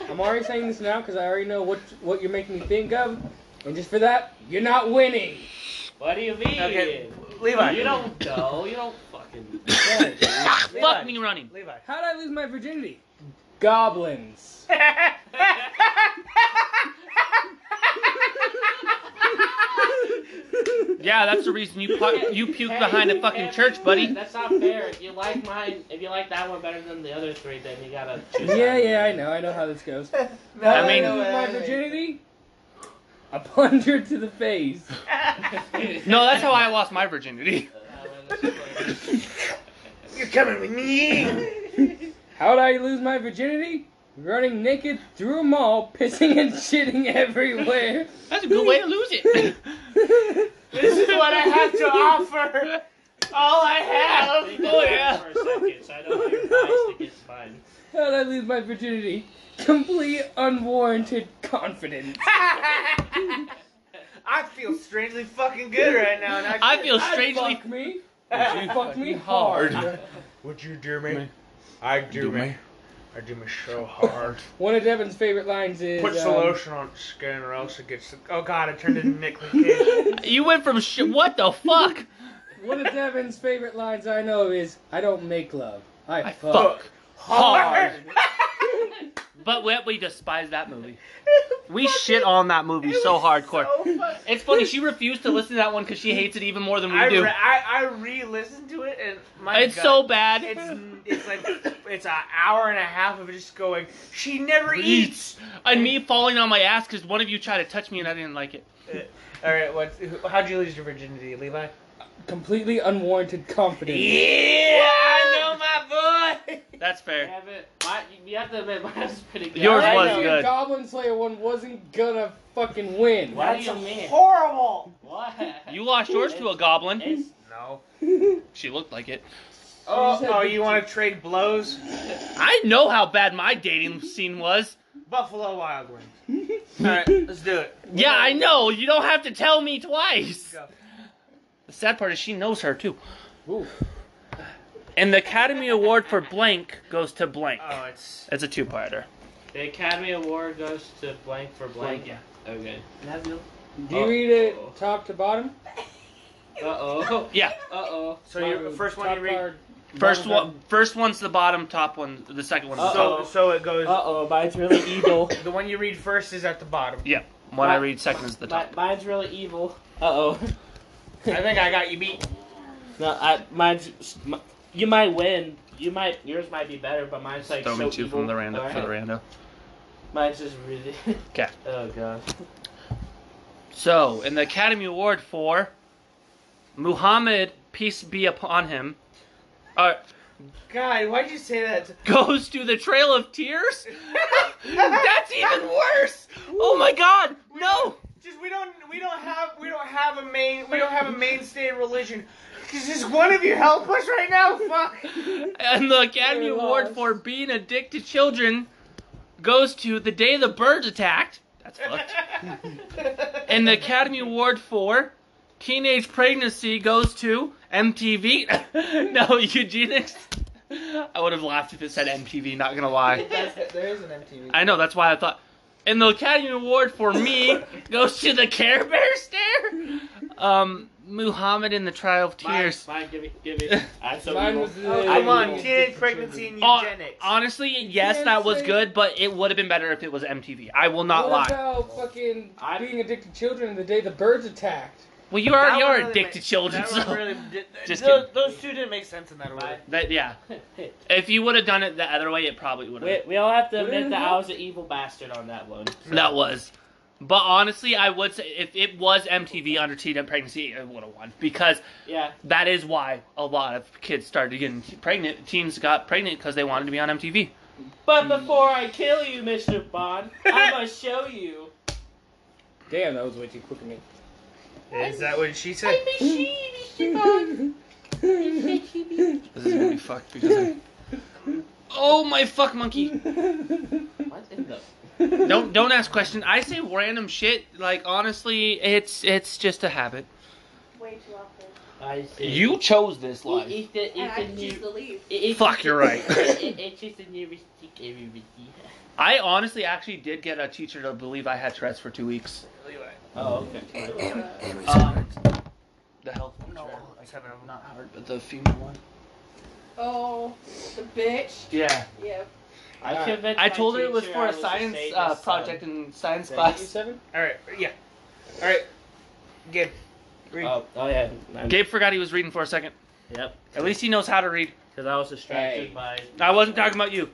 Speaker 4: I'm already saying this now because I already know what what you're making me think of, and just for that, you're not winning.
Speaker 8: What do you mean?
Speaker 2: Okay, Levi.
Speaker 8: You don't know. You don't fucking.
Speaker 1: Fuck me running.
Speaker 2: Levi.
Speaker 4: How did I lose my virginity? Goblins.
Speaker 1: Yeah, that's the reason you pu- you puked behind a fucking church, buddy.
Speaker 8: That's not fair. If you like mine, if you like that one better than the other three, then you gotta. Choose
Speaker 4: Yeah,
Speaker 8: that
Speaker 4: yeah,
Speaker 8: one.
Speaker 4: I know, I know how this goes.
Speaker 2: No,
Speaker 1: I mean-
Speaker 4: How did I lose my virginity. A plunger to the face.
Speaker 1: No, that's how I lost my virginity.
Speaker 2: You're coming with me.
Speaker 4: How did I lose my virginity? Running naked through a mall, pissing and shitting everywhere.
Speaker 1: That's a good way to lose it.
Speaker 2: this is what I have to offer. All I have.
Speaker 8: Think about it For a second, so I don't hear biased against mine.
Speaker 4: How did I lose my virginity? Complete unwarranted confidence.
Speaker 2: I feel strangely fucking good right now. And I,
Speaker 1: I feel strangely.
Speaker 4: Fuck me.
Speaker 2: I
Speaker 4: You fucked me hard.
Speaker 2: Would you do me? I do, me. I do me so hard.
Speaker 4: One of Devin's favorite lines is.
Speaker 2: Put the
Speaker 4: um,
Speaker 2: lotion on the skin or else it gets. oh god, I turned into Nick Cage.
Speaker 1: You went from sh- what the fuck?
Speaker 4: One of Devin's favorite lines I know is, "I don't make love, I,
Speaker 1: I
Speaker 4: fuck."
Speaker 1: fuck hard.
Speaker 2: Hard.
Speaker 1: But we, we despise that movie. We shit on that movie so hardcore. it's funny she refused to listen to that one because she hates it even more than we
Speaker 2: I,
Speaker 1: do.
Speaker 2: re- I, I re-listened to it and my
Speaker 1: it's
Speaker 2: God.
Speaker 1: so bad.
Speaker 2: It's, it's like it's an hour and a half of just going. She never eats.
Speaker 1: and me falling on my ass because one of you tried to touch me and I didn't like it.
Speaker 2: All right, what? who- How'd you lose your virginity, Levi?
Speaker 4: Completely unwarranted confidence.
Speaker 2: Yeah, I know my boy.
Speaker 1: That's fair.
Speaker 8: Damn it. My, you have to admit, mine was pretty good.
Speaker 1: Yours
Speaker 4: I
Speaker 1: was
Speaker 4: knew
Speaker 1: good.
Speaker 4: The Goblin Slayer one wasn't gonna fucking win.
Speaker 8: What do you mean?
Speaker 2: Horrible.
Speaker 8: What?
Speaker 1: You lost yours to a goblin.
Speaker 8: It's,
Speaker 2: No.
Speaker 1: She looked like it.
Speaker 2: Oh, oh, you want to trade blows?
Speaker 1: I know how bad my dating scene was.
Speaker 2: Buffalo Wild Wings. All right, let's do it.
Speaker 1: Yeah, I know. You don't have to tell me twice.
Speaker 2: Go.
Speaker 1: The sad part is she knows her too.
Speaker 4: Ooh.
Speaker 1: And the Academy Award for blank goes to blank.
Speaker 2: Oh, it's
Speaker 1: It's a two-parter.
Speaker 8: the Academy Award goes to blank for blank.
Speaker 2: Blank, yeah.
Speaker 8: Okay.
Speaker 4: Do you read it top to bottom?
Speaker 8: Uh oh.
Speaker 1: Yeah.
Speaker 8: Uh oh.
Speaker 2: so your
Speaker 4: Bottom-
Speaker 2: first one
Speaker 4: top
Speaker 2: you read.
Speaker 4: card,
Speaker 1: First
Speaker 4: bottom
Speaker 1: one, first one's the bottom, top one, the second one's the top.
Speaker 2: So so it goes.
Speaker 8: Uh oh. Mine's really evil.
Speaker 2: The one you read first is at the bottom.
Speaker 1: One I read second is the
Speaker 8: Mi-
Speaker 1: top.
Speaker 8: mine's really evil. Uh oh.
Speaker 2: I think I got you beat.
Speaker 8: No, I mine's. mi- you might win. You might. Yours might be better, but mine's like
Speaker 1: Throw
Speaker 8: so
Speaker 1: me two
Speaker 8: evil.
Speaker 1: from the rando
Speaker 8: Alright.
Speaker 1: for the rando.
Speaker 8: Mine's just really.
Speaker 1: 'Kay.
Speaker 8: oh god.
Speaker 1: So, in the Academy Award for Muhammad, peace be upon him, uh,
Speaker 2: God, why'd you say that?
Speaker 1: goes to the Trail of Tears. That's even worse. Oh my God, no!
Speaker 2: Just we don't we don't have we don't have a main we don't have a mainstay religion. Does just one of you help us right now? Fuck.
Speaker 1: And the Academy
Speaker 4: Very
Speaker 1: Award
Speaker 4: lost.
Speaker 1: for being a dick to children goes to the day the birds attacked. That's fucked. And the Academy Award for Teenage Pregnancy goes to MTV. no, eugenics. I would have laughed if it said MTV, not gonna lie.
Speaker 2: there is an MTV.
Speaker 1: I know, that's why I thought. And the Academy Award for me goes to the Care Bear stare. Um, Muhammad in the Trial of
Speaker 8: Mine,
Speaker 1: Tears.
Speaker 8: mine, give me, give me. I'm so
Speaker 4: Mine
Speaker 8: evil.
Speaker 4: was the-
Speaker 8: I'm
Speaker 2: Come on,
Speaker 8: evil.
Speaker 2: teenage pregnancy and
Speaker 1: Hon-
Speaker 2: eugenics.
Speaker 1: honestly, yes,
Speaker 4: Can't
Speaker 1: that was
Speaker 4: say-
Speaker 1: good, but it would have been better if it was MTV. I will not
Speaker 4: what
Speaker 1: lie.
Speaker 4: about fucking
Speaker 8: I-
Speaker 4: being addicted children the day the birds attacked?
Speaker 1: well, you already
Speaker 2: That
Speaker 1: are
Speaker 2: one really
Speaker 1: addicted
Speaker 2: makes-
Speaker 1: children,
Speaker 2: that
Speaker 1: so
Speaker 2: one really did-
Speaker 1: Just
Speaker 2: those, those two didn't make sense in that order.
Speaker 8: Mine-
Speaker 1: that yeah. If you would have done it the other way, it probably would
Speaker 8: we,
Speaker 1: have.
Speaker 8: we all have to
Speaker 4: What
Speaker 8: admit
Speaker 4: is
Speaker 8: that
Speaker 4: it?
Speaker 8: I was an evil bastard on that one.
Speaker 1: That was. But honestly, I would say if it was MTV under teen pregnancy, it would have won because
Speaker 8: Yeah.
Speaker 1: that is why a lot of kids started getting pregnant. Teens got pregnant because they wanted to be on MTV.
Speaker 8: But before I kill you, Mr. Bond, I must show you.
Speaker 4: Damn, that was way too quick of me.
Speaker 2: Is that what she said?
Speaker 8: I'm a she, Mr. Bond.
Speaker 1: This is gonna be fucked because. I... Oh my fuck, monkey!
Speaker 8: What in the?
Speaker 1: Don't don't ask questions. I say random shit. Like honestly, it's it's just a habit.
Speaker 3: Way too often.
Speaker 8: I see.
Speaker 1: You chose this
Speaker 8: He
Speaker 1: life.
Speaker 8: eats the,
Speaker 6: And
Speaker 8: eats
Speaker 6: I
Speaker 8: the
Speaker 6: can choose
Speaker 8: new.
Speaker 6: to leave.
Speaker 8: eats
Speaker 1: Fuck,
Speaker 8: the-
Speaker 1: you're right.
Speaker 8: it- It's just a new rustic everybody.
Speaker 1: I honestly actually did get a teacher to believe I had Tourette's for two weeks.
Speaker 8: Oh, okay.
Speaker 1: Um, the health one.
Speaker 2: No,
Speaker 1: Tourette.
Speaker 2: I said I'm
Speaker 1: Not hard, but the female one.
Speaker 6: Oh, the bitch.
Speaker 1: Yeah.
Speaker 6: Yeah.
Speaker 8: I, convinced
Speaker 1: I
Speaker 8: my
Speaker 1: told her it was
Speaker 8: teacher
Speaker 1: for a
Speaker 8: I was
Speaker 1: science
Speaker 8: Satanist,
Speaker 1: uh,
Speaker 8: son.
Speaker 1: project in science
Speaker 4: Thank you,
Speaker 1: class.
Speaker 4: seven.
Speaker 2: All right, yeah. All right, good. Read.
Speaker 8: Oh, oh yeah. I'm-
Speaker 1: Gabe forgot he was reading for a second.
Speaker 8: Yep.
Speaker 1: At least he knows how to read.
Speaker 8: Because I was distracted
Speaker 4: Hey.
Speaker 8: by.
Speaker 1: I wasn't talking about you.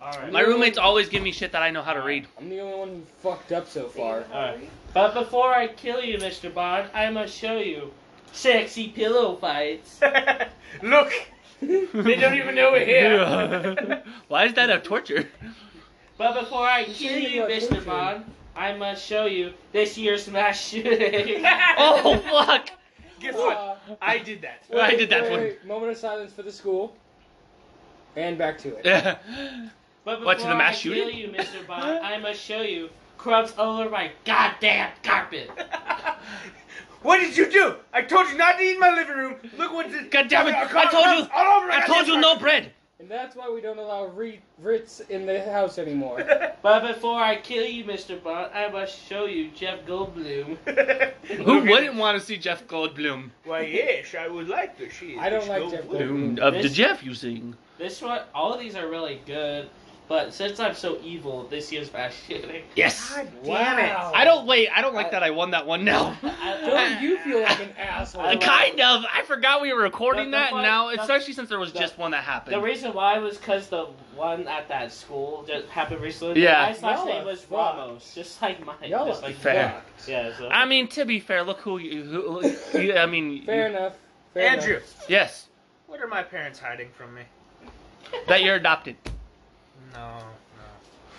Speaker 8: All right.
Speaker 1: My roommates always give me shit that I know how to read.
Speaker 4: I'm the only one who fucked up so far.
Speaker 8: Alright. But before I kill you, Mr. Bond, I must show you sexy pillow fights.
Speaker 2: Look, they don't even know we're here.
Speaker 1: Why is that a torture?
Speaker 8: But before I
Speaker 4: You
Speaker 8: kill
Speaker 4: shouldn't
Speaker 8: you,
Speaker 4: have
Speaker 8: Mr.
Speaker 4: tortured.
Speaker 8: Bond, I must show you this year's smash shooting.
Speaker 1: Oh fuck!
Speaker 2: Guess what?
Speaker 4: Uh,
Speaker 2: I did that.
Speaker 1: Well, I did that one.
Speaker 4: Moment of silence for the school. And back to it.
Speaker 8: But before
Speaker 1: What, to the mass
Speaker 8: I
Speaker 1: shooting?
Speaker 8: kill you, Mr. Bond, I must show you crumbs all over my goddamn carpet.
Speaker 2: What did you do? I told you not to eat in my living room. Look what this.
Speaker 1: God damn it,
Speaker 2: Look,
Speaker 1: I told
Speaker 2: all-
Speaker 1: you-
Speaker 2: All over. my
Speaker 1: I told you
Speaker 2: goddamn
Speaker 1: no bread.
Speaker 4: And that's why we don't allow re- Ritz in the house anymore.
Speaker 8: But before I kill you, Mr. Bond, I must show you Jeff Goldblum.
Speaker 1: Who wouldn't want to see Jeff Goldblum?
Speaker 2: Why yes, I would like to see.
Speaker 4: I don't
Speaker 2: this
Speaker 4: like
Speaker 2: no
Speaker 4: Jeff
Speaker 2: wood.
Speaker 4: Goldblum.
Speaker 1: Of the
Speaker 8: This-
Speaker 1: Jeff you sing.
Speaker 8: This one, all of these are really good. But since I'm so evil, this year's mass shooting.
Speaker 1: Yes.
Speaker 2: God damn it!
Speaker 1: I don't wait. I don't like that I won that one now.
Speaker 4: Don't you feel like an asshole?
Speaker 8: I like-
Speaker 1: kind of. I forgot we were recording
Speaker 8: The- the
Speaker 1: that.
Speaker 8: one-
Speaker 1: now,
Speaker 8: the-
Speaker 1: especially since there was
Speaker 8: the-
Speaker 1: just one that
Speaker 8: The
Speaker 1: happened.
Speaker 8: reason why was because the one at that school just happened recently.
Speaker 1: Yeah.
Speaker 8: My last
Speaker 4: Y'all
Speaker 8: name
Speaker 4: are
Speaker 8: was
Speaker 4: fucked.
Speaker 8: Ramos, just like mine.
Speaker 4: Y'all
Speaker 8: Just
Speaker 4: are
Speaker 8: like
Speaker 1: Fair.
Speaker 4: fucked.
Speaker 8: Yeah. So.
Speaker 1: I mean, to be fair, look who you. Who, you I mean,
Speaker 4: Fair
Speaker 1: you-
Speaker 4: enough. Fair
Speaker 2: Andrew,
Speaker 1: yes,
Speaker 2: what are my parents hiding from me?
Speaker 1: that you're adopted.
Speaker 2: No.
Speaker 4: Enough.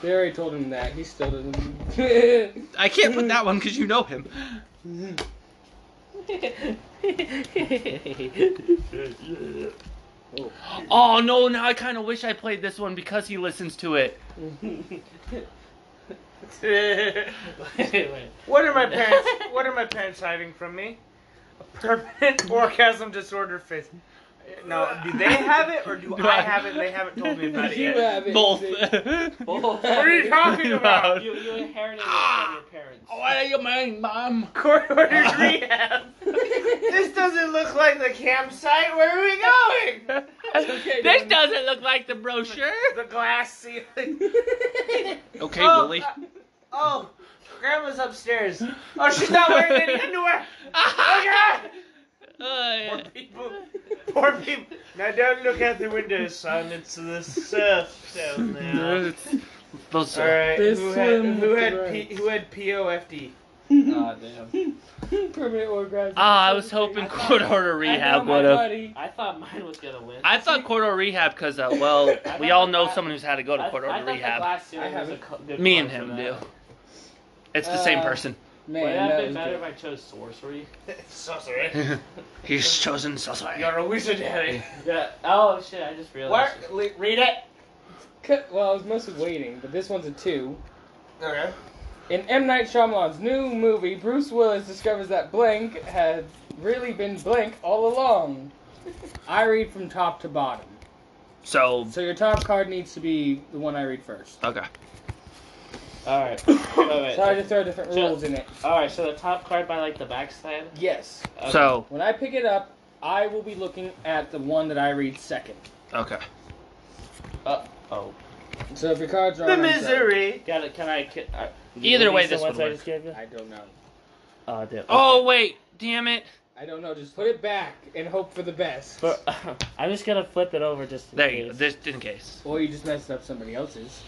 Speaker 4: They already told him that. He still doesn't.
Speaker 1: I can't put that one because you know him. Oh no! Now I kind of wish I played this one because he listens to it.
Speaker 8: Wait, wait.
Speaker 2: what are my parents? What are my parents hiding from me? A permanent orgasm disorder fist. No, do they have it or do
Speaker 1: Do
Speaker 2: I
Speaker 1: I-
Speaker 2: have it? They haven't told me about it
Speaker 4: you
Speaker 2: yet.
Speaker 4: have it.
Speaker 1: Both. Oh.
Speaker 8: Both.
Speaker 2: What are you talking about?
Speaker 8: You, you inherited it from your parents.
Speaker 1: What do you mean, mom?
Speaker 2: Corridor rehab. this doesn't look like the campsite. Where are we going?
Speaker 4: okay,
Speaker 1: this
Speaker 4: Dad.
Speaker 1: doesn't look like the brochure.
Speaker 2: The glass ceiling.
Speaker 1: Okay,
Speaker 2: oh,
Speaker 1: Willie.
Speaker 2: uh, oh, grandma's upstairs. Oh, she's not wearing any underwear. Oh God! Poor people. Poor people. Now don't look out the window, son. It's the surf down there. All right.
Speaker 4: This
Speaker 2: Who had
Speaker 4: one
Speaker 2: who
Speaker 4: with
Speaker 2: had,
Speaker 4: the
Speaker 2: P,
Speaker 4: rights.
Speaker 2: who had POFD?
Speaker 8: Aw, damn.
Speaker 4: Permanent orgasm.
Speaker 1: Ah, I was hoping Court Order
Speaker 4: I know
Speaker 1: Rehab
Speaker 4: my
Speaker 1: would have.
Speaker 4: buddy.
Speaker 8: I thought mine was gonna win.
Speaker 1: I thought Court Order Rehab because, uh, well,
Speaker 8: thought
Speaker 1: we all
Speaker 8: the
Speaker 1: know
Speaker 8: gla-
Speaker 1: someone who's had to go to
Speaker 8: I-
Speaker 1: Court
Speaker 8: I
Speaker 1: Order
Speaker 8: thought the
Speaker 1: Rehab.
Speaker 8: glass
Speaker 4: I
Speaker 8: ceiling was a
Speaker 4: haven't.
Speaker 8: co- good
Speaker 1: Me and
Speaker 8: call for
Speaker 1: him do.
Speaker 8: that.
Speaker 1: It's the same
Speaker 4: Uh,
Speaker 1: person.
Speaker 4: Man,
Speaker 8: Would it have
Speaker 4: that
Speaker 8: been
Speaker 4: was
Speaker 8: better
Speaker 4: good.
Speaker 8: if I chose sorcery?
Speaker 2: Sorcery.
Speaker 1: He's chosen sorcery.
Speaker 2: You're a wizard, Harry.
Speaker 8: Yeah. Oh shit! I just realized.
Speaker 2: Where? le- Read it.
Speaker 4: Cut- Well, I was mostly waiting, but this one's a two.
Speaker 2: Okay.
Speaker 4: In M. Night Shyamalan's new movie, Bruce Willis discovers that blank had really been blank all along. I read from top to bottom.
Speaker 1: So,
Speaker 4: So your top card needs to be the one I read first.
Speaker 1: okay.
Speaker 8: All right. Wait, wait.
Speaker 4: Sorry to throw different
Speaker 8: So-
Speaker 4: rules in it.
Speaker 8: All right. So the top card by like the backside.
Speaker 4: Yes.
Speaker 8: Okay.
Speaker 1: So,
Speaker 4: When I pick it up, I will be looking at the one that I read second.
Speaker 1: okay.
Speaker 8: Oh.
Speaker 4: So if your cards are
Speaker 2: The
Speaker 4: on, I'm sorry.
Speaker 2: misery.
Speaker 8: Got it. Can I? Can, uh,
Speaker 1: Either way,
Speaker 8: these the
Speaker 1: this
Speaker 8: ones
Speaker 1: would
Speaker 8: I
Speaker 1: work.
Speaker 8: just gave you?
Speaker 4: I don't know.
Speaker 8: Oh, dude.
Speaker 1: Oh wait, damn it!
Speaker 4: I don't know. Just put it back and hope for the best.
Speaker 8: For, I'm just gonna flip it over just. In
Speaker 1: There
Speaker 8: case.
Speaker 1: you go. Just in case.
Speaker 4: Or you just messed up somebody else's.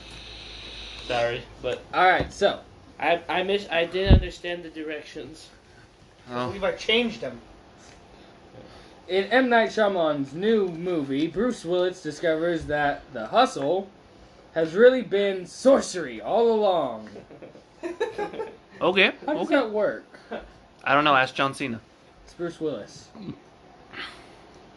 Speaker 8: Sorry, but
Speaker 4: All right. So
Speaker 8: I I miss I didn't understand the directions.
Speaker 1: Oh.
Speaker 2: We've changed them.
Speaker 4: in M Night Shyamalan's new movie, Bruce Willis discovers that the hustle has really been sorcery all along.
Speaker 1: Okay.
Speaker 4: How does
Speaker 1: Okay.
Speaker 4: that work?
Speaker 1: I don't know. Ask John Cena.
Speaker 4: It's Bruce Willis.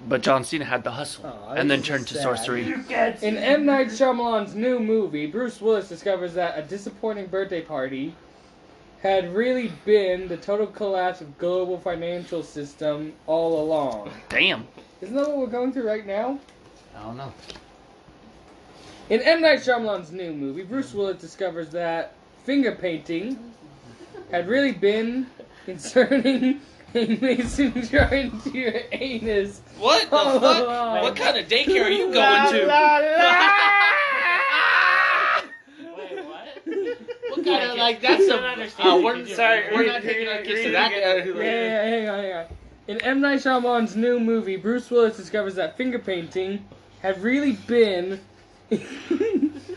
Speaker 1: But John Cena had the hustle,
Speaker 4: Aw,
Speaker 1: and then
Speaker 4: this is
Speaker 1: turned to
Speaker 4: sad.
Speaker 1: sorcery.
Speaker 4: In M. Night Shyamalan's new movie, Bruce Willis discovers that a disappointing birthday party had really been the total collapse of global financial system all along.
Speaker 1: Damn.
Speaker 4: Isn't that what we're going through right now?
Speaker 1: I don't know.
Speaker 4: In M. Night Shyamalan's new movie, Bruce Willis discovers that finger painting had really been inserting a mason jar into your anus
Speaker 1: What
Speaker 4: all along.
Speaker 1: of daycare are you
Speaker 8: Wait, what?
Speaker 1: What
Speaker 8: kind of- like, that's a- uh, we're- sorry, we're not taking
Speaker 1: a
Speaker 2: kiss of that.
Speaker 4: Yeah, yeah, hang on, hang on. In M. Night Shyamalan's new movie, Bruce Willis discovers that finger painting had really been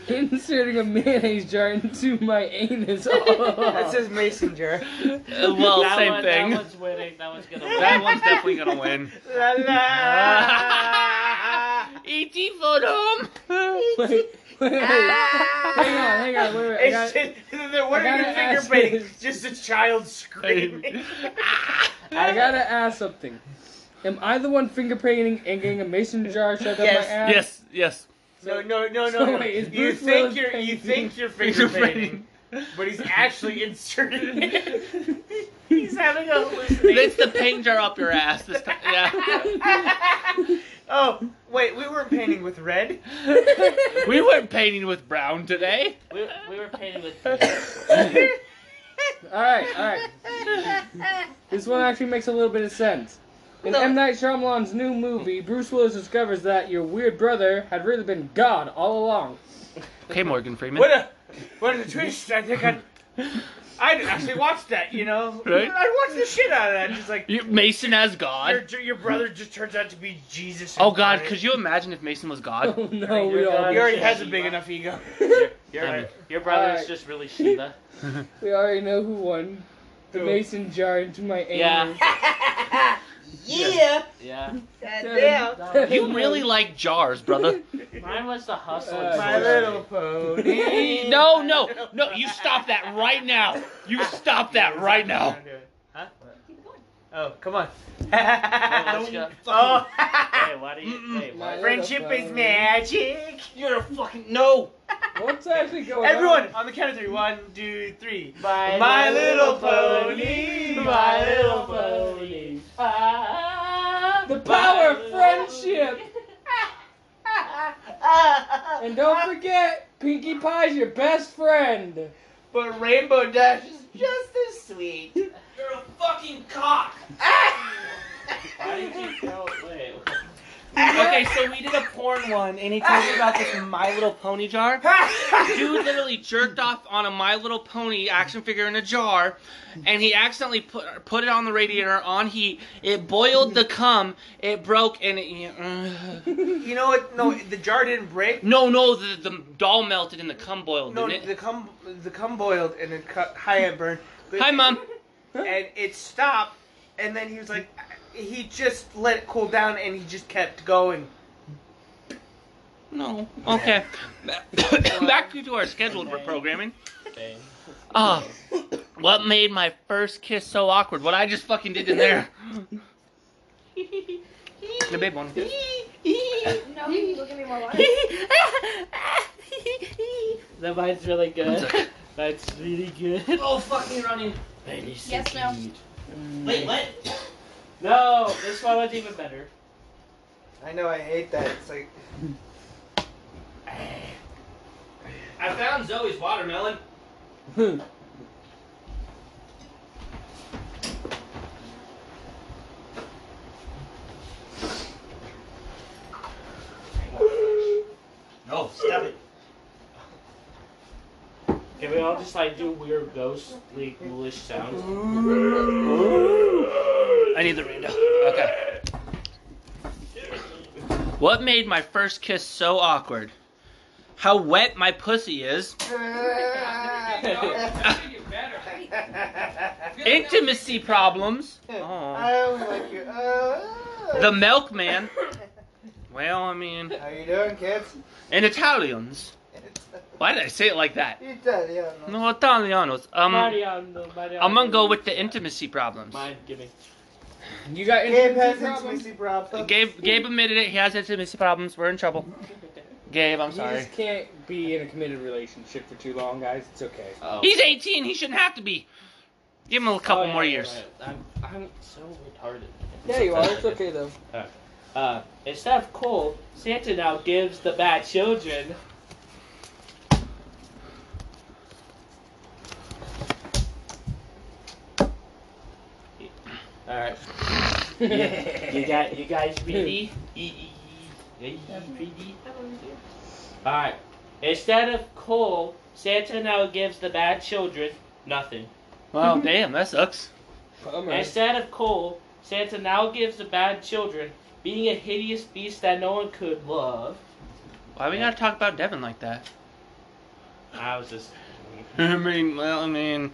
Speaker 4: inserting a mayonnaise jar into my anus Oh. all
Speaker 2: That
Speaker 4: along.
Speaker 2: says mason jar.
Speaker 1: Uh, Well,
Speaker 8: that
Speaker 1: same
Speaker 8: one,
Speaker 1: thing.
Speaker 8: That one's winning. That one's gonna win.
Speaker 1: That one's definitely gonna win.
Speaker 2: La, la.
Speaker 8: E
Speaker 1: E.T. photo.
Speaker 4: Wait, wait, wait. Hang on, hang on, wait, wait. I
Speaker 2: Ah. It's
Speaker 4: got,
Speaker 2: just, what
Speaker 4: I
Speaker 2: are
Speaker 4: gotta
Speaker 2: your finger
Speaker 4: ask
Speaker 2: painting?
Speaker 4: this.
Speaker 2: Just a child screaming.
Speaker 4: I gotta ask something. Am I the one finger painting and getting a mason jar shoved up
Speaker 2: Yes.
Speaker 4: my ass?
Speaker 1: Yes, yes.
Speaker 2: No, no, no,
Speaker 4: So
Speaker 2: no. no.
Speaker 4: wait, is
Speaker 2: you
Speaker 4: Bruce
Speaker 2: think
Speaker 4: Willis
Speaker 2: you're you
Speaker 4: painting?
Speaker 2: think you're finger
Speaker 1: Finger painting.
Speaker 2: painting, but he's actually inserting. it. he's having a
Speaker 1: It's
Speaker 2: hallucination.
Speaker 1: the paint jar up your ass this time. Yeah.
Speaker 2: oh wait, we weren't painting with red.
Speaker 1: We weren't painting with brown today.
Speaker 8: We, we were painted with. um,
Speaker 4: Alright, alright. This one actually makes a little bit of sense. In M. Night Shyamalan's new movie, Bruce Willis discovers that your weird brother had really been God all along.
Speaker 1: Okay, Morgan Freeman.
Speaker 2: What a what a twist! I think I I actually watched that. You know,
Speaker 1: Right?
Speaker 2: I watched the shit out of that. Just like
Speaker 1: You, Mason as
Speaker 2: your,
Speaker 1: God.
Speaker 2: your brother just turns out to be Jesus.
Speaker 1: Oh God,
Speaker 2: incarnate.
Speaker 1: could you imagine if Mason was God?
Speaker 4: Oh no, we
Speaker 8: You're
Speaker 4: all
Speaker 8: God.
Speaker 2: He already
Speaker 8: Yeah,
Speaker 2: has a
Speaker 8: you
Speaker 2: big
Speaker 8: are.
Speaker 2: enough ego.
Speaker 8: Your, your brother
Speaker 4: Alright.
Speaker 8: is just really Shiva.
Speaker 4: we already know who won. The
Speaker 2: Who?
Speaker 4: mason jar into my
Speaker 8: Yeah.
Speaker 4: anus.
Speaker 6: Yeah.
Speaker 8: Yeah.
Speaker 4: Damn.
Speaker 1: You really like jars, brother.
Speaker 8: Mine was the hustle.
Speaker 4: Uh,
Speaker 2: My little pony.
Speaker 1: No, no, no! You stop that right now. You stop that right now.
Speaker 2: Huh? Oh, come on.
Speaker 8: let's go.
Speaker 2: oh,
Speaker 8: Hey, why do you? Hey, why?
Speaker 2: friendship is magic.
Speaker 1: You're a fucking no.
Speaker 4: What's actually going on?
Speaker 2: Everyone, on the count of three. One, two, three.
Speaker 8: My,
Speaker 2: My little pony.
Speaker 8: My little pony.
Speaker 4: Ah, The power of friendship! and don't forget, Pinkie Pie's your best friend.
Speaker 2: But Rainbow Dash is just as sweet.
Speaker 1: You're a fucking cock.
Speaker 8: Why did you throw? Wait.
Speaker 1: Okay, so we did a porn one, and he told me about this My Little Pony jar. Dude literally jerked off on a My Little Pony action figure in a jar, and he accidentally put put it on the radiator on heat. It boiled the cum, it broke, and it.
Speaker 2: You know what? No, the jar didn't break.
Speaker 1: no, no, the, the doll melted and the cum boiled,
Speaker 2: No,
Speaker 1: didn't
Speaker 2: the
Speaker 1: Mm. it?
Speaker 2: cum, the cum boiled and it cut high and burned. But-
Speaker 1: Hi, mom.
Speaker 2: and it stopped and then he was like he just let it cool down and he just kept going
Speaker 1: No. Okay. Back to our scheduled programming.
Speaker 8: Bang.
Speaker 1: Ah, what made my first kiss so awkward? What I just fucking did in there. The babe one.
Speaker 6: No, you look at me more water.
Speaker 8: That mine's really good. That's really good.
Speaker 1: Oh, fucking running.
Speaker 6: Yes, no.
Speaker 1: Wait, what?
Speaker 8: No, this one was even better.
Speaker 2: i know i hate that it's like
Speaker 1: I found Zoe's watermelon.
Speaker 11: No, stop it.
Speaker 8: Can we all just like do weird ghostly ghoulish sounds?
Speaker 1: I need the reader. Okay. What made my first kiss so awkward? How wet my pussy is. Intimacy problems. Aw.
Speaker 2: don't like you. Oh.
Speaker 1: The milkman. Well, I mean,
Speaker 2: How you doing, kids?
Speaker 1: and Italians. Why did I say it like that?
Speaker 2: Italiano.
Speaker 1: No, Italianos. Um,
Speaker 8: Mariano, Mariano.
Speaker 1: I'm gonna go with the intimacy problems.
Speaker 8: Mind giving.
Speaker 4: You got
Speaker 2: Gabe has
Speaker 4: intimacy problems?
Speaker 2: intimacy problems.
Speaker 1: Gabe, Gabe admitted it. He has intimacy problems. We're in trouble. Gabe, I'm
Speaker 4: You
Speaker 1: sorry.
Speaker 4: just can't be in a committed relationship for too long, guys. It's okay.
Speaker 8: Oh.
Speaker 1: He's 18. He shouldn't have to be. Give him a couple
Speaker 8: Oh, yeah,
Speaker 1: more
Speaker 8: yeah,
Speaker 1: years.
Speaker 8: yeah. I'm, I'm so retarded.
Speaker 4: Yeah, you are. It's okay though.
Speaker 8: Uh, instead of coal, Santa now gives the bad children. All right, you got you guys ready? E, All right. Instead of coal, Santa now gives the bad children nothing.
Speaker 1: Well, damn, that sucks.
Speaker 4: Bummer.
Speaker 8: Instead of coal, Santa now gives the bad children being a hideous beast that no one could love.
Speaker 1: Why we gotta talk about Devin like that?
Speaker 8: I was just.
Speaker 1: I mean, well, I mean,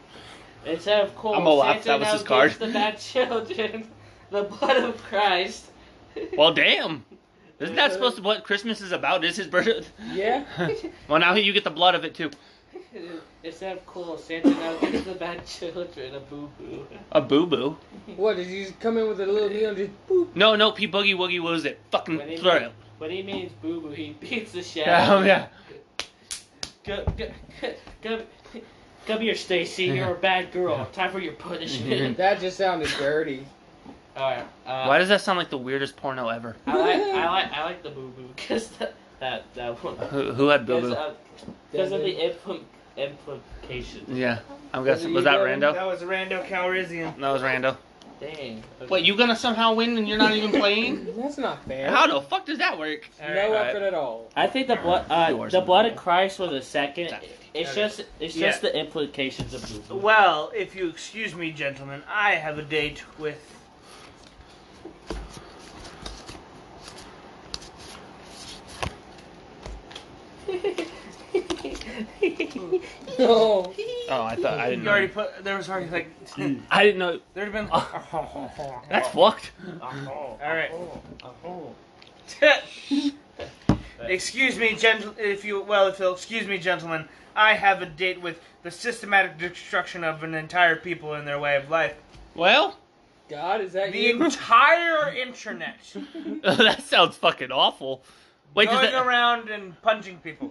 Speaker 8: Instead of coal,
Speaker 1: I'm gonna laugh,
Speaker 8: Santa
Speaker 1: that was
Speaker 8: now
Speaker 1: his card.
Speaker 8: gives the bad children the blood of Christ.
Speaker 1: well, damn. Isn't that supposed to what Christmas is about? Is his birth?
Speaker 4: Yeah.
Speaker 1: well, now you get the blood of it too.
Speaker 8: Instead of coal, Santa now gives the bad children a boo boo.
Speaker 1: A boo boo.
Speaker 4: What did you just come in with a little needle and just boop?
Speaker 1: No, no, P Boogie Woogie was it? Fucking
Speaker 8: What do you
Speaker 1: throw
Speaker 8: mean?
Speaker 1: it. Oh,
Speaker 8: When he means boo boo, he beats the shit out
Speaker 1: Yeah,
Speaker 8: of
Speaker 1: yeah.
Speaker 8: Go, go, go, come here, Stacy. You're a bad girl. Time for your punishment.
Speaker 4: That just sounded dirty.
Speaker 8: Alright. Uh,
Speaker 1: Mm-hmm. Why does that sound like the weirdest porno ever?
Speaker 8: I like I like I like the boo boo because that that that one
Speaker 1: Who, who had boo
Speaker 8: because
Speaker 1: boo?
Speaker 8: of, 'cause of the impl- implications.
Speaker 1: Yeah, I'm guessing. Was that Rando?
Speaker 2: That was Rando Calrissian.
Speaker 1: That was Rando.
Speaker 8: Dang. okay.
Speaker 1: Wait, you gonna somehow win and you're not even playing?
Speaker 4: That's not fair.
Speaker 1: How the fuck does that work?
Speaker 4: no
Speaker 1: Alright.
Speaker 4: effort at all.
Speaker 8: I think the blood uh,
Speaker 1: Yours
Speaker 8: the
Speaker 1: is
Speaker 8: blood
Speaker 1: boo-boo.
Speaker 8: of Christ was a second. It's just it's
Speaker 2: Yeah.
Speaker 8: just the implications of boo boo.
Speaker 2: Well, if you excuse me, gentlemen, I have a date with.
Speaker 4: No.
Speaker 1: Oh, I thought I didn't know.
Speaker 2: You
Speaker 1: Mm.
Speaker 2: already put. There was already like.
Speaker 1: I didn't know.
Speaker 2: There'd have been.
Speaker 1: That's fucked.
Speaker 2: All right.
Speaker 8: Oh.
Speaker 2: excuse me, gentle. If you well, if you'll excuse me, gentlemen, I have a date with the systematic destruction of an entire people and their way of life.
Speaker 1: Well,
Speaker 4: God, is that
Speaker 2: The
Speaker 4: you?
Speaker 2: entire internet
Speaker 1: that sounds fucking awful. Wait, does
Speaker 2: going
Speaker 1: that
Speaker 2: around and punching people.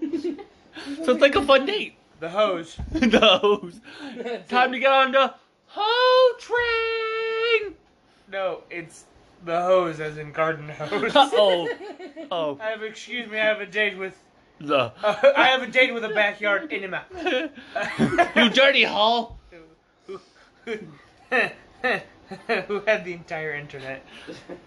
Speaker 1: sounds like a fun date?
Speaker 2: The hose.
Speaker 1: the hose. Time to get on the hoe train.
Speaker 2: No, it's the hose, as in garden hose.
Speaker 1: oh, oh,
Speaker 2: I have. Excuse me. I have a date with.
Speaker 1: the.
Speaker 2: Uh, I have a date with a backyard enema.
Speaker 1: you dirty hole.
Speaker 2: Who had the entire internet?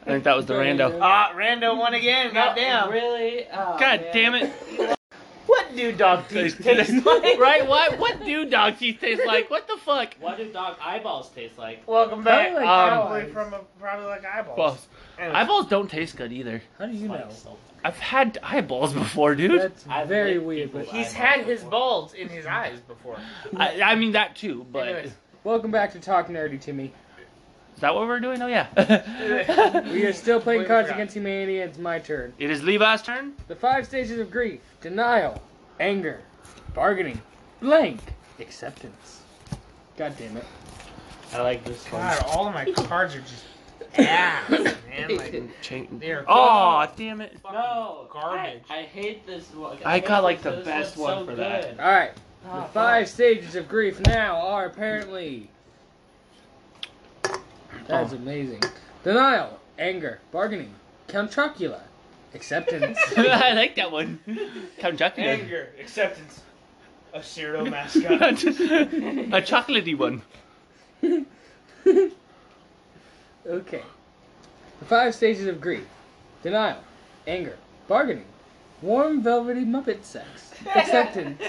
Speaker 1: I think that was the rando.
Speaker 2: Ah, Rando won again. Goddamn.
Speaker 8: Really? Oh,
Speaker 1: God
Speaker 8: man.
Speaker 1: damn it.
Speaker 2: What do dog teeth taste like?
Speaker 1: right? What? What do dog teeth taste like? What the fuck?
Speaker 8: What do dog eyeballs taste like?
Speaker 2: Welcome back. Um,
Speaker 4: Probably like
Speaker 2: probably
Speaker 4: eyeballs.
Speaker 2: from a, probably like eyeballs.
Speaker 1: Balls.
Speaker 2: Anyway.
Speaker 1: Eyeballs don't taste good either.
Speaker 4: How do you
Speaker 8: Like
Speaker 4: know?
Speaker 8: so-
Speaker 1: I've had eyeballs before, dude.
Speaker 4: That's
Speaker 8: I've
Speaker 4: very
Speaker 8: licked
Speaker 4: weird.
Speaker 8: people.
Speaker 4: But
Speaker 2: He's had his balls in his eyes before.
Speaker 1: I, I mean that too, but
Speaker 2: Anyways.
Speaker 1: is
Speaker 4: welcome back to Talk Nerdy to me.
Speaker 1: that what we're doing? Oh yeah.
Speaker 4: We are still playing
Speaker 2: Completely
Speaker 4: Cards
Speaker 2: forgot.
Speaker 4: Against Humanity. and It's my turn.
Speaker 1: it is Levi's turn.
Speaker 4: The five stages of grief: denial, anger, bargaining, blank, acceptance. God damn it!
Speaker 8: I like this one.
Speaker 2: God, all of my cards are just ass, man. Like,
Speaker 1: Chain.
Speaker 2: they are
Speaker 1: Oh damn it!
Speaker 8: No,
Speaker 2: Garbage.
Speaker 8: I, I hate this one.
Speaker 1: I got, like,
Speaker 8: hate
Speaker 1: the
Speaker 8: this
Speaker 1: best
Speaker 8: one,
Speaker 1: one
Speaker 8: so
Speaker 1: for that.
Speaker 8: good.
Speaker 4: All right.
Speaker 8: Oh,
Speaker 4: The five stages of grief now are apparently. That's amazing. Denial, anger, bargaining, contracula, acceptance.
Speaker 1: I like that one. Count Chucky.
Speaker 2: anger, acceptance. a serial
Speaker 1: a
Speaker 2: mascot.
Speaker 1: chocolatey one.
Speaker 4: Okay. The five stages of grief denial, anger, bargaining, warm, velvety Muppet sex, acceptance.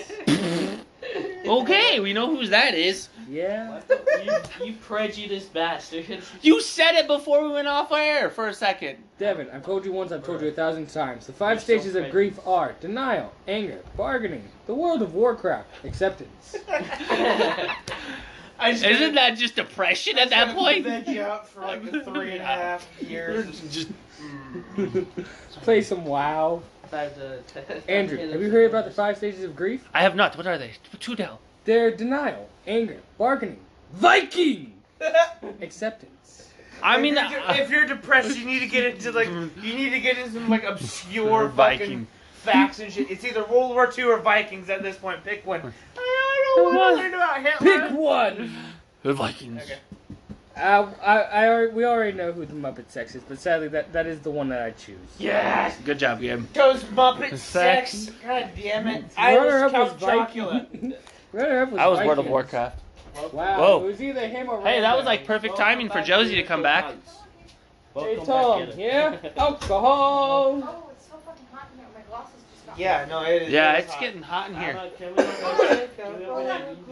Speaker 1: Okay, we know whose that is.
Speaker 4: Yeah.
Speaker 8: you, you prejudiced bastard.
Speaker 1: You said it before we went off air for a second.
Speaker 4: Devin, I've told you once, I've told you a thousand times. The
Speaker 8: You're
Speaker 4: five
Speaker 8: so
Speaker 4: stages of
Speaker 8: crazy.
Speaker 4: grief are denial, anger, bargaining, the world of Warcraft, acceptance.
Speaker 2: I just
Speaker 1: Isn't that just depression at that point?
Speaker 2: Veg you out for like the three and a half years.
Speaker 1: Just-
Speaker 4: Play some WoW. Andrew, have you heard about the five stages of grief?
Speaker 1: I have not. What are they? Two down.
Speaker 4: They're denial, anger, bargaining, Viking, acceptance.
Speaker 1: I mean,
Speaker 2: if you're, de-
Speaker 1: uh,
Speaker 2: if you're depressed, you need to get into like you need to get into some like obscure
Speaker 1: Viking.
Speaker 2: fucking facts and shit. It's either World War II or Vikings at this point. Pick one. I don't want to learn about Hitler.
Speaker 4: Pick one.
Speaker 1: the Vikings.
Speaker 2: Okay.
Speaker 4: Uh, I, I, alre- we already know who the Muppet Sex is, but sadly that, that is the one that I choose.
Speaker 2: Yes,
Speaker 1: Good job, Gabe.
Speaker 2: chose Muppet
Speaker 1: Sex.
Speaker 2: sex. God damn it! I was Count Chocula.
Speaker 4: Runner up was
Speaker 1: I was World of
Speaker 4: Vikings.
Speaker 1: Warcraft.
Speaker 4: Wow,
Speaker 1: Whoa.
Speaker 4: it was either him or.
Speaker 1: Hey, that was
Speaker 4: Rambo.
Speaker 1: like perfect timing for Josie to come back.
Speaker 4: Hey Tom, yeah, alcohol.
Speaker 5: Oh, it's so fucking hot in here. My glasses just got
Speaker 2: Yeah, no, it is.
Speaker 1: Yeah,
Speaker 2: it is
Speaker 1: it's
Speaker 2: hot.
Speaker 1: getting hot in here.
Speaker 12: I'm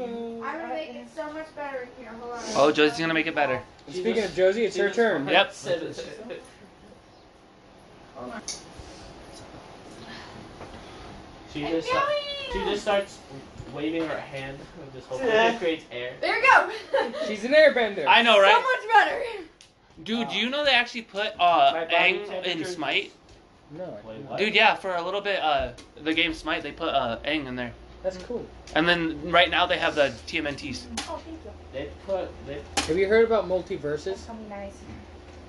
Speaker 12: gonna make it so much better in here. Hold on.
Speaker 1: Oh, Josie's gonna make it better.
Speaker 4: And Speaking of Josie, it's her turn.
Speaker 1: Yep.
Speaker 8: She
Speaker 5: I'm
Speaker 8: just, starts, she
Speaker 5: going.
Speaker 8: just starts waving her hand with this whole thing.
Speaker 4: Eh.
Speaker 8: It creates air.
Speaker 5: There you go.
Speaker 4: She's an airbender.
Speaker 1: I know, right?
Speaker 5: So much
Speaker 1: Dude, do
Speaker 8: Uh,
Speaker 1: you know they actually put uh
Speaker 8: my body
Speaker 1: Aang in
Speaker 8: temperature-
Speaker 1: Smite?
Speaker 4: No, I
Speaker 8: Wait,
Speaker 4: didn't.
Speaker 8: what?
Speaker 1: Dude, yeah, for a little bit, uh, the game Smite, they put uh Aang in there,
Speaker 4: that's cool.
Speaker 1: and then right now they have the TMNTs.
Speaker 5: better. Oh, thank you.
Speaker 8: They put, they
Speaker 4: Have you heard about multiverses,
Speaker 5: That's something nice.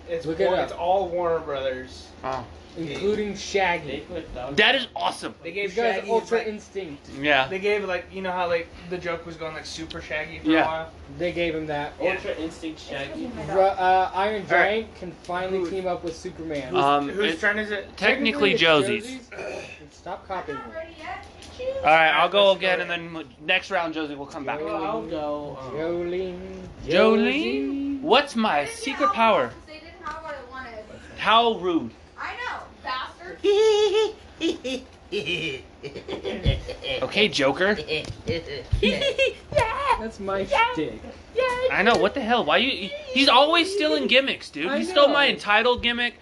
Speaker 2: It's,
Speaker 4: Look it
Speaker 2: War-
Speaker 4: up.
Speaker 2: it's all Warner Brothers.
Speaker 1: Oh,
Speaker 4: including
Speaker 8: they
Speaker 4: Shaggy?
Speaker 8: put that.
Speaker 1: that is awesome.
Speaker 2: They
Speaker 4: These
Speaker 2: gave
Speaker 4: guys
Speaker 2: Shaggy
Speaker 4: Ultra
Speaker 2: like,
Speaker 4: Instinct.
Speaker 1: Yeah.
Speaker 2: They gave like you know how like the joke was going like super Shaggy for
Speaker 1: Yeah.
Speaker 2: a while.
Speaker 4: They gave him that.
Speaker 2: Yeah.
Speaker 8: Ultra Instinct Shaggy.
Speaker 5: It's gonna be
Speaker 4: Ru-
Speaker 5: my dog.
Speaker 4: uh, Iron Giant can finally
Speaker 2: Who-
Speaker 4: team up with Superman.
Speaker 1: Um,
Speaker 2: Whose
Speaker 1: it-
Speaker 2: turn is it?
Speaker 1: technically
Speaker 4: it's
Speaker 1: Josie's.
Speaker 4: Stop
Speaker 5: I'm
Speaker 4: copying.
Speaker 5: not
Speaker 4: me.
Speaker 5: ready yet.
Speaker 1: All right, I'll go again, and then next round, Josie will come back.
Speaker 8: Well, I'll go. Um,
Speaker 4: Jolene.
Speaker 1: Jolene, what's my
Speaker 5: Didn't
Speaker 1: secret
Speaker 5: help
Speaker 1: power?
Speaker 5: because They didn't have what I wanted.
Speaker 1: How rude.
Speaker 5: I know, bastard.
Speaker 1: Okay, Joker.
Speaker 4: That's my dick.
Speaker 1: I know. What the hell? Why you? He's always stealing gimmicks, dude.
Speaker 4: I
Speaker 1: He stole
Speaker 4: know.
Speaker 1: my entitled gimmick.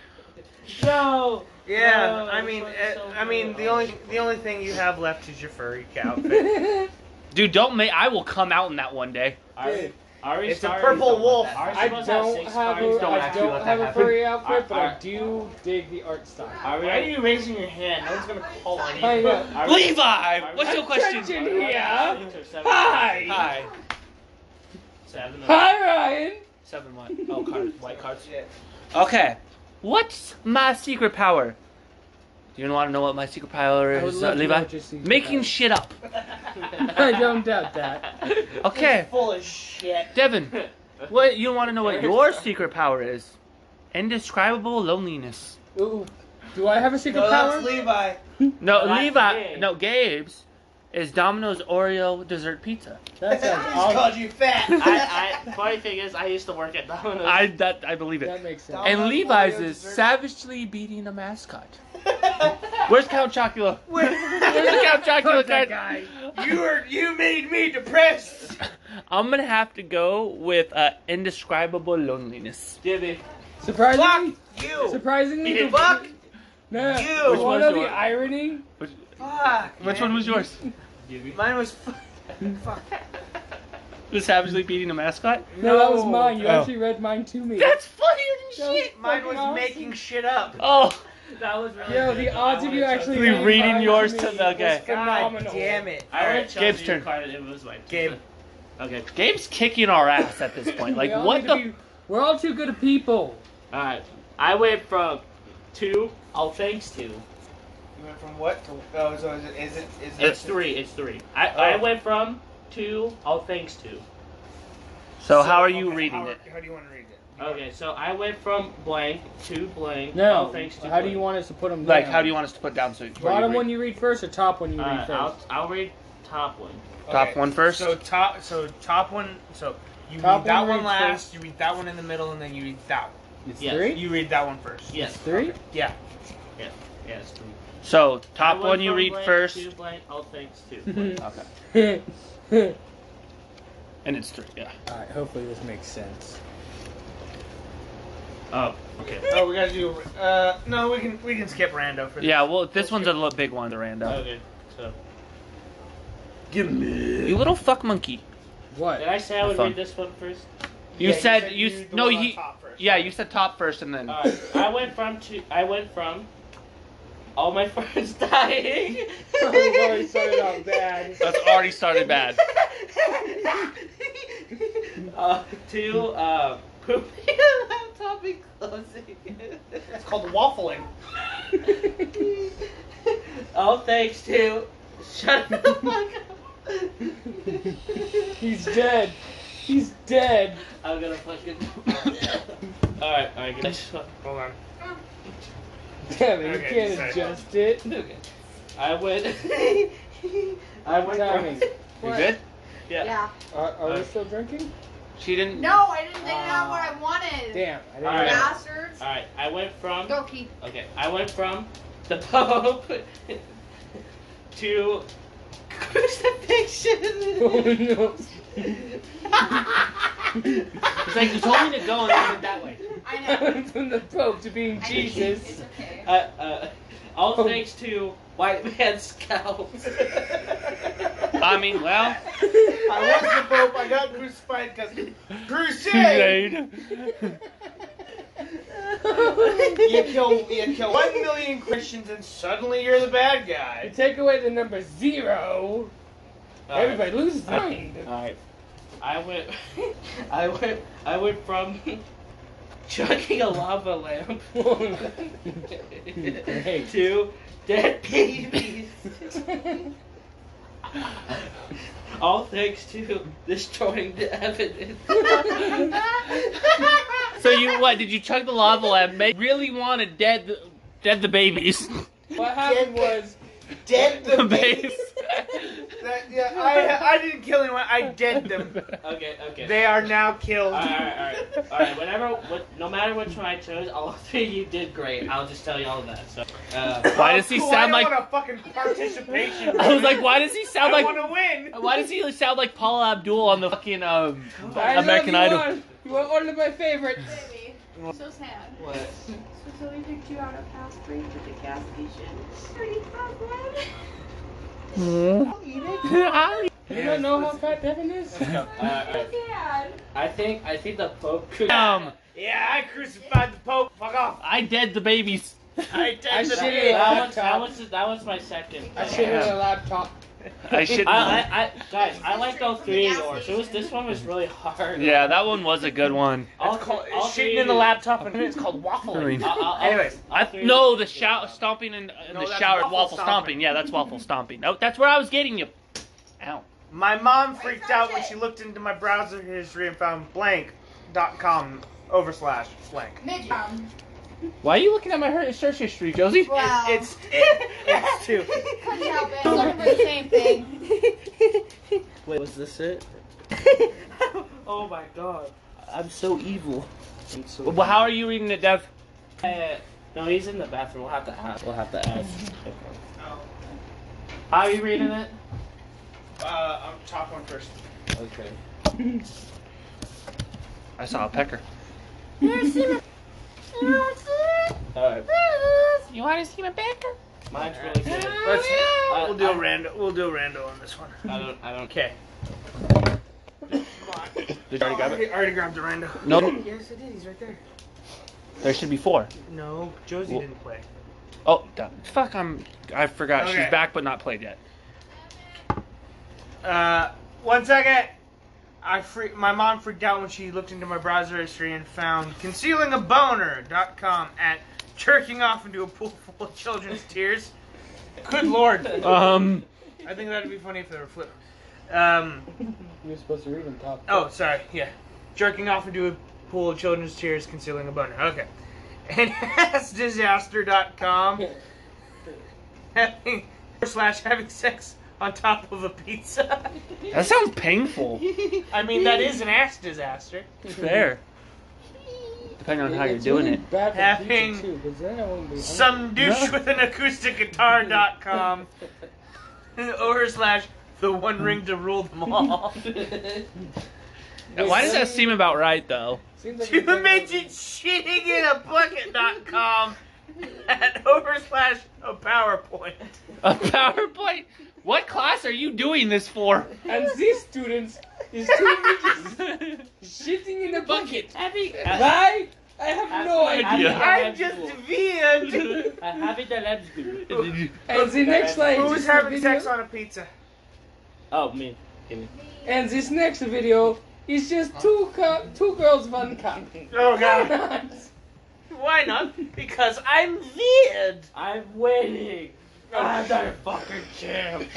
Speaker 8: no.
Speaker 2: Yeah,
Speaker 8: No,
Speaker 2: I
Speaker 8: this
Speaker 2: mean,
Speaker 8: one's
Speaker 2: eh,
Speaker 8: so
Speaker 2: I mean,
Speaker 8: good.
Speaker 2: the only the only thing you have left is your furry outfit.
Speaker 1: Dude, don't make. I will come out in that one day.
Speaker 8: Ari, Ari
Speaker 2: It's a
Speaker 8: Starr
Speaker 2: purple
Speaker 8: don't want
Speaker 2: wolf.
Speaker 8: that.
Speaker 4: I
Speaker 8: Ari
Speaker 4: don't
Speaker 8: supposed to
Speaker 4: have,
Speaker 8: six
Speaker 4: a,
Speaker 8: fires.
Speaker 1: Don't
Speaker 4: I
Speaker 1: actually
Speaker 4: don't
Speaker 1: let
Speaker 4: have
Speaker 1: that
Speaker 4: a furry outfit,
Speaker 8: I-
Speaker 4: but I
Speaker 8: I-
Speaker 4: do dig the art style.
Speaker 8: Ari, why are you raising your hand? No one's gonna call on you.
Speaker 4: I know.
Speaker 8: Ari-
Speaker 1: Levi, what's your
Speaker 4: I'm
Speaker 1: question?
Speaker 4: touching you. Yeah.
Speaker 8: Hi.
Speaker 1: Hi.
Speaker 8: Seven.
Speaker 4: Hi, Ryan.
Speaker 1: Seven one. Oh, cards. White cards.
Speaker 2: Yeah.
Speaker 1: Okay. What's my secret power? Do you want to know what my secret power
Speaker 4: I would
Speaker 1: is,
Speaker 4: love
Speaker 1: uh,
Speaker 4: to
Speaker 1: Levi?
Speaker 4: know just these
Speaker 1: Making
Speaker 4: guys.
Speaker 1: shit up.
Speaker 4: I don't doubt that.
Speaker 1: Okay,
Speaker 2: Full of shit.
Speaker 1: Devin. What you want to know? What your secret power is? Indescribable loneliness.
Speaker 4: Ooh, do I have a secret
Speaker 2: No,
Speaker 4: power?
Speaker 2: that's Levi.
Speaker 1: No,
Speaker 8: Not
Speaker 1: Levi.
Speaker 8: Gabe.
Speaker 1: No, Gabe's is Domino's Oreo dessert pizza.
Speaker 4: That sounds
Speaker 2: I just
Speaker 4: awesome.
Speaker 2: called you fat.
Speaker 8: I, I, funny thing is, I used to work at Domino's.
Speaker 1: I that I believe
Speaker 4: That
Speaker 1: it.
Speaker 4: makes sense.
Speaker 1: And
Speaker 2: Domino's
Speaker 1: Levi's
Speaker 2: Oreo
Speaker 1: is
Speaker 2: dessert.
Speaker 1: savagely beating a mascot. Where's Count Chocula? Where's the Count Chocula card?
Speaker 2: you were you made me depressed.
Speaker 1: I'm gonna have to go with uh, indescribable loneliness.
Speaker 8: Jimmy.
Speaker 4: Surprisingly,
Speaker 2: You.
Speaker 4: surprisingly, the,
Speaker 2: Fuck
Speaker 4: no,
Speaker 2: you.
Speaker 4: you
Speaker 1: Which
Speaker 4: want
Speaker 1: one's
Speaker 4: to know the
Speaker 1: yours?
Speaker 4: irony?
Speaker 1: Which,
Speaker 2: Fuck.
Speaker 1: which
Speaker 2: man.
Speaker 1: one was yours?
Speaker 8: Jimmy.
Speaker 2: Mine was. fu- Fuck.
Speaker 1: The savagely beating a mascot?
Speaker 4: No, that was mine. You
Speaker 1: Oh.
Speaker 4: actually read mine to me.
Speaker 1: That's funnier
Speaker 4: That
Speaker 1: than
Speaker 4: was
Speaker 1: shit.
Speaker 2: Mine
Speaker 4: fucking
Speaker 2: was
Speaker 4: awesome.
Speaker 2: making shit up.
Speaker 1: Oh,
Speaker 8: That was really
Speaker 4: Yo,
Speaker 8: good.
Speaker 4: the odds
Speaker 8: I
Speaker 4: of you
Speaker 8: wanted
Speaker 4: actually
Speaker 8: Chelsea-
Speaker 1: Really reading
Speaker 4: mine
Speaker 1: yours
Speaker 4: me
Speaker 1: to the-
Speaker 4: was
Speaker 1: okay.
Speaker 2: God
Speaker 4: Phenomenal.
Speaker 2: damn it.
Speaker 8: I read
Speaker 1: Alright, Gabe's
Speaker 8: Chelsea
Speaker 1: turn.
Speaker 8: Card and it was my
Speaker 2: Gabe.
Speaker 8: Okay.
Speaker 1: Gabe's kicking our ass at this point. Like,
Speaker 4: We all
Speaker 1: what
Speaker 4: need to
Speaker 1: the?
Speaker 4: be- we're all too good of people.
Speaker 8: Alright. I went from two, all thanks to.
Speaker 2: You went from what to oh, so is it is it is it?
Speaker 8: It's three, it's three. I, I
Speaker 2: Oh.
Speaker 8: went from two, all thanks to.
Speaker 1: so, how are you
Speaker 2: okay,
Speaker 1: reading
Speaker 2: how,
Speaker 1: it?
Speaker 2: How do you want to read it?
Speaker 8: Okay, so I went from blank to blank.
Speaker 4: No.
Speaker 8: all Oh, thanks to
Speaker 4: How do you
Speaker 8: blank.
Speaker 4: want us to put them?
Speaker 1: Like, how do you want us to put down so? where
Speaker 4: Bottom
Speaker 1: you
Speaker 4: one you read first, or top one you read
Speaker 8: Alright,
Speaker 4: first?
Speaker 8: I'll, I'll read top one.
Speaker 1: Top one first.
Speaker 2: So top, so top one. So you
Speaker 4: Top
Speaker 2: read that
Speaker 4: one
Speaker 2: one,
Speaker 4: reads
Speaker 2: last. You read that one in the middle, and then you read that one.
Speaker 4: It's
Speaker 8: Yes.
Speaker 4: three.
Speaker 2: You read that one first.
Speaker 8: Yes.
Speaker 4: Three.
Speaker 2: Yeah.
Speaker 8: Yes. three.
Speaker 1: So top
Speaker 8: I
Speaker 1: one,
Speaker 8: went
Speaker 1: you
Speaker 8: from
Speaker 1: read
Speaker 8: blank
Speaker 1: first,
Speaker 8: to blank, all thanks to blank.
Speaker 4: okay.
Speaker 1: and it's three. Yeah.
Speaker 4: All right. Hopefully this makes sense.
Speaker 1: Oh, okay.
Speaker 2: Oh, we gotta do. Uh, no, we can we can skip rando for this.
Speaker 1: Yeah. Well, this one's a little big one, the random.
Speaker 8: Okay. So
Speaker 2: Give me.
Speaker 1: You little fuck monkey.
Speaker 4: What?
Speaker 8: did I say I would
Speaker 1: Fun.
Speaker 8: read this one first?
Speaker 1: You
Speaker 2: Yeah,
Speaker 1: said you,
Speaker 2: read the
Speaker 1: no.
Speaker 2: one on
Speaker 1: He
Speaker 2: top first.
Speaker 1: yeah. You said top first, and then
Speaker 8: Alright. I went from to I went from all my friends dying.
Speaker 4: oh, we've already started off bad.
Speaker 1: that's already started bad.
Speaker 8: uh, to uh, pooping a laptop and closing it.
Speaker 2: It's called waffling.
Speaker 8: All thanks to shut the fuck up.
Speaker 4: He's dead. He's dead.
Speaker 8: I'm gonna fucking. alright, alright, good.
Speaker 2: Hold on.
Speaker 4: Damn
Speaker 2: Okay,
Speaker 4: it! you can't
Speaker 2: sorry.
Speaker 4: adjust it.
Speaker 8: Okay. I went. I went.
Speaker 4: Timing.
Speaker 8: From,
Speaker 1: You good?
Speaker 8: yeah.
Speaker 6: Yeah.
Speaker 4: Are, are we
Speaker 8: Alright.
Speaker 4: still drinking?
Speaker 1: She didn't.
Speaker 6: No, I didn't think out what I wanted.
Speaker 4: Damn. I didn't
Speaker 8: Alright.
Speaker 4: know.
Speaker 6: Bastards.
Speaker 8: Alright, I went from.
Speaker 6: Go, Keith.
Speaker 8: Okay, I went from the Pope to crucifixion.
Speaker 4: Oh
Speaker 8: it's like you told me to go and I went that way.
Speaker 6: I know.
Speaker 4: no! From the Pope to being
Speaker 6: I know. It's
Speaker 4: Jesus.
Speaker 6: okay.
Speaker 8: Uh, uh, all
Speaker 4: Oh.
Speaker 8: thanks to white man scouts.
Speaker 1: I mean, well.
Speaker 2: I was the Pope. I got crucified because crusade. you kill you kill one million Christians and suddenly you're the bad
Speaker 4: You
Speaker 2: guy.
Speaker 4: take away the number zero, everybody loses their mind.
Speaker 8: Alright. I went I went I went from chugging a lava lamp
Speaker 4: Great.
Speaker 8: to dead babies. All thanks to destroying the evidence.
Speaker 1: So you what? Did you chug the lava lamp? Make really want to dead dead the babies.
Speaker 4: what happened was
Speaker 2: Dead
Speaker 1: the
Speaker 2: the
Speaker 1: babies.
Speaker 2: That, yeah, I I didn't kill anyone. I dead them.
Speaker 8: okay, okay.
Speaker 2: They are now killed.
Speaker 8: Alright, alright, alright. Alright, whenever, what, no matter which one I chose, all three of you did great. I'll just tell you all that. So, uh,
Speaker 1: Why does he
Speaker 2: cool,
Speaker 1: sound
Speaker 2: Oh, I
Speaker 1: like?
Speaker 2: don't want a fucking participation.
Speaker 1: I was like, why does he sound
Speaker 2: I
Speaker 1: like?
Speaker 2: want to win.
Speaker 1: Why does he sound like Paula Abdul on the fucking um,
Speaker 4: I love
Speaker 1: American
Speaker 4: you
Speaker 1: Idol?
Speaker 4: All. You are all of my favorites.
Speaker 6: Baby. So sad.
Speaker 8: what?
Speaker 6: So Zoe picked you out of House Street at the gas station. Pretty fat one.
Speaker 4: You don't know how fat Devin is.
Speaker 8: Alright, alright.
Speaker 6: Dad.
Speaker 8: I think, I think the Pope could.
Speaker 1: Um,
Speaker 2: Yeah, I crucified the Pope. Fuck off.
Speaker 1: I dead the babies.
Speaker 2: I dead
Speaker 4: I
Speaker 2: the
Speaker 4: shit
Speaker 2: babe.
Speaker 4: it out.
Speaker 8: That was, that was, that was my second.
Speaker 4: I
Speaker 8: pick.
Speaker 4: should have a laptop.
Speaker 1: I should.
Speaker 8: I, I, I, guys, I like those three yours. It was this one was really hard.
Speaker 1: Yeah, that one was a good one.
Speaker 8: All,
Speaker 2: It's called,
Speaker 8: all
Speaker 2: it's
Speaker 8: three
Speaker 2: shitting in the
Speaker 8: of you-
Speaker 2: laptop, and it's called waffling. Uh,
Speaker 8: I'll- I'll- I'll-
Speaker 2: Anyways,
Speaker 8: all
Speaker 1: I
Speaker 8: three of
Speaker 1: no
Speaker 8: you
Speaker 1: the
Speaker 8: did
Speaker 1: shout
Speaker 8: well.
Speaker 1: stomping in, in
Speaker 2: No,
Speaker 1: the
Speaker 2: that's
Speaker 1: shower
Speaker 2: waffle
Speaker 1: waffle stomping.
Speaker 2: stomping.
Speaker 1: Yeah, that's waffle stomping. Oh, that's where I was getting you. Ow.
Speaker 2: My mom freaked out when she looked into my browser history and found blank dot com over slash blank.
Speaker 6: Midget.
Speaker 1: Why are you looking at my her- search history, Josie?
Speaker 6: Wow.
Speaker 2: It's it, it's two.
Speaker 6: couldn't help it. Looking for the same thing.
Speaker 8: Wait, was this it? oh my god. I'm so evil. I'm so
Speaker 1: Well, how are you reading it, Dev?
Speaker 8: Uh, no, he's in the bathroom. We'll have to ask. We'll have to ask. How are you reading it?
Speaker 2: Uh, I'm top one first.
Speaker 8: Okay.
Speaker 1: I saw a pecker.
Speaker 8: Alright.
Speaker 1: You want to see my pecker?
Speaker 8: Mine's really good.
Speaker 2: Let's
Speaker 8: I,
Speaker 2: we'll do
Speaker 8: I,
Speaker 2: a rando. We'll do a rando on this one.
Speaker 8: I don't. I don't.
Speaker 2: Okay.
Speaker 1: Did you already grab it?
Speaker 2: I already grabbed the rando.
Speaker 1: No,
Speaker 2: Yes, I did. He's right there.
Speaker 1: there should be four.
Speaker 2: No, Josie
Speaker 1: Well-
Speaker 2: didn't play.
Speaker 1: Oh, duh. fuck! I'm. I forgot.
Speaker 2: Okay.
Speaker 1: She's back, but not played yet.
Speaker 2: Uh, one second. I free- my mom freaked out when she looked into my browser history and found concealingaboner.com at jerking off into a pool full of children's tears. Good lord.
Speaker 1: Um.
Speaker 2: I think that'd be funny if they were flipped. Um,
Speaker 4: You're supposed to read on top.
Speaker 2: oh, sorry. Yeah. Jerking off into a pool of children's tears, concealing a boner. Okay. And having, forward slash having sex
Speaker 9: on top of a pizza.
Speaker 1: That sounds painful.
Speaker 9: I mean, that is an ass disaster.
Speaker 1: It's fair. Depending on how you're
Speaker 4: It's
Speaker 1: doing
Speaker 4: really
Speaker 1: it.
Speaker 4: Bad for
Speaker 9: Having
Speaker 4: pizza too, 'cause then I won't be hungry.
Speaker 9: Some douche
Speaker 1: No.
Speaker 9: with an acoustic guitar.com or slash the one ring to rule them all.
Speaker 1: Why does that seem about right though?
Speaker 4: Seems like
Speaker 9: You
Speaker 4: it's like-
Speaker 9: mentioned shitting in a bucket.com at over slash a PowerPoint.
Speaker 1: A PowerPoint? What class are you doing this for?
Speaker 4: And these students is two midgets shitting in a bucket.
Speaker 8: Having,
Speaker 4: Why? I have no
Speaker 8: Absolutely.
Speaker 4: idea.
Speaker 1: Yeah.
Speaker 9: I'm just VN.
Speaker 8: having the labs group.
Speaker 4: And the next line. is
Speaker 9: Who's
Speaker 4: just a
Speaker 9: having
Speaker 4: video-
Speaker 9: sex on a pizza?
Speaker 8: Oh, me.
Speaker 4: And this next video is just two co- two girls, one cup.
Speaker 9: Oh god.
Speaker 4: Why
Speaker 9: Why not? Because I'm weird.
Speaker 8: I'm winning. I'm the fucking champ.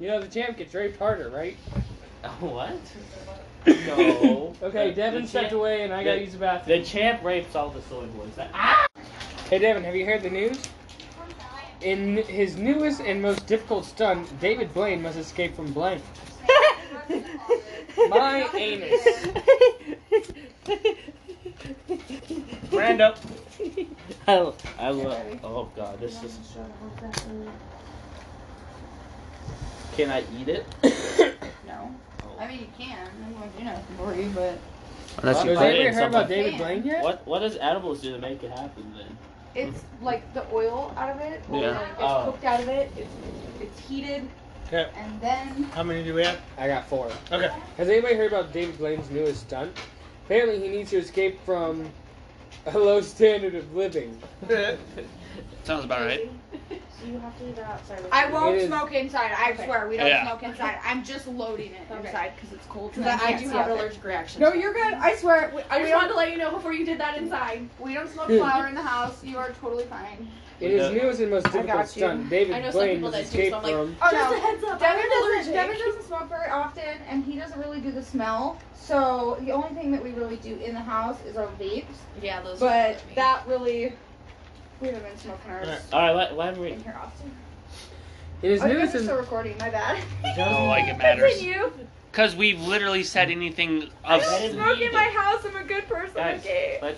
Speaker 4: You know the champ gets raped harder, right?
Speaker 8: what? No.
Speaker 4: Okay,
Speaker 8: The-
Speaker 4: Devin
Speaker 8: the
Speaker 4: stepped
Speaker 8: champ-
Speaker 4: away and I gotta use the bathroom.
Speaker 8: The champ rapes all the soy boys. Ah!
Speaker 4: Hey Devin, have you heard the news? In his newest and most difficult stunt, David Blaine must escape from Blaine. My anus.
Speaker 9: Brand up.
Speaker 8: I, I love. Oh god, this is. Can I eat it?
Speaker 5: No. I mean, you can. I'm going to do nothing for you, but
Speaker 1: Unless
Speaker 4: So
Speaker 1: you
Speaker 4: has
Speaker 1: put it
Speaker 4: anybody
Speaker 1: in
Speaker 4: heard about
Speaker 1: something.
Speaker 4: David Blaine yet?
Speaker 8: What What does edibles do to make it happen then?
Speaker 3: It's like the oil out of it. or,
Speaker 1: Yeah.
Speaker 3: like, it's
Speaker 8: Oh.
Speaker 3: cooked out of it. It's, it's heated.
Speaker 9: Okay.
Speaker 3: And then
Speaker 9: How many do we have?
Speaker 4: I got four.
Speaker 9: Okay.
Speaker 4: Has anybody heard about David Blaine's newest stunt? Apparently, he needs to escape from a low standard of living.
Speaker 1: Sounds about right.
Speaker 6: So you have to leave it outside.
Speaker 5: I won't
Speaker 4: It is-
Speaker 5: smoke inside. I
Speaker 6: Okay.
Speaker 5: swear, we don't
Speaker 1: Yeah.
Speaker 5: smoke inside. I'm just loading it
Speaker 6: Okay.
Speaker 5: inside because it's cold.
Speaker 3: Because
Speaker 5: and
Speaker 3: I
Speaker 5: can't
Speaker 3: do
Speaker 5: see
Speaker 3: have
Speaker 5: out there.
Speaker 3: allergic reactions.
Speaker 5: No, you're good. I swear. We-
Speaker 6: I
Speaker 5: we don't-
Speaker 6: just wanted to let you know before you did that inside.
Speaker 5: We don't smoke flour in the house. You are totally fine.
Speaker 4: It is
Speaker 8: Yeah.
Speaker 4: newest and most difficult
Speaker 5: got you.
Speaker 4: stunt.
Speaker 5: I know
Speaker 4: David
Speaker 5: some
Speaker 4: Blaine
Speaker 5: people
Speaker 4: must
Speaker 5: that do,
Speaker 4: escape
Speaker 5: so I'm like,
Speaker 4: from.
Speaker 5: Oh
Speaker 6: Just
Speaker 5: no.
Speaker 6: a heads up.
Speaker 5: Devin
Speaker 6: I'm
Speaker 5: doesn't,
Speaker 6: allergic.
Speaker 5: Devin doesn't smoke very often, and he doesn't really do the smell. So the only thing that we really do in the house is our vapes.
Speaker 6: Yeah, those.
Speaker 5: But that really, we haven't been smoking ours
Speaker 8: All right, let, let me
Speaker 5: in
Speaker 8: read.
Speaker 5: here often.
Speaker 4: It is
Speaker 5: Oh, you guys
Speaker 4: newest
Speaker 5: are
Speaker 4: and
Speaker 5: still recording. My bad.
Speaker 1: Oh, like it matters.
Speaker 5: Continue.
Speaker 1: Because we've literally said anything
Speaker 5: I
Speaker 1: of.
Speaker 5: don't smoke in my house. I'm a good person.
Speaker 8: Guys,
Speaker 5: Okay.
Speaker 8: let,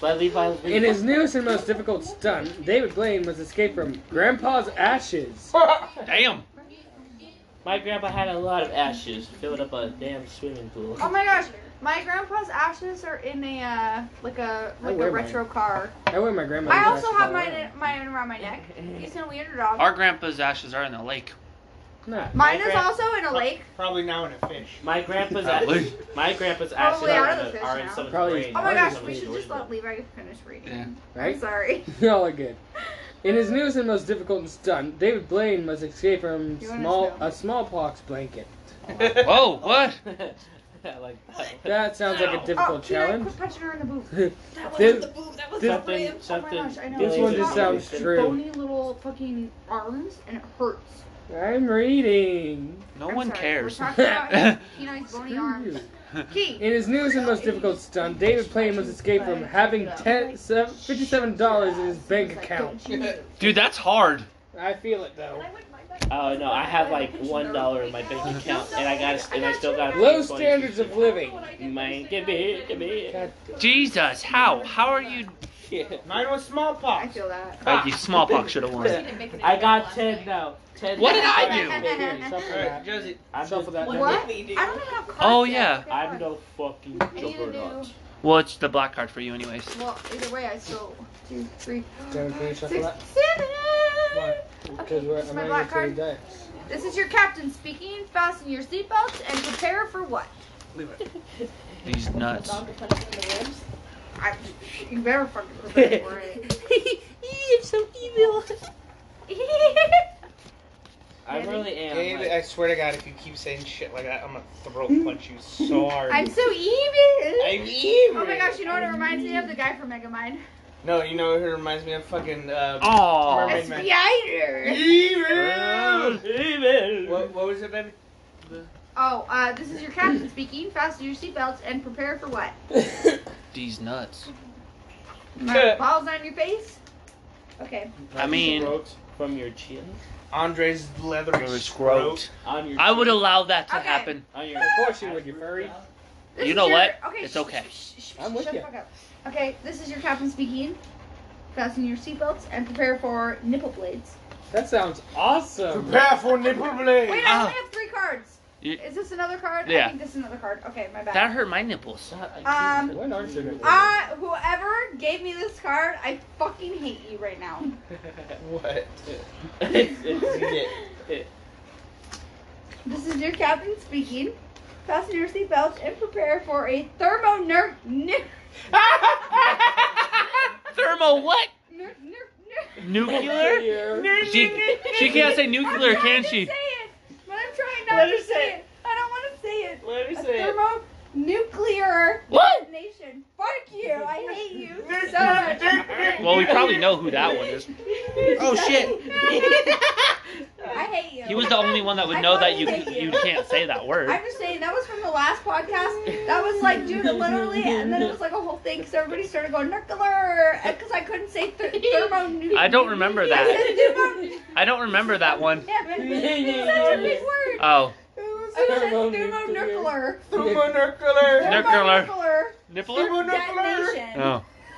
Speaker 8: let Levi leave.
Speaker 4: it is newest and most difficult stunt. David Blaine must escape from Grandpa's ashes.
Speaker 1: Damn.
Speaker 8: My grandpa had a lot of ashes filled up a damn swimming pool.
Speaker 5: Oh my gosh. My grandpa's ashes are in a uh, like a like
Speaker 4: wear
Speaker 5: a
Speaker 4: mine.
Speaker 5: retro car.
Speaker 4: I wear my grandma's.
Speaker 5: I also
Speaker 4: ashes
Speaker 5: have
Speaker 4: all
Speaker 5: mine
Speaker 4: around.
Speaker 5: in, mine around my neck. He's a weird dog.
Speaker 1: Our grandpa's ashes are in the lake.
Speaker 4: Nah.
Speaker 5: Mine
Speaker 9: My
Speaker 5: is
Speaker 9: grand-
Speaker 5: also in a lake.
Speaker 9: Probably now in a fish.
Speaker 8: My grandpa's
Speaker 1: Probably.
Speaker 8: ashes. My grandpa's ashes
Speaker 5: Probably
Speaker 8: are,
Speaker 5: out of
Speaker 8: in
Speaker 5: the
Speaker 8: a- are
Speaker 5: fish
Speaker 8: in
Speaker 5: now.
Speaker 8: someone's
Speaker 4: Probably.
Speaker 8: brain.
Speaker 5: Oh my
Speaker 4: Mine
Speaker 5: gosh,
Speaker 4: is
Speaker 5: we
Speaker 4: in
Speaker 5: should just let Levi finish reading.
Speaker 1: Yeah.
Speaker 5: I'm
Speaker 4: Right?
Speaker 5: sorry.
Speaker 4: Y'all are good. In his newest and most difficult stunt, David Blaine must escape from
Speaker 5: You wanna
Speaker 4: small
Speaker 5: smell?
Speaker 4: a smallpox blanket.
Speaker 1: Whoa, what?
Speaker 8: I like that.
Speaker 4: That sounds like a
Speaker 5: Oh,
Speaker 4: difficult
Speaker 5: Kira,
Speaker 4: challenge.
Speaker 5: quit punching her in the boob.
Speaker 6: That
Speaker 4: This-
Speaker 6: wasn't the boob. That was
Speaker 4: this-
Speaker 6: the rib.
Speaker 8: Something,
Speaker 5: Oh my gosh,
Speaker 8: something.
Speaker 5: I know.
Speaker 4: This
Speaker 5: It's
Speaker 4: one
Speaker 5: got
Speaker 4: just sounds
Speaker 5: these
Speaker 4: true.
Speaker 5: Bony little fucking arms, and it hurts.
Speaker 4: I'm reading.
Speaker 1: No
Speaker 5: I'm
Speaker 1: one
Speaker 5: sorry.
Speaker 1: cares.
Speaker 5: We're talking about his- you know, his bony
Speaker 4: Screw you.
Speaker 5: arms. Key.
Speaker 4: In his newest and most difficult stunt, David Blaine must escape from having ten, se- $57 in his bank account.
Speaker 1: Dude, that's hard.
Speaker 4: I feel it though.
Speaker 8: Oh no, I have like one dollar in my bank account, and I got, and I still got.
Speaker 4: Uh-huh. Low
Speaker 8: 20.
Speaker 4: standards of living.
Speaker 8: Man, give me, it, give me. it.
Speaker 4: God,
Speaker 1: Jesus, how? How are you? Ah.
Speaker 8: Yeah.
Speaker 9: Mine was
Speaker 5: I
Speaker 9: smallpox.
Speaker 5: feel that.
Speaker 1: Like you smallpox should have won.
Speaker 8: I got ten now. Ten.
Speaker 1: What did
Speaker 8: now.
Speaker 1: I do?
Speaker 4: here, shuffle
Speaker 9: Alright,
Speaker 4: that.
Speaker 9: Josie.
Speaker 8: I'm
Speaker 4: Shuffle
Speaker 8: just,
Speaker 4: that. down.
Speaker 5: What? I
Speaker 6: What?
Speaker 5: don't even have cards.
Speaker 1: Oh,
Speaker 5: yet.
Speaker 8: I'm no fucking
Speaker 5: I need to
Speaker 8: juggernaut.
Speaker 5: do-
Speaker 1: Well, it's the black card for you, anyways.
Speaker 5: Well, either way, I still two, three,
Speaker 4: Devin, can you shuffle
Speaker 5: six,
Speaker 4: that?
Speaker 5: seven.
Speaker 4: What? Because we're
Speaker 5: this is
Speaker 4: I'm
Speaker 5: my
Speaker 4: not
Speaker 5: black
Speaker 4: here to
Speaker 5: card.
Speaker 4: die.
Speaker 5: This is your captain speaking. Fasten your seatbelts and prepare for what?
Speaker 1: These nuts.
Speaker 5: I, you better fucking prepare for it.
Speaker 6: I'm so evil.
Speaker 8: I really am.
Speaker 9: David,
Speaker 8: Like,
Speaker 9: I swear to God, if you keep saying shit like that, I'm gonna throat punch you so hard.
Speaker 5: I'm so
Speaker 9: I'm
Speaker 5: evil.
Speaker 9: evil.
Speaker 5: Oh my gosh, you know what it reminds me of? The guy from Megamind.
Speaker 9: No, you know who it reminds me of? Fucking, uh...
Speaker 1: Oh.
Speaker 9: Mermaid.
Speaker 5: A spider.
Speaker 9: Evil!
Speaker 8: David.
Speaker 9: What, what was it, baby?
Speaker 5: Oh, uh, this is your captain speaking. Fasten your seatbelts and prepare for what?
Speaker 1: These nuts.
Speaker 5: My balls on your face? Okay.
Speaker 1: I mean,
Speaker 8: from your chin
Speaker 2: Andre's leathery
Speaker 1: Or his
Speaker 2: scrote.
Speaker 1: throat.
Speaker 8: on your
Speaker 1: I would allow that to
Speaker 5: Okay.
Speaker 1: happen.
Speaker 8: on your
Speaker 4: Of course you would, you furry.
Speaker 5: This
Speaker 1: You
Speaker 5: is
Speaker 1: know
Speaker 5: your-
Speaker 1: what?
Speaker 5: Okay,
Speaker 1: It's
Speaker 5: sh-
Speaker 1: okay.
Speaker 5: sh- sh- sh-
Speaker 4: I'm with
Speaker 5: shut the
Speaker 4: you.
Speaker 5: fuck up. Okay, this is your captain speaking. Fasten your seatbelts and prepare for nipple blades.
Speaker 4: That sounds awesome.
Speaker 2: Prepare for nipple blade.
Speaker 5: Wait, I only have three cards.
Speaker 1: uh-huh. You-
Speaker 5: Is this another card? I
Speaker 1: Yeah.
Speaker 5: think this is another card. Okay, my bad.
Speaker 1: That hurt my nipples.
Speaker 5: Um,
Speaker 4: When aren't you?
Speaker 5: I, Uh, whoever gave me this card, I fucking hate you right now.
Speaker 9: What?
Speaker 8: it's, it's,
Speaker 5: This is your captain speaking. Fasten your seatbelts and prepare for a thermo nerf nerf
Speaker 1: Thermo what?
Speaker 5: nerf nerf.
Speaker 1: Nuclear? She, she can't say nuclear, can she?
Speaker 5: Say it, but I'm trying not
Speaker 8: Let her
Speaker 5: to
Speaker 8: say
Speaker 5: say
Speaker 8: it.
Speaker 5: it. I don't want to say it.
Speaker 8: let me
Speaker 5: A
Speaker 8: say it.
Speaker 5: thermonuclear
Speaker 1: What?
Speaker 5: nation. Fuck you. I hate you so much.
Speaker 1: Well, we probably know who that one is. Oh shit!
Speaker 5: I hate you.
Speaker 1: He was the only one that would know that you you can't say that word.
Speaker 5: I'm just saying that was from the last podcast. That was like, dude, literally, and then it was like a whole thing because everybody started going nuclear because I couldn't say th- thermonuclear.
Speaker 1: I don't remember
Speaker 5: I
Speaker 1: that.
Speaker 5: said thermo-
Speaker 1: I don't remember that one.
Speaker 5: Yeah, but it's such a big word.
Speaker 1: Oh,
Speaker 5: I said thermonuclear.
Speaker 1: Nuclear.
Speaker 5: Thermonuclear.
Speaker 1: nippler?
Speaker 5: Detonation.
Speaker 1: Oh,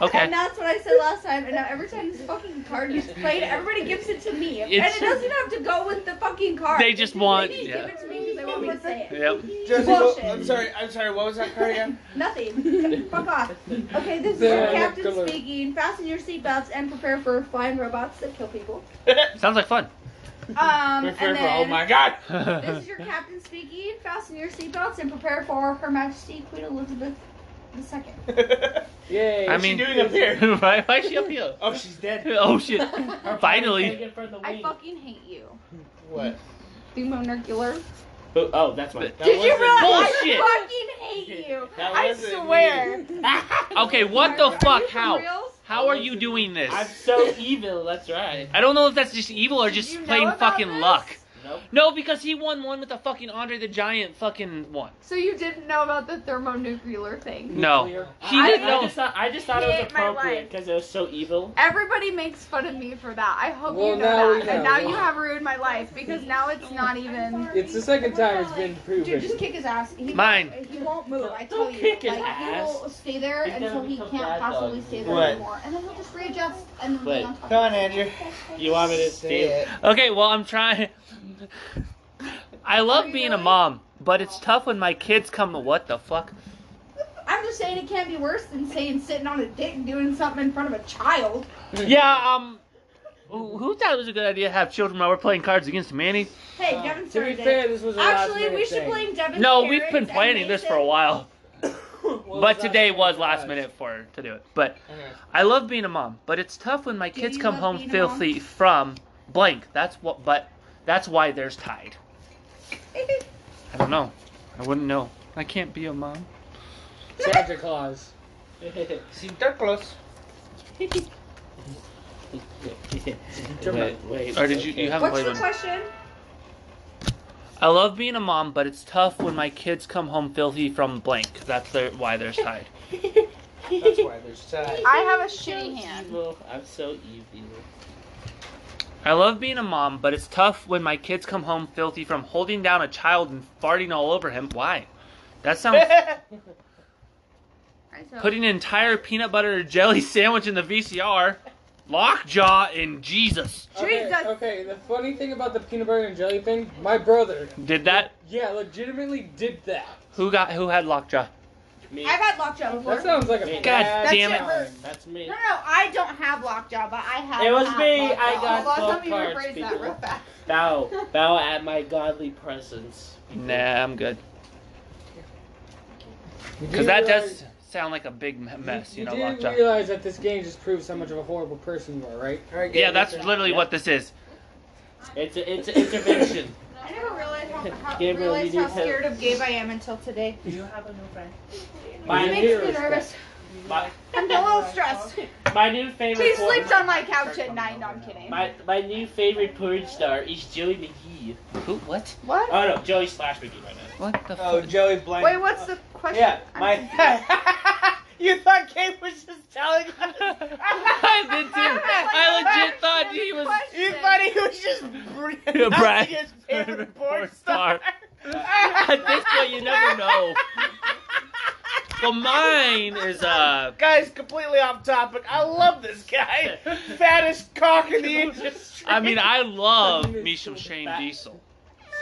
Speaker 5: And
Speaker 1: okay.
Speaker 5: that's what I said last time. And now every time this fucking card gets played, everybody gives it to me. and
Speaker 1: It's-
Speaker 5: it doesn't have to go with the fucking card.
Speaker 1: They just want-
Speaker 5: They just
Speaker 1: yeah.
Speaker 5: give it to me because they want me to say it.
Speaker 1: Yep.
Speaker 2: Jesse,
Speaker 5: Bullshit.
Speaker 2: I'm sorry. I'm sorry. What was that card again?
Speaker 5: Nothing. Fuck off. Okay, this is your
Speaker 4: They're
Speaker 5: captain
Speaker 4: color.
Speaker 5: speaking. Fasten your seatbelts and prepare for flying robots that kill people.
Speaker 1: Sounds like fun.
Speaker 5: Um, and
Speaker 2: Prepare for- oh
Speaker 5: then
Speaker 2: my god.
Speaker 5: this is your captain speaking. Fasten your seatbelts and prepare for Her Majesty Queen Elizabeth II.
Speaker 4: Yay.
Speaker 1: I
Speaker 2: What's
Speaker 1: mean,
Speaker 2: she doing up here?
Speaker 1: why, why is she up here?
Speaker 2: Oh, she's dead.
Speaker 1: Oh shit!
Speaker 8: Her
Speaker 1: Finally.
Speaker 8: taken from the
Speaker 5: I
Speaker 8: wing.
Speaker 5: fucking hate you.
Speaker 9: What?
Speaker 5: Thermonuclear.
Speaker 8: Who- oh, that's mine.
Speaker 1: But-
Speaker 8: That
Speaker 5: Did you
Speaker 8: wasn't-
Speaker 5: realize
Speaker 1: Bullshit.
Speaker 5: I fucking hate you?
Speaker 8: That
Speaker 5: I
Speaker 8: wasn't me.
Speaker 5: swear.
Speaker 1: Okay, what the
Speaker 5: Are
Speaker 1: fuck?
Speaker 5: you for
Speaker 1: How?
Speaker 5: reals?
Speaker 1: How are you doing this?
Speaker 8: I'm so evil. That's right.
Speaker 1: I don't know if that's just evil or
Speaker 5: Did
Speaker 1: just
Speaker 5: you know
Speaker 1: plain
Speaker 5: about
Speaker 1: fucking
Speaker 5: this?
Speaker 1: luck.
Speaker 8: Nope.
Speaker 1: No, because he won one with a fucking Andre the Giant fucking one.
Speaker 3: So you didn't know about the thermonuclear thing.
Speaker 1: No. He
Speaker 8: I,
Speaker 1: didn't
Speaker 8: I
Speaker 1: know.
Speaker 8: just thought I just thought it was
Speaker 3: Hate my life.
Speaker 8: appropriate because it was so evil.
Speaker 3: Everybody makes fun of me for that. I hope
Speaker 4: Well,
Speaker 3: you know
Speaker 4: now
Speaker 3: that.
Speaker 4: we
Speaker 3: And
Speaker 4: know.
Speaker 3: now you have ruined my life because now it's not even.
Speaker 4: It's the second time it's been
Speaker 5: Dude, just
Speaker 4: proven.
Speaker 5: kick his ass. He
Speaker 1: Mine.
Speaker 5: Won't, he won't move. I tell
Speaker 8: Don't
Speaker 5: you.
Speaker 8: kick his
Speaker 5: like, He will
Speaker 8: ass.
Speaker 5: stay there
Speaker 8: He's
Speaker 5: until
Speaker 8: gonna
Speaker 5: he
Speaker 8: become
Speaker 5: can't
Speaker 8: Mad Dog.
Speaker 5: possibly stay there
Speaker 2: What?
Speaker 5: anymore, and then he'll just readjust and then
Speaker 8: Wait.
Speaker 5: be on top.
Speaker 9: Come on, Andrew.
Speaker 8: You want me to say it?
Speaker 1: Okay, well I'm trying. I
Speaker 5: Are
Speaker 1: love
Speaker 5: Oh, you
Speaker 1: being a
Speaker 5: really?
Speaker 1: mom, but it's tough when my kids come. to What the fuck?
Speaker 5: I'm just saying it can't be worse than saying sitting on a dick and doing something in front of a child.
Speaker 1: Yeah. Um. Who who thought it was a good idea to have children while we're playing Cards Against Humanity?
Speaker 5: Hey,
Speaker 4: Uh,
Speaker 5: Devin
Speaker 4: to be
Speaker 5: started it.
Speaker 4: fair, this was a
Speaker 5: Actually,
Speaker 4: last
Speaker 5: we should blame Devin.
Speaker 1: No, we've been planning this for a while, but today was last minute for to do it. But I love being a mom, but it's tough when my
Speaker 5: Uh-huh. Do
Speaker 1: kids
Speaker 5: you
Speaker 1: come
Speaker 5: love
Speaker 1: home
Speaker 5: being a mom?
Speaker 1: filthy from blank. That's what. But that's why there's tied. I don't know. I wouldn't know. I can't be a mom.
Speaker 4: Santa Claus.
Speaker 2: Santa Claus.
Speaker 8: wait, wait.
Speaker 1: Or did you? You haven't
Speaker 5: What's
Speaker 1: played one.
Speaker 5: the question?
Speaker 1: I love being a mom, but it's tough when my kids come home filthy from blank. That's their, why there's tied.
Speaker 9: That's why there's time.
Speaker 3: I have a shitty hand.
Speaker 8: Evil. I'm so evil.
Speaker 1: I love being a mom, but it's tough when my kids come home filthy from holding down a child and farting all over him. Why? That sounds. Putting an entire peanut butter or jelly sandwich in the VCR. Lockjaw in Jesus.
Speaker 4: Okay,
Speaker 3: Jesus.
Speaker 4: okay, the funny thing about the peanut butter and jelly thing, my brother,
Speaker 1: Did that?
Speaker 4: yeah, legitimately did that.
Speaker 1: Who got? Who had lockjaw?
Speaker 8: Me.
Speaker 5: I've had lockjaw before.
Speaker 4: That sounds like a
Speaker 8: God
Speaker 4: bad
Speaker 1: damn
Speaker 4: time.
Speaker 5: it.
Speaker 8: That's me.
Speaker 5: No, no, I don't have lockjaw, but I have.
Speaker 8: It was
Speaker 5: had
Speaker 8: me.
Speaker 5: lockjaw.
Speaker 8: I got
Speaker 5: Oh, Last
Speaker 8: twelve
Speaker 5: time you rephrased
Speaker 8: cards,
Speaker 5: that
Speaker 8: people.
Speaker 5: real fast.
Speaker 8: Bow, bow at my godly presence.
Speaker 1: Nah, I'm good.
Speaker 4: You
Speaker 1: Because
Speaker 4: do
Speaker 1: that
Speaker 4: realize-
Speaker 1: does sound like a big me- mess, you know,
Speaker 4: do
Speaker 1: lockjaw.
Speaker 4: realize that this game just proves how much of a horrible person you are, right?
Speaker 1: Yeah, that's literally what this is.
Speaker 8: It's a, it's an intervention.
Speaker 5: I never realized how, how,
Speaker 8: Gabriel,
Speaker 5: realized
Speaker 8: you
Speaker 5: how
Speaker 8: need help.
Speaker 5: scared of Gabe I am until today.
Speaker 8: You have a new friend.
Speaker 5: It
Speaker 8: My
Speaker 5: makes
Speaker 8: new,
Speaker 5: me nervous.
Speaker 8: my,
Speaker 5: I'm a little stressed.
Speaker 8: my new favorite.
Speaker 5: He
Speaker 8: porn-
Speaker 5: sleeps on my couch at night. No, I'm kidding.
Speaker 8: My my new favorite porn star is Joey McGee.
Speaker 1: Who? What?
Speaker 3: What?
Speaker 8: Oh no, Joey slash McGee right now.
Speaker 1: What the
Speaker 9: Oh,
Speaker 1: fuck?
Speaker 9: Joey Blank.
Speaker 3: Wait, what's the question?
Speaker 9: Yeah,
Speaker 3: I'm
Speaker 9: my.
Speaker 2: You thought Kate was just telling us.
Speaker 1: I did too. I legit thought he was.
Speaker 2: You thought he was just
Speaker 1: Yeah,
Speaker 2: breathing
Speaker 1: Brad.
Speaker 2: his favorite porn
Speaker 1: Porn
Speaker 2: star.
Speaker 1: star. At this point, you never know. Well, mine is uh.
Speaker 2: Guys, completely off topic. I love this guy. Fattest cock in the industry.
Speaker 1: I mean, I love Misham Shane Diesel.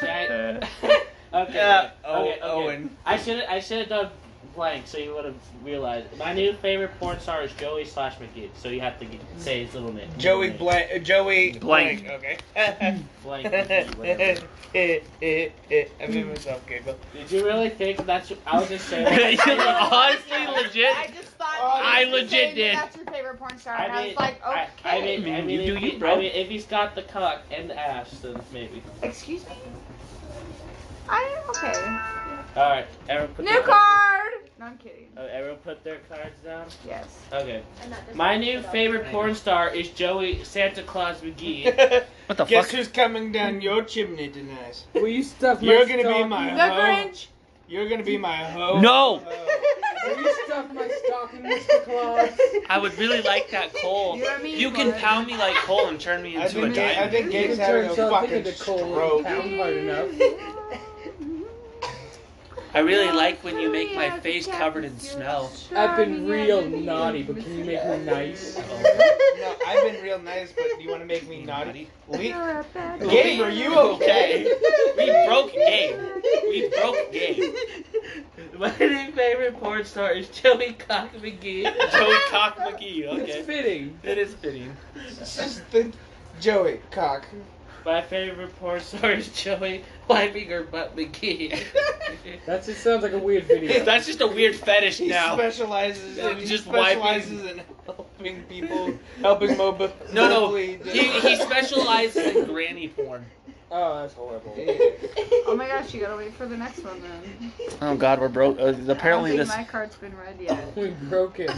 Speaker 8: Right?
Speaker 1: Uh,
Speaker 8: okay.
Speaker 2: Yeah, Oh,
Speaker 8: okay, okay.
Speaker 2: O- Owen.
Speaker 8: I should I should have done blank so you would have realized. My new favorite porn star is Joey slash McGee, so you have to get, say his little name.
Speaker 2: Joey
Speaker 8: Name.
Speaker 2: Blank. uh, Joey
Speaker 1: Blank.
Speaker 2: Okay.
Speaker 8: Blank. McGee, whatever.
Speaker 2: I made myself giggle.
Speaker 8: Did you really think that's? what- I was just saying.
Speaker 1: honestly,
Speaker 6: I
Speaker 1: legit.
Speaker 6: just thought.
Speaker 1: I
Speaker 6: you were
Speaker 1: legit
Speaker 6: saying that
Speaker 1: did.
Speaker 6: That's your favorite porn star,
Speaker 8: Oh, I
Speaker 6: and I
Speaker 8: mean-
Speaker 6: was like,
Speaker 8: I,
Speaker 6: okay.
Speaker 8: I mean, I
Speaker 1: You
Speaker 8: mean,
Speaker 1: do
Speaker 8: if
Speaker 1: you,
Speaker 8: he-
Speaker 1: bro.
Speaker 8: I mean, if he's got the cock and the ass, then maybe.
Speaker 6: Excuse me. I okay.
Speaker 8: All right, everyone put
Speaker 6: New
Speaker 8: their-
Speaker 6: card. No, I'm kidding.
Speaker 8: Oh, everyone put their cards down.
Speaker 6: Yes.
Speaker 8: Okay. My new favorite porn star is Joey Santa Claus McGee.
Speaker 1: What the
Speaker 2: Guess
Speaker 1: fuck?
Speaker 2: who's coming down your chimney tonight?
Speaker 4: Will you stuff my
Speaker 2: You're gonna be
Speaker 4: stocking-
Speaker 2: my
Speaker 6: The
Speaker 2: hoe.
Speaker 6: Grinch.
Speaker 2: You're gonna be my hoe.
Speaker 1: No.
Speaker 4: Will you stuff my stocking, Mr. Claus?
Speaker 1: I would really like that coal.
Speaker 6: You know what I mean?
Speaker 1: You can pound me like coal and turn me
Speaker 2: I
Speaker 1: into a
Speaker 2: think, I
Speaker 1: diamond.
Speaker 2: think
Speaker 4: You can
Speaker 2: Gabe's
Speaker 4: turn
Speaker 2: having a
Speaker 4: something
Speaker 2: fucking
Speaker 4: into coal and
Speaker 2: stroke.
Speaker 4: pound hard enough.
Speaker 1: I really like when you make my face covered in snow.
Speaker 4: I've been real naughty, but can you make me
Speaker 2: Oh,
Speaker 4: nice?
Speaker 2: No, I've been real nice, but do you want to make me naughty? Le-
Speaker 6: You're a bad
Speaker 2: Gabe, are you okay?
Speaker 1: We broke Gabe. We broke Gabe.
Speaker 8: My new favorite porn star is Joey Cock McGee.
Speaker 1: Joey Cock McGee.
Speaker 4: It's
Speaker 1: Okay.
Speaker 4: fitting.
Speaker 1: It is fitting.
Speaker 2: It's just the Joey cock.
Speaker 8: My favorite porn star is Joey wiping her butt McGee.
Speaker 4: That just sounds like a weird video.
Speaker 1: That's just a weird fetish
Speaker 2: He
Speaker 1: now.
Speaker 2: specializes. In, he
Speaker 1: Just wiping-
Speaker 2: specializes in helping people, helping Moba.
Speaker 1: No, no. He,
Speaker 2: Mobley do-
Speaker 1: he specializes in granny porn.
Speaker 4: Oh, that's horrible.
Speaker 6: Oh my gosh, you gotta wait for the next one then.
Speaker 1: Oh God, we're broke. Uh,
Speaker 6: I don't think my card's been read yet.
Speaker 4: We broke him.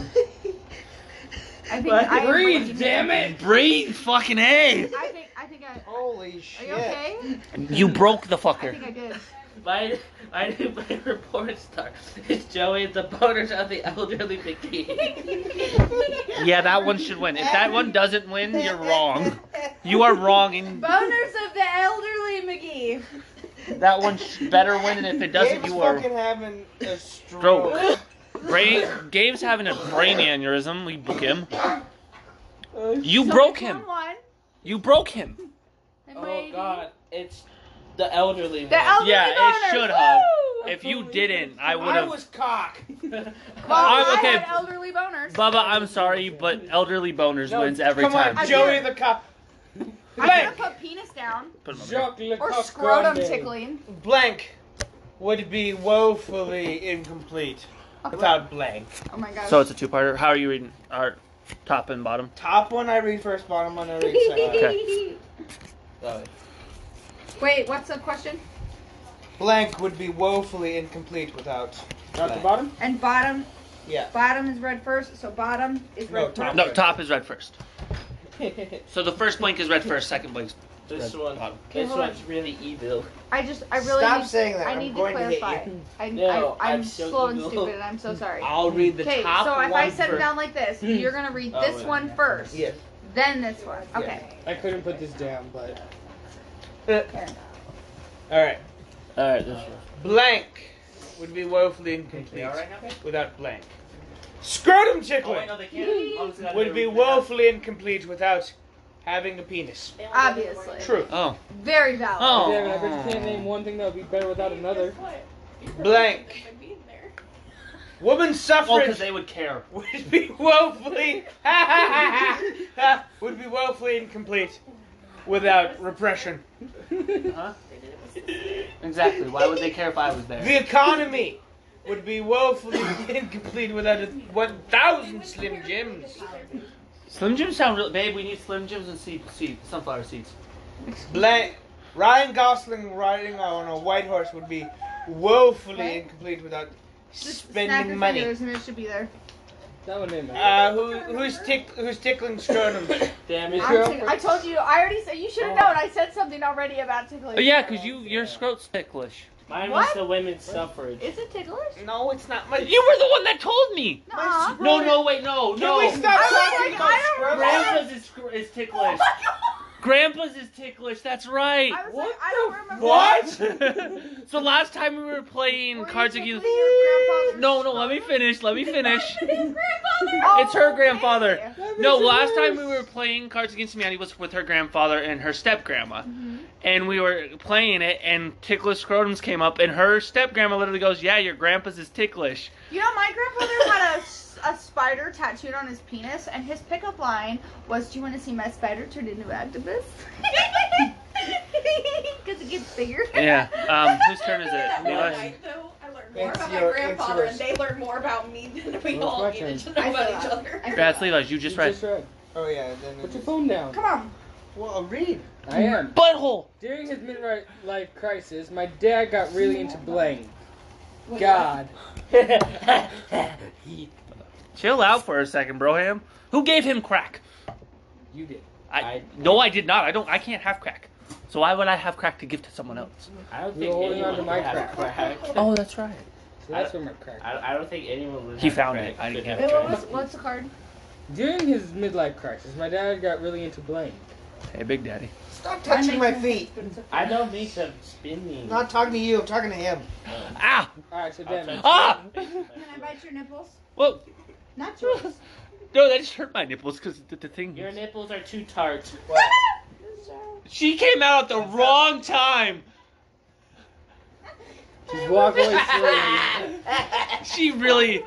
Speaker 6: I think I am
Speaker 4: Breathe,
Speaker 6: reading-
Speaker 4: damn it!
Speaker 1: breathe, fucking a.
Speaker 6: I think I think I.
Speaker 2: Holy
Speaker 6: Are
Speaker 2: shit!
Speaker 6: you okay?
Speaker 1: You broke the
Speaker 6: I think
Speaker 1: fucker.
Speaker 6: I did.
Speaker 8: my, my new favorite porn star is Joey the boner of the elderly McGee.
Speaker 1: Yeah, that one should win. If that one doesn't win, you're wrong. You are wrong, and
Speaker 5: Boners of the elderly McGee.
Speaker 1: that one sh- better win. And if it doesn't,
Speaker 2: Gabe's
Speaker 1: you are
Speaker 2: fucking having a stroke.
Speaker 1: broke. Brain, Gabe's having a brain aneurysm. We book him.
Speaker 4: Oh,
Speaker 1: You broke him.
Speaker 5: One.
Speaker 1: You broke him.
Speaker 8: oh God, it's the elderly
Speaker 5: The
Speaker 8: one.
Speaker 5: elderly
Speaker 1: Yeah,
Speaker 5: boners.
Speaker 1: it should have.
Speaker 5: Woo!
Speaker 1: If you didn't, I would
Speaker 2: I
Speaker 1: have.
Speaker 2: was cock.
Speaker 5: Well,
Speaker 1: I'm
Speaker 5: I
Speaker 1: okay.
Speaker 5: had elderly boners.
Speaker 1: Bubba, I'm sorry, but elderly boners
Speaker 2: No,
Speaker 1: wins every
Speaker 2: Come
Speaker 1: time.
Speaker 2: on,
Speaker 5: I
Speaker 2: Joey
Speaker 5: did.
Speaker 2: the cock.
Speaker 5: I'm
Speaker 2: Blank,
Speaker 5: gonna put penis down
Speaker 1: Put him up there.
Speaker 4: Jacques Lecoq
Speaker 5: or scrotum
Speaker 4: Grande.
Speaker 5: tickling.
Speaker 2: blank would be woefully incomplete without blank.
Speaker 5: Oh my gosh.
Speaker 1: So it's a two-parter. How are you reading? Our top and bottom.
Speaker 2: Top one I read first, bottom one I read second.
Speaker 1: Okay.
Speaker 2: Sorry.
Speaker 5: Wait, what's the question?
Speaker 2: Blank would be woefully incomplete without.
Speaker 4: Not the bottom?
Speaker 5: And bottom.
Speaker 2: Yeah.
Speaker 5: Bottom is red first, so bottom is
Speaker 2: No,
Speaker 5: red
Speaker 2: top.
Speaker 5: first.
Speaker 1: No, top is red first.
Speaker 8: this
Speaker 1: So the first blank is red first. Second blank's red
Speaker 8: one,
Speaker 1: bottom.
Speaker 8: this
Speaker 5: hold on.
Speaker 8: one's really evil.
Speaker 5: I just, I really
Speaker 2: Stop
Speaker 5: need,
Speaker 2: saying that.
Speaker 5: I
Speaker 2: I'm
Speaker 5: need to
Speaker 2: going to hit
Speaker 5: clarify.
Speaker 2: you.
Speaker 5: I,
Speaker 8: No,
Speaker 5: I, I'm
Speaker 8: I'm so
Speaker 5: slow and
Speaker 8: evil.
Speaker 5: stupid, and I'm so sorry.
Speaker 2: I'll read the
Speaker 5: Mm. Okay,
Speaker 2: top
Speaker 5: so if I
Speaker 2: one
Speaker 5: set it
Speaker 2: first.
Speaker 5: down like this,
Speaker 1: Hmm.
Speaker 5: you're gonna read
Speaker 8: Oh,
Speaker 5: this
Speaker 8: yeah.
Speaker 5: one first,
Speaker 2: Yes.
Speaker 5: then this one. Okay.
Speaker 4: I couldn't put this down, but
Speaker 2: All right.
Speaker 8: All right, this one.
Speaker 2: Blank would be woefully incomplete
Speaker 8: now?
Speaker 2: without blank. Scrotum
Speaker 8: Oh, wait,
Speaker 2: tickling
Speaker 8: no, they can't.
Speaker 2: would be woefully incomplete without having a penis.
Speaker 5: Obviously.
Speaker 2: True.
Speaker 1: Oh.
Speaker 5: Very valid.
Speaker 1: Oh.
Speaker 4: damn it, I bet you can't name one thing that would be better without another.
Speaker 2: Blank.
Speaker 1: Oh,
Speaker 2: Woman
Speaker 1: because
Speaker 2: suffrage
Speaker 1: they would care.
Speaker 2: would be woefully would be woefully incomplete without repression.
Speaker 1: Exactly. Why would they care if I was there?
Speaker 2: The economy would be woefully incomplete without a 1,000 Slim Jims.
Speaker 1: Slim Jims sound real. Babe, we need Slim Jims and seed, seed, sunflower seeds.
Speaker 2: Blank. Ryan Gosling riding on a white horse would be woefully incomplete without
Speaker 5: Just snap your
Speaker 2: spending money.
Speaker 5: fingers and it should be there.
Speaker 4: That one didn't matter.
Speaker 2: Uh, who, who's tick, who's tickling scrotum?
Speaker 8: Damn it.
Speaker 4: Girl.
Speaker 3: I'm tick- I told you. I already said you should have known. I said something already about tickling.
Speaker 1: Oh, yeah, because you, your scrote's ticklish.
Speaker 8: Mine
Speaker 3: What?
Speaker 8: was the women's suffrage.
Speaker 3: Is it ticklish?
Speaker 2: no, it's not my.
Speaker 1: You were the one that told me!
Speaker 3: Nuh-uh.
Speaker 1: No, no, wait, no, no.
Speaker 2: Can we stop
Speaker 3: I was
Speaker 2: talking
Speaker 3: like,
Speaker 2: about
Speaker 3: I don't
Speaker 2: scrotum?
Speaker 1: Grandpa's is, is
Speaker 3: Oh
Speaker 1: ticklish. Grandpa's is ticklish, that's right.
Speaker 3: I was like, I don't remember.
Speaker 2: What?
Speaker 1: so last time we were playing
Speaker 3: Were
Speaker 1: Cards
Speaker 3: you
Speaker 1: Against.
Speaker 3: tickling your grandfather's
Speaker 1: No, no, let me finish, let me finish.
Speaker 3: Oh,
Speaker 1: It's her
Speaker 3: okay.
Speaker 1: grandfather. No, last time we were playing Cards Against Humanity was with her grandfather and her step grandma. And we were playing it, and ticklish scrotums came up, and her step grandma literally goes, Yeah, your grandpa's is ticklish.
Speaker 3: You know, my grandfather had a, s- a spider tattooed on his penis, and his pickup line was, "Do you want to see my spider turn into octopus?" Because it gets bigger.
Speaker 1: Yeah, um, whose turn is it?
Speaker 6: That one
Speaker 1: Levi's?
Speaker 6: night, though, I learned more
Speaker 4: It's
Speaker 6: about
Speaker 4: your-
Speaker 6: my
Speaker 4: it's
Speaker 6: grandfather,
Speaker 4: yours.
Speaker 6: and they learned more about me than
Speaker 4: Well,
Speaker 6: we
Speaker 4: it's
Speaker 6: all
Speaker 4: my
Speaker 6: needed to
Speaker 4: turn.
Speaker 6: know
Speaker 3: I
Speaker 6: about
Speaker 3: feel
Speaker 6: each
Speaker 3: that.
Speaker 6: other.
Speaker 3: I feel
Speaker 1: That's
Speaker 3: that.
Speaker 1: Levi's, you just
Speaker 4: You
Speaker 1: read.
Speaker 4: just read.
Speaker 2: Oh yeah, then.
Speaker 4: Put your phone down.
Speaker 3: Come on.
Speaker 2: Well, read.
Speaker 4: I am.
Speaker 1: Butthole!
Speaker 4: During his midlife crisis, my dad got really into blank. God.
Speaker 1: Chill out for a second, Broham. Who gave him crack?
Speaker 4: You did.
Speaker 1: I,
Speaker 8: I-
Speaker 1: no, I did not. I don't. I can't have crack. So why would I have crack to give to someone else?
Speaker 8: I don't
Speaker 4: You're
Speaker 8: think
Speaker 4: holding
Speaker 8: anyone
Speaker 4: onto
Speaker 8: would
Speaker 4: my
Speaker 8: have crack.
Speaker 1: Oh, that's right.
Speaker 4: So that's where my crack.
Speaker 8: I, I don't think anyone would
Speaker 1: He
Speaker 8: have
Speaker 1: found
Speaker 8: crack.
Speaker 1: it. I didn't get
Speaker 8: Could
Speaker 3: Wait,
Speaker 8: have
Speaker 3: what
Speaker 8: crack.
Speaker 3: was, what's the card?
Speaker 4: During his midlife crisis, my dad got really into blank.
Speaker 1: Hey, Big Daddy.
Speaker 2: Stop touching my feet.
Speaker 8: I don't mean to spin me.
Speaker 2: Not talking to you. I'm talking to him.
Speaker 1: Ah!
Speaker 4: Alright, so
Speaker 8: I'll
Speaker 4: damage.
Speaker 8: touch
Speaker 1: Ah!
Speaker 8: you.
Speaker 5: Can I bite your nipples?
Speaker 1: Whoa!
Speaker 5: Not yours.
Speaker 1: No, that just hurt my nipples because the, the thing.
Speaker 8: Your nipples are too tart.
Speaker 1: She came out at the wrong time.
Speaker 4: Just walk away slowly.
Speaker 1: She really.
Speaker 5: Do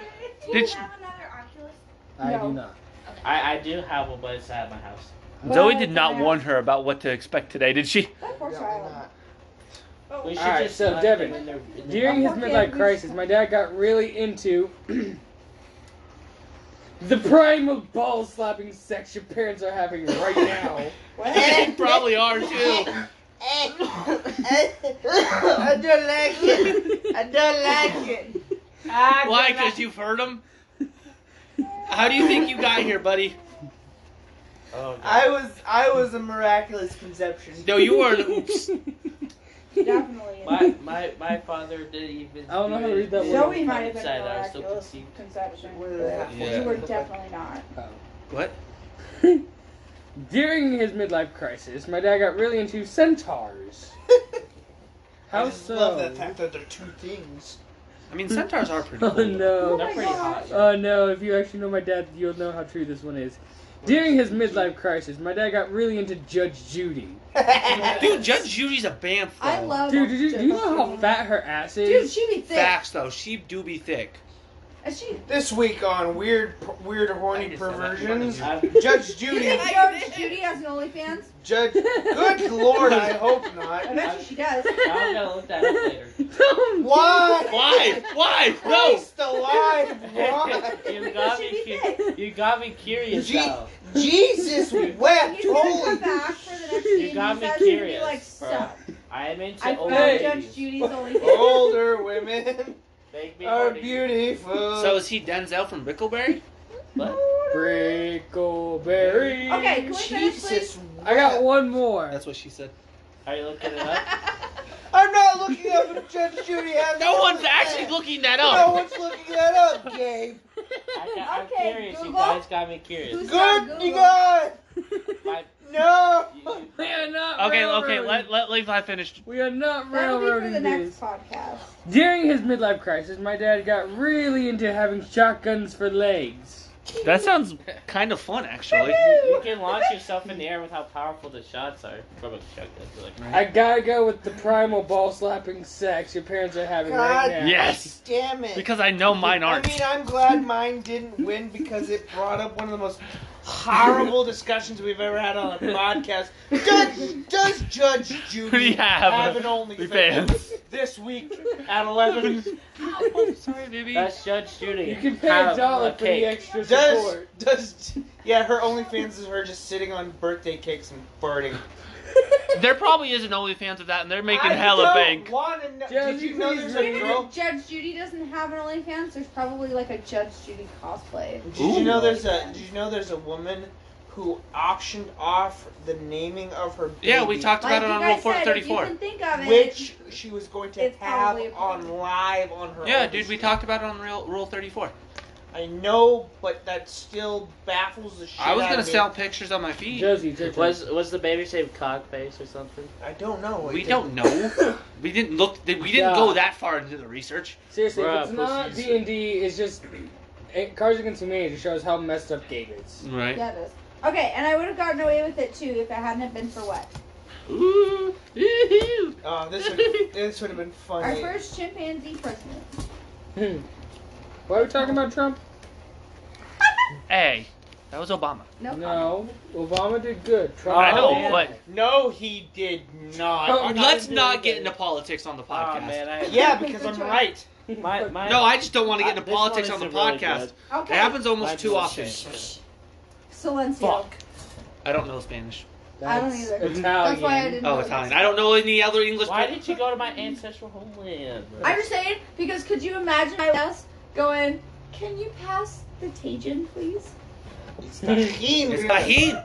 Speaker 5: you
Speaker 1: Did she-
Speaker 5: have another Oculus?
Speaker 4: I
Speaker 3: No.
Speaker 4: do not.
Speaker 8: I, I do have one, but it's at my house.
Speaker 1: Zoe did not warn her about what to expect today, did she?
Speaker 3: That poor
Speaker 2: No,
Speaker 3: child.
Speaker 2: not.
Speaker 8: We should
Speaker 4: Alright,
Speaker 8: just
Speaker 4: so
Speaker 8: let
Speaker 4: Devin,
Speaker 8: them in their- in their
Speaker 4: During his
Speaker 3: Okay,
Speaker 4: midlife
Speaker 3: we-
Speaker 4: crisis, my dad got really into the primal ball slapping sex your parents are having right now.
Speaker 1: They probably are too.
Speaker 2: I don't like it. I don't like it. I don't
Speaker 1: Why?
Speaker 2: like-
Speaker 1: Because you've heard them. How do you think you got here, buddy? Uh,
Speaker 8: Oh, God.
Speaker 2: I was I was a miraculous conception.
Speaker 1: No, Oh, you were. the- Oops.
Speaker 3: Definitely.
Speaker 8: my, my, my father didn't even.
Speaker 4: I don't know
Speaker 8: do
Speaker 4: how to
Speaker 8: it.
Speaker 4: read that word.
Speaker 3: Zoe might have been
Speaker 8: Inside, I
Speaker 3: a
Speaker 8: still
Speaker 3: miraculous
Speaker 8: conceived.
Speaker 3: conception.
Speaker 2: Where the heck
Speaker 8: Yeah.
Speaker 3: You were
Speaker 2: was it?
Speaker 3: definitely not.
Speaker 1: What?
Speaker 4: During his midlife crisis, my dad got really into centaurs. How
Speaker 2: I just
Speaker 4: so?
Speaker 2: love the fact that they're two things.
Speaker 1: I mean, centaurs are pretty
Speaker 4: Oh
Speaker 1: cool.
Speaker 4: no.
Speaker 8: They're pretty hot.
Speaker 4: Oh no, if you actually know my dad, you'll know how true this one is. During his midlife crisis, my dad got really into Judge Judy.
Speaker 1: Dude, Judge Judy's a bamf.
Speaker 5: I
Speaker 1: though.
Speaker 5: love
Speaker 4: Dude, did you, do you know how fat her ass
Speaker 5: Dude,
Speaker 4: is?
Speaker 5: she be thick.
Speaker 1: Facts though, she do be thick.
Speaker 5: And she
Speaker 2: This week on weird weird
Speaker 1: I
Speaker 2: horny
Speaker 1: just said that in front of
Speaker 2: perversions,
Speaker 1: you.
Speaker 8: I've-
Speaker 2: Judge
Speaker 5: You
Speaker 2: Judy,
Speaker 5: think Judge Judy has an OnlyFans?
Speaker 2: Judge. Good lord, I hope
Speaker 5: I
Speaker 2: not.
Speaker 5: bet you she does.
Speaker 8: I'm gonna look that up later.
Speaker 4: Don't
Speaker 2: Why?
Speaker 1: Why? Why? No.
Speaker 2: Christ alive! Why?
Speaker 8: You got
Speaker 5: She
Speaker 8: me.
Speaker 5: be
Speaker 8: Cu-
Speaker 5: thick.
Speaker 8: you got me curious
Speaker 2: Gee.
Speaker 8: though.
Speaker 2: Jesus wept!
Speaker 5: He's gonna
Speaker 2: Holy
Speaker 5: come back for the next
Speaker 4: You
Speaker 5: scene.
Speaker 8: got me
Speaker 5: He says he'd be
Speaker 8: curious,
Speaker 5: like,
Speaker 8: bro.
Speaker 5: "Suck."
Speaker 8: I am into
Speaker 5: I
Speaker 8: old
Speaker 5: found
Speaker 8: ladies.
Speaker 5: Judge Judy's OnlyFans.
Speaker 2: older women
Speaker 8: Make me
Speaker 2: are
Speaker 8: horny.
Speaker 2: beautiful.
Speaker 1: So is he Denzel from Brickleberry?
Speaker 4: Brickleberry.
Speaker 5: Okay, can we finish, please?
Speaker 2: Jesus,
Speaker 4: I got
Speaker 2: wept.
Speaker 4: one more.
Speaker 1: what she said.
Speaker 8: Are you looking it up?
Speaker 2: I'm not looking up if Judge Judy has.
Speaker 1: No
Speaker 2: an
Speaker 1: one's
Speaker 2: OnlyFans.
Speaker 1: actually looking that
Speaker 2: No
Speaker 1: up.
Speaker 2: one's looking that up, Gabe.
Speaker 8: I got, I'm
Speaker 5: Okay,
Speaker 8: curious. You
Speaker 5: Google.
Speaker 8: guys got me curious.
Speaker 5: Who's-
Speaker 2: Good
Speaker 5: Google.
Speaker 2: God!
Speaker 8: My,
Speaker 2: No.
Speaker 8: you, you,
Speaker 4: We are not
Speaker 1: Okay, okay,
Speaker 4: railroading.
Speaker 1: let let Levi finish.
Speaker 4: We are not
Speaker 5: That'll be for
Speaker 4: railroading
Speaker 5: the next
Speaker 4: this.
Speaker 5: podcast.
Speaker 4: During his midlife crisis, my dad got really into having shotguns for legs.
Speaker 1: That sounds kind of fun, actually.
Speaker 8: you can launch yourself in the air with how powerful the shots are from a shotgun. You're like,
Speaker 4: I gotta go with the primal ball slapping sex your parents are having
Speaker 2: God.
Speaker 4: right now.
Speaker 1: Yes,
Speaker 2: Damn it.
Speaker 1: because I know mine aren't.
Speaker 2: I mean, I'm glad mine didn't win because it brought up one of the most horrible discussions we've ever had on a podcast. Judge, does Judge
Speaker 1: Who do
Speaker 2: Judy
Speaker 1: you have?
Speaker 2: have an OnlyFans
Speaker 1: Fans.
Speaker 2: this week at 11?
Speaker 1: Sorry, baby.
Speaker 8: That's Judge Judy.
Speaker 4: You can pay
Speaker 8: Have
Speaker 4: a dollar for
Speaker 8: cake.
Speaker 4: the extra
Speaker 2: Does
Speaker 4: support.
Speaker 2: does yeah? Her OnlyFans is her just sitting on birthday cakes and farting.
Speaker 1: There probably is an OnlyFans of that, and they're making
Speaker 2: I
Speaker 1: hella
Speaker 2: don't
Speaker 1: bank.
Speaker 2: wanna know-
Speaker 4: Jen,
Speaker 2: Did you know
Speaker 4: please
Speaker 2: there's a
Speaker 4: read.
Speaker 2: girl?
Speaker 5: Judge Judy doesn't have an OnlyFans. There's probably like a Judge Judy cosplay.
Speaker 2: Did you know there's a? Did you know there's a woman who optioned off the naming of her? Baby,
Speaker 1: Yeah, we talked
Speaker 5: Like
Speaker 1: about it
Speaker 5: you
Speaker 1: on Rule
Speaker 5: guys said, if you
Speaker 1: 434.
Speaker 5: can think of it.
Speaker 2: Which she was going to
Speaker 5: It's
Speaker 2: have
Speaker 5: probably a
Speaker 2: on
Speaker 5: porn.
Speaker 2: live on her.
Speaker 1: Yeah,
Speaker 2: own.
Speaker 1: dude, we talked about it on Real, Rule 34.
Speaker 2: I know, but that still baffles the shit.
Speaker 1: I was
Speaker 2: out
Speaker 1: gonna
Speaker 2: of me.
Speaker 1: sell pictures on my feed.
Speaker 4: Josie, it's your turn.
Speaker 8: Was was the baby's name Cogface or something?
Speaker 2: I don't know.
Speaker 1: We don't know. We didn't look. We didn't
Speaker 4: Yeah.
Speaker 1: go that far into the research.
Speaker 4: Seriously,
Speaker 8: Bruh,
Speaker 4: if it's not
Speaker 8: pussies.
Speaker 4: D and D, it's just it, Cards Against Humanity just shows how messed up game is.
Speaker 1: Right.
Speaker 5: Yeah, it is. Okay, and I would have gotten away with it too if it hadn't have been for what?
Speaker 1: Ooh. Ooh.
Speaker 2: Uh, this would, this would have been
Speaker 5: Our
Speaker 2: funny.
Speaker 5: first chimpanzee president.
Speaker 4: Hmm. Why are we talking about Trump?
Speaker 1: Hey, that was Obama.
Speaker 5: No.
Speaker 4: No, Obama did good. Trump
Speaker 1: I know,
Speaker 4: did
Speaker 1: but
Speaker 2: Oh, No, he did not.
Speaker 4: Oh,
Speaker 1: let's
Speaker 4: I'm
Speaker 1: not
Speaker 4: doing
Speaker 1: get
Speaker 4: good.
Speaker 1: into politics on the
Speaker 8: Aw,
Speaker 1: podcast.
Speaker 8: Ah, man, I,
Speaker 2: Yeah, because I'm right.
Speaker 8: my, my,
Speaker 1: no, I just don't want to get
Speaker 8: I-
Speaker 1: into
Speaker 8: this one
Speaker 1: politics on the
Speaker 8: isn't really
Speaker 1: podcast.
Speaker 8: good.
Speaker 1: It
Speaker 5: Okay.
Speaker 1: happens almost
Speaker 8: Mine's
Speaker 1: too
Speaker 8: really
Speaker 1: often.
Speaker 8: shit.
Speaker 5: Silencio.
Speaker 1: I don't know Spanish.
Speaker 5: I don't either.
Speaker 4: That's Italian.
Speaker 5: That's why I didn't.
Speaker 1: Oh,
Speaker 5: know
Speaker 1: Italian.
Speaker 5: that.
Speaker 1: I don't know any other English.
Speaker 8: Why
Speaker 1: pe-
Speaker 8: did you go to my ancestral homeland?
Speaker 5: I'm just saying because could you imagine us going? Can you pass the Tajin, please?
Speaker 2: It's Tahim.
Speaker 1: It's Tahim.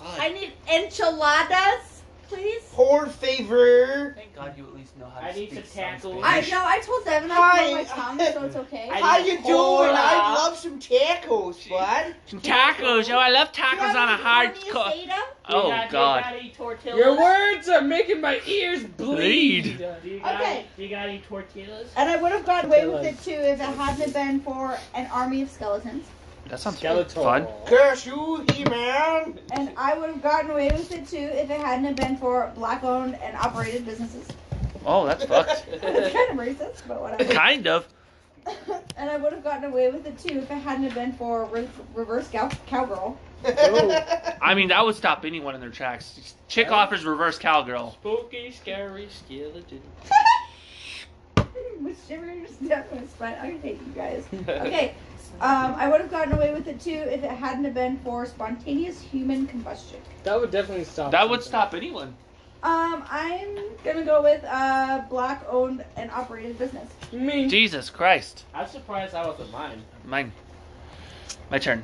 Speaker 5: I
Speaker 1: God.
Speaker 5: need enchiladas, please.
Speaker 2: Poor favor.
Speaker 1: Thank God you at least know how
Speaker 8: I need to
Speaker 1: speak some
Speaker 8: tackle-
Speaker 1: Spanish.
Speaker 5: I know. I told Devin I
Speaker 2: Hi.
Speaker 5: can hold my tongue, so it's okay.
Speaker 8: I-
Speaker 2: How you doing?
Speaker 8: Hola.
Speaker 2: I'd love some tacos, bud.
Speaker 1: Some tacos. Oh, I love tacos on a hard. Co-
Speaker 8: Do you
Speaker 1: oh
Speaker 8: got- do
Speaker 1: God.
Speaker 8: you got any tortillas?
Speaker 4: Your words are making my ears bleed.
Speaker 8: Do you got,
Speaker 5: Okay. Uh,
Speaker 8: Do you got any tortillas?
Speaker 5: And I would have gotten away with it too if it hadn't been for an army of skeletons.
Speaker 1: That sounds
Speaker 4: Skeletor.
Speaker 1: fun.
Speaker 2: Curse you, he man.
Speaker 5: And I would have gotten away with it too if it hadn't been for black owned and operated businesses.
Speaker 1: Oh, that's fucked.
Speaker 5: It's kind of racist, but whatever.
Speaker 1: kind of.
Speaker 5: and I would have gotten away with it too if it hadn't been for re- reverse cow- cowgirl.
Speaker 1: I mean, that would stop anyone in their tracks. Chick offers reverse cowgirl.
Speaker 8: Spooky, scary skeleton.
Speaker 5: With shivers down my spine. I hate you guys. Okay. Um, I would have gotten away with it too if it hadn't have been for spontaneous human combustion.
Speaker 4: That would definitely stop.
Speaker 1: That would
Speaker 4: something.
Speaker 1: stop anyone.
Speaker 5: Um, I'm gonna go with uh, black owned and operated business.
Speaker 4: me.
Speaker 1: Jesus Christ.
Speaker 8: I'm surprised I wasn't mine.
Speaker 1: Mine. My turn.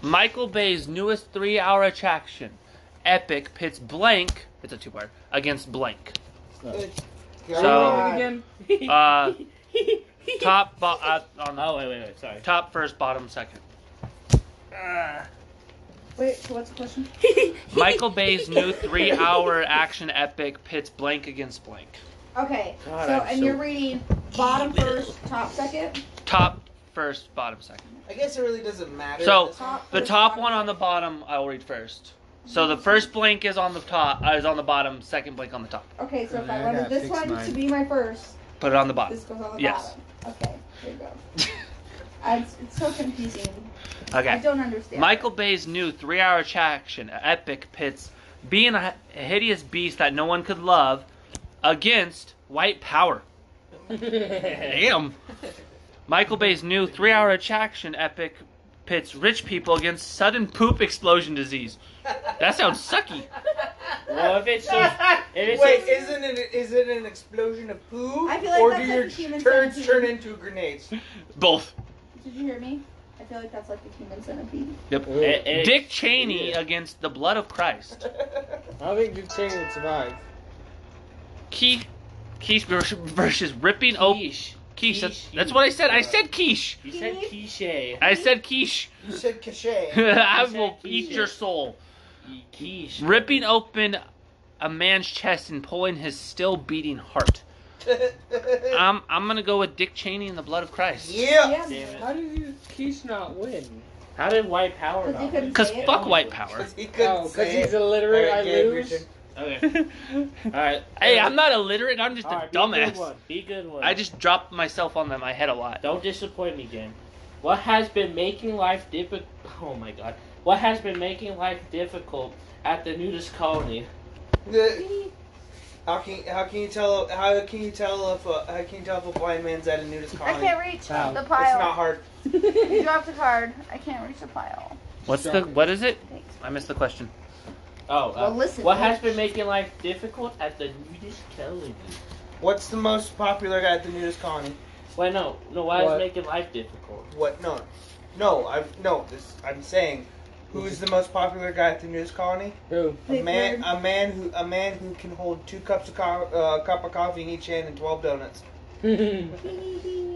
Speaker 1: Michael Bay's newest three hour attraction, Epic, pits blank, it's a two part, against blank.
Speaker 4: Roll it
Speaker 1: So,
Speaker 4: again.
Speaker 1: uh, top, bo- uh, on
Speaker 8: Oh wait, wait, wait. Sorry.
Speaker 1: top first, bottom second.
Speaker 5: Wait, so what's the question?
Speaker 1: Michael Bay's new three hour action epic pits blank against blank.
Speaker 5: Okay,
Speaker 8: God,
Speaker 5: so
Speaker 8: I'm
Speaker 5: and
Speaker 8: so
Speaker 5: you're reading bottom first, top second,
Speaker 1: Top first, bottom second.
Speaker 2: I guess it really doesn't matter.
Speaker 1: So-
Speaker 2: This-
Speaker 5: top.
Speaker 1: The
Speaker 5: first,
Speaker 1: top
Speaker 5: bottom-
Speaker 1: one on the bottom, I will read first. So the first blank is on the top, uh, is on the bottom. Second blank on the top.
Speaker 5: Okay, so if
Speaker 9: Yeah,
Speaker 5: I
Speaker 9: I
Speaker 5: wanted
Speaker 9: gotta
Speaker 5: this
Speaker 9: fix
Speaker 5: one to
Speaker 9: mine.
Speaker 5: be my first,
Speaker 1: Put it on the bottom.
Speaker 5: this goes on the
Speaker 1: Yes.
Speaker 5: bottom. Okay, there you go. I, it's it's so confusing. I
Speaker 1: Okay.
Speaker 5: don't understand.
Speaker 1: Michael Bay's new three-hour attraction, Epic, pits being a h- hideous beast that no one could love against white power. Damn. Michael Bay's new three-hour attraction, Epic, pits rich people against sudden poop explosion disease. That sounds sucky.
Speaker 8: Well, if it's
Speaker 2: uh,
Speaker 8: just, if it's
Speaker 2: Wait,
Speaker 8: just-
Speaker 2: isn't it is it an explosion of poo?
Speaker 5: I feel like
Speaker 2: or
Speaker 5: that's
Speaker 2: do
Speaker 5: like
Speaker 2: your
Speaker 5: a human
Speaker 2: turds
Speaker 5: centipede.
Speaker 2: turn into grenades?
Speaker 1: Both.
Speaker 5: Did you hear me? I feel like that's like the human centipede.
Speaker 1: Yep.
Speaker 4: Ooh.
Speaker 8: Eh, eh,
Speaker 1: Dick Cheney
Speaker 8: yeah.
Speaker 1: against the blood of Christ.
Speaker 4: I don't think Dick Cheney would survive.
Speaker 1: Key, Quiche versus, versus ripping open.
Speaker 8: Quiche.
Speaker 1: Quiche.
Speaker 8: Quiche.
Speaker 1: That's, that's what I said. I said quiche.
Speaker 8: You said quiche.
Speaker 1: I said quiche.
Speaker 2: you said cachet.
Speaker 1: I
Speaker 8: said
Speaker 1: will
Speaker 8: quiche.
Speaker 1: eat your soul.
Speaker 8: Quiche.
Speaker 1: Ripping open a man's chest and pulling his still beating heart. I'm I'm gonna go with Dick Cheney and the blood of Christ.
Speaker 2: yeah.
Speaker 8: Damn it.
Speaker 4: How did you Keish not win?
Speaker 8: How did white power
Speaker 5: Because
Speaker 8: not
Speaker 5: they couldn't
Speaker 8: win?
Speaker 1: Cause
Speaker 5: say it.
Speaker 1: fuck white power.
Speaker 2: He couldn't
Speaker 4: Oh, because
Speaker 2: say
Speaker 4: he's
Speaker 2: it.
Speaker 4: illiterate,
Speaker 2: All
Speaker 4: I
Speaker 2: right, Gabe, your
Speaker 4: lose.
Speaker 2: turn.
Speaker 8: Okay.
Speaker 1: hey,
Speaker 8: Alright.
Speaker 1: I'm not illiterate. I'm just a
Speaker 8: Alright, be good
Speaker 1: dumbass.
Speaker 8: one, Be good one.
Speaker 1: I just dropped myself on my head a lot.
Speaker 8: Don't disappoint me, game. What has been making life difficult? Oh my god. What has been making life difficult at the nudist colony?
Speaker 2: The- How can how can you tell how can you tell if a, how can you tell if a blind man's at a nudist
Speaker 3: I
Speaker 2: colony?
Speaker 3: can't reach
Speaker 4: Wow.
Speaker 3: the
Speaker 2: It's not
Speaker 3: pile.
Speaker 2: hard.
Speaker 3: You dropped a card. I can't reach the pile.
Speaker 1: What's the
Speaker 4: Stop it.
Speaker 1: what is it?
Speaker 3: Thanks.
Speaker 1: I missed the question.
Speaker 8: Oh, uh,
Speaker 5: Well, listen,
Speaker 8: what has been making life difficult at the nudist colony?
Speaker 2: What's the most popular guy at the nudist colony?
Speaker 8: Wait, no, no. Why
Speaker 4: What?
Speaker 8: is making life difficult?
Speaker 2: What? No, no. I've no. This I'm saying. Who's the most popular guy at the nudist colony?
Speaker 4: Who?
Speaker 2: A man, a man who, a man who can hold two cups of co- uh, cup of coffee in each hand and twelve donuts.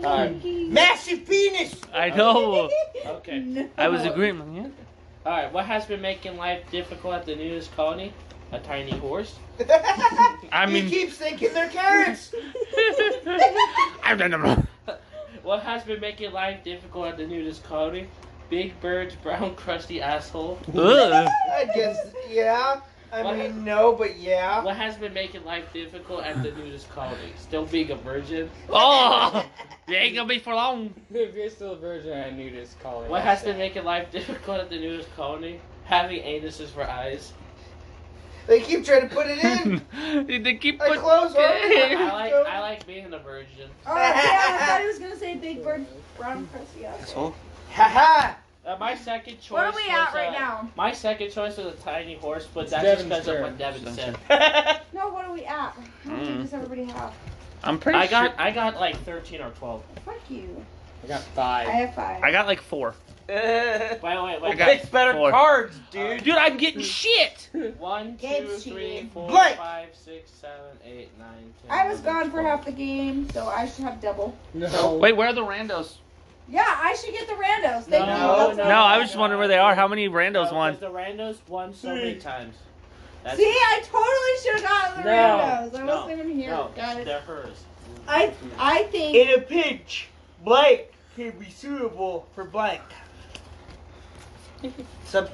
Speaker 4: Ah.
Speaker 2: Massive penis.
Speaker 1: I know.
Speaker 8: Okay.
Speaker 1: Oh. I was agreeing. with you.
Speaker 8: All right. What has been making life difficult at the nudist colony? A tiny horse.
Speaker 1: I mean,
Speaker 2: he keeps thinking they're carrots.
Speaker 1: I've done them wrong.
Speaker 8: What has been making life difficult at the nudist colony? Big Bird's brown crusty asshole.
Speaker 1: Ugh.
Speaker 2: I guess. Yeah. I
Speaker 8: What?
Speaker 2: mean, no, but yeah.
Speaker 8: What has been making life difficult at the nudist colony? Still being a virgin.
Speaker 1: Oh, they ain't gonna be for long.
Speaker 4: if you're still a virgin, I knew this calling.
Speaker 8: What has been making life difficult at the nudist colony? Having anuses for eyes.
Speaker 2: They keep trying to put it in.
Speaker 1: they keep
Speaker 2: I
Speaker 1: put-
Speaker 2: close
Speaker 8: I
Speaker 2: up.
Speaker 8: like I like being a virgin.
Speaker 5: Oh, yeah, I thought he was gonna say Big Bird Brown Crusty.
Speaker 2: Asshole. Ha ha.
Speaker 8: Uh, my second choice.
Speaker 5: What are we at
Speaker 8: was,
Speaker 5: right
Speaker 8: uh,
Speaker 5: now?
Speaker 8: My second choice was a tiny horse, but
Speaker 4: It's
Speaker 8: that's
Speaker 4: Devin's
Speaker 8: just because of
Speaker 4: turn.
Speaker 8: what Devin said.
Speaker 5: No, what are we at? How much
Speaker 1: Mm.
Speaker 5: does everybody have?
Speaker 1: I'm pretty
Speaker 8: I
Speaker 1: sure.
Speaker 8: got I got like thirteen or twelve.
Speaker 5: Fuck you.
Speaker 4: I got
Speaker 5: I
Speaker 4: five.
Speaker 5: have five.
Speaker 1: I got like four.
Speaker 2: Uh,
Speaker 8: Wait, wait,
Speaker 1: I
Speaker 8: wait.
Speaker 1: got
Speaker 2: it's better
Speaker 1: four.
Speaker 2: cards, dude.
Speaker 1: Dude, I'm getting shit.
Speaker 8: One, two,
Speaker 5: Gabe's
Speaker 8: three,
Speaker 5: cheating.
Speaker 8: four,
Speaker 2: Blake!
Speaker 8: five, six, seven, eight, nine, ten.
Speaker 5: I was gone for
Speaker 8: 12.
Speaker 5: half the game, so I should have double.
Speaker 4: No.
Speaker 1: Wait, where are the randos?
Speaker 5: Yeah, I should get the randos. Thank you.
Speaker 8: No,
Speaker 5: That's
Speaker 1: No,
Speaker 5: what-
Speaker 1: I was just wondering where they are. How many randos
Speaker 8: No,
Speaker 1: won?
Speaker 8: 'cause The randos won so many times. That's
Speaker 5: See, I totally should have gotten the
Speaker 4: No,
Speaker 5: randos. I
Speaker 8: no,
Speaker 5: wasn't even here.
Speaker 8: no,
Speaker 5: Got it.
Speaker 8: they're hers.
Speaker 5: I I think
Speaker 2: In a pinch, blank can be suitable for blank. Sub,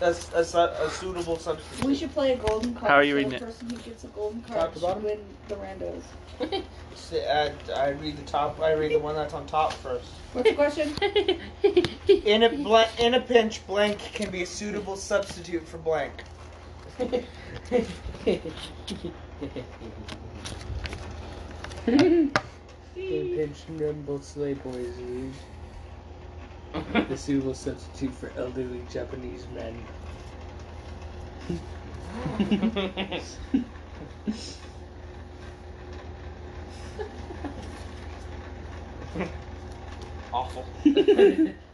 Speaker 2: a, a, a, a suitable substitute.
Speaker 5: we should play a golden card.
Speaker 1: How are you
Speaker 5: so
Speaker 1: reading
Speaker 5: the
Speaker 1: it?
Speaker 5: person who gets a golden
Speaker 4: Top
Speaker 5: card
Speaker 4: to
Speaker 5: should
Speaker 4: bottom?
Speaker 5: win the randos.
Speaker 2: S- I, I read the top. I read the one that's on top first.
Speaker 5: What's the question?
Speaker 2: In a bl- in a pinch, blank can be a suitable substitute for blank.
Speaker 4: They pinch nimble sleigh boys leave. The suitable substitute for elderly Japanese men.
Speaker 2: Awful.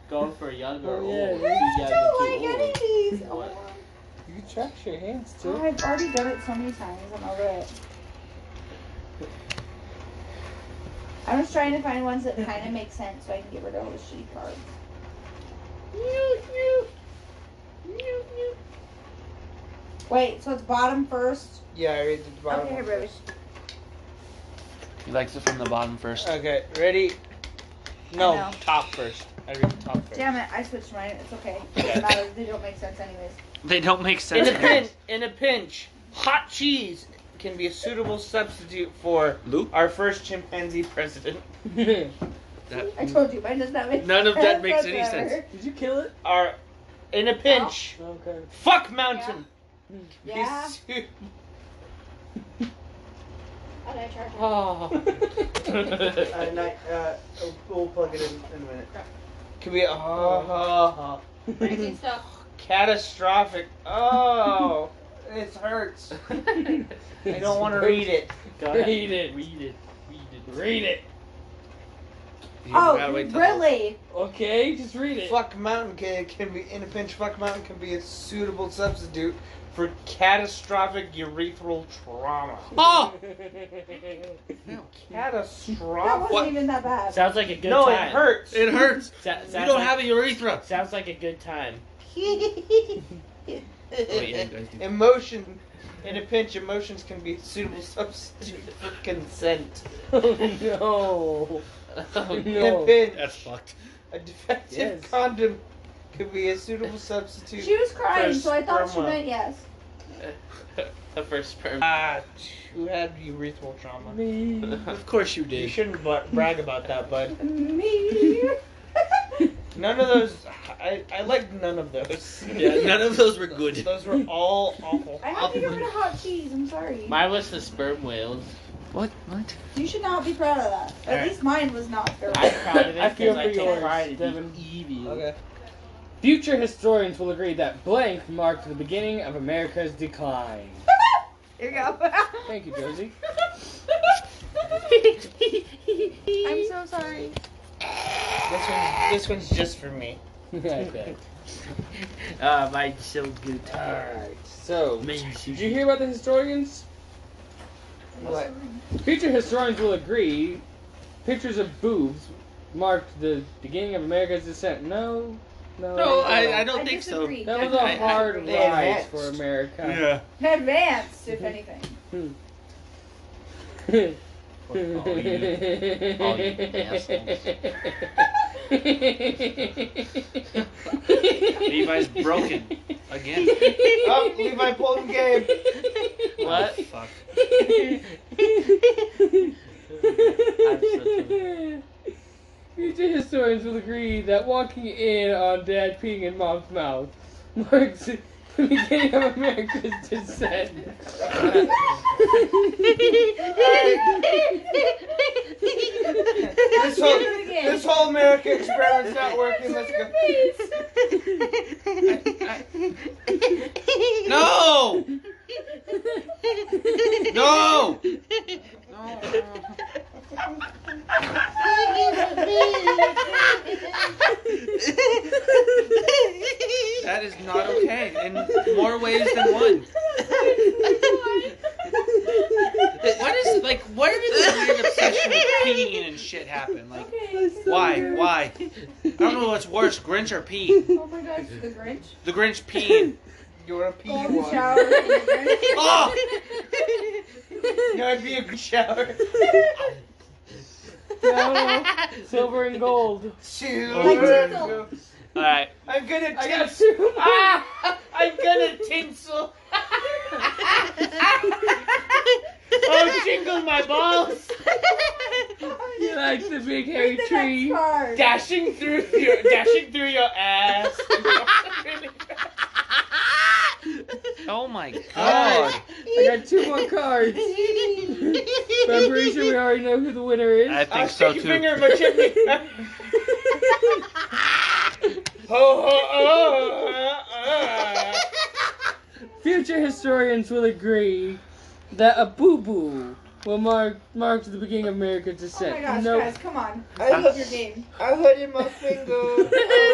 Speaker 8: Go for young or
Speaker 4: Oh,
Speaker 8: old.
Speaker 4: yeah,
Speaker 8: Too
Speaker 5: I don't
Speaker 4: yeah.
Speaker 8: young or too
Speaker 5: like any
Speaker 8: old.
Speaker 5: of these.
Speaker 8: What?
Speaker 5: Oh,
Speaker 4: You can trash your hands too.
Speaker 5: I've already done it so many times. I'm over it. I'm just trying to find ones that kind of make sense so I can get rid of all the shitty cards. Wait, so it's bottom first?
Speaker 2: Yeah, I read the bottom.
Speaker 5: Okay,
Speaker 2: one
Speaker 5: Rose.
Speaker 2: first.
Speaker 1: He likes it from the bottom first.
Speaker 2: Okay, ready?
Speaker 5: I
Speaker 2: No,
Speaker 5: know.
Speaker 2: top first. I read the top first.
Speaker 5: Damn it, I switched mine. It's okay. It doesn't matter. They don't make sense anyways.
Speaker 1: They don't make
Speaker 2: In
Speaker 1: sense.
Speaker 2: a pinch, in a pinch, hot cheese can be a suitable substitute for
Speaker 1: Loop?
Speaker 2: our first chimpanzee president.
Speaker 4: Did
Speaker 5: I
Speaker 2: Mm.
Speaker 5: told you, mine does not make
Speaker 1: None of that makes any
Speaker 5: whatsoever.
Speaker 1: sense.
Speaker 4: you kill it?
Speaker 2: Our in a pinch,
Speaker 4: Okay.
Speaker 2: fuck mountain.
Speaker 5: Yeah.
Speaker 2: Is su-
Speaker 4: Oh.
Speaker 2: uh, not, uh, we'll plug it in in a minute. Could be a ha ha ha.
Speaker 6: Crazy stuff.
Speaker 2: uh, Catastrophic. Oh, it hurts. I don't want to read it.
Speaker 8: Go ahead.
Speaker 4: Read it.
Speaker 8: Oh. Read it. Read it.
Speaker 4: Read it.
Speaker 5: Oh, really?
Speaker 4: Okay, just read it.
Speaker 2: Fuck mountain can, can be in a pinch. Fuck mountain can be a suitable substitute for catastrophic urethral trauma.
Speaker 1: Oh!
Speaker 5: That wasn't
Speaker 2: Catastrophic.
Speaker 5: even that bad.
Speaker 8: Sounds like a good
Speaker 2: No,
Speaker 8: time.
Speaker 2: it hurts.
Speaker 1: It hurts.
Speaker 8: So- sounds
Speaker 1: You don't
Speaker 8: like,
Speaker 1: have a urethra.
Speaker 8: Sounds like a good time.
Speaker 2: Emotion. In a pinch, emotions can be a suitable substitute for consent.
Speaker 4: oh no.
Speaker 2: In a
Speaker 4: No.
Speaker 2: pinch,
Speaker 1: That's fucked.
Speaker 2: a defective
Speaker 4: Yes.
Speaker 2: condom could be a suitable substitute.
Speaker 5: She was crying, so I thought she
Speaker 2: Grandma.
Speaker 5: meant yes.
Speaker 8: The first sperm.
Speaker 2: Ah, who had urethral trauma?
Speaker 4: Me.
Speaker 1: Of course you
Speaker 2: You
Speaker 1: did.
Speaker 2: shouldn't bra- brag about that, bud.
Speaker 5: Me.
Speaker 2: None of those. I, I like none of those.
Speaker 1: Yeah, none of those were good.
Speaker 2: Those were all awful.
Speaker 5: I have to get rid of hot cheese. I'm sorry.
Speaker 8: Mine was the sperm whales.
Speaker 1: What? What?
Speaker 5: You should not be proud of that. At least mine was not fair.
Speaker 8: I proud of it
Speaker 4: I feel for
Speaker 8: because I take
Speaker 4: yours,
Speaker 8: pride in
Speaker 4: Devin.
Speaker 8: being evil.
Speaker 2: Okay.
Speaker 4: Future historians will agree that blank marked the beginning of America's decline.
Speaker 5: Here you go.
Speaker 4: Thank you, Josie.
Speaker 3: I'm so sorry.
Speaker 8: This one's, this one's just for me.
Speaker 4: okay.
Speaker 8: Uh, my so good.
Speaker 4: Alright, so. Did you
Speaker 8: Amazing.
Speaker 4: hear about the historians?
Speaker 5: What?
Speaker 4: Future historians will agree pictures of boobs marked the beginning of America's descent. No, no.
Speaker 1: No, I, I
Speaker 5: I
Speaker 1: don't think so.
Speaker 5: disagree.
Speaker 4: That was
Speaker 1: I- I-
Speaker 4: a hard
Speaker 8: I-
Speaker 4: ride for America.
Speaker 5: Advanced, if anything.
Speaker 8: All you- all you
Speaker 1: Levi's broken. Again.
Speaker 4: Oh,
Speaker 2: Levi pulled the game.
Speaker 8: What?
Speaker 1: Oh, fuck.
Speaker 4: Future historians will agree that walking in on dad peeing in mom's mouth marks the beginning of America's descent.
Speaker 2: This whole,
Speaker 5: Do it again.
Speaker 2: this whole American experiment's not working. Let's go.
Speaker 1: No! No!
Speaker 4: Oh.
Speaker 1: That is not okay in more ways than one. What is like? Where did this weird obsession with peeing and shit happen? Like, why? Why? I don't know what's worse, Grinch or pee.
Speaker 5: Oh my gosh, the Grinch.
Speaker 1: The Grinch peeing.
Speaker 2: You want to pee?
Speaker 5: Golden
Speaker 2: One.
Speaker 5: shower. The
Speaker 1: Oh!
Speaker 2: You want to be a good shower?
Speaker 4: No, silver and gold.
Speaker 2: Silver.
Speaker 1: All right.
Speaker 2: I'm gonna
Speaker 4: I
Speaker 2: tinsel.
Speaker 4: got two.
Speaker 2: I'm gonna tinsel. oh, jingle my balls.
Speaker 4: You like the big hairy
Speaker 5: next
Speaker 4: tree.
Speaker 5: card.
Speaker 2: Dashing through your, dashing through your ass.
Speaker 1: Oh my god.
Speaker 4: I got two more cards. but I'm pretty sure we already know who the winner is.
Speaker 1: I think
Speaker 2: I'll
Speaker 1: so
Speaker 2: stick
Speaker 1: too.
Speaker 2: your finger in my chimney. ho ho oh, uh,
Speaker 4: Future historians will agree that a boo boo will mark mark the beginning of America's
Speaker 5: Oh
Speaker 4: descent.
Speaker 5: my gosh,
Speaker 4: no,
Speaker 5: guys, come on.
Speaker 1: I'm-
Speaker 5: This is your game.
Speaker 9: I hooded my finger. I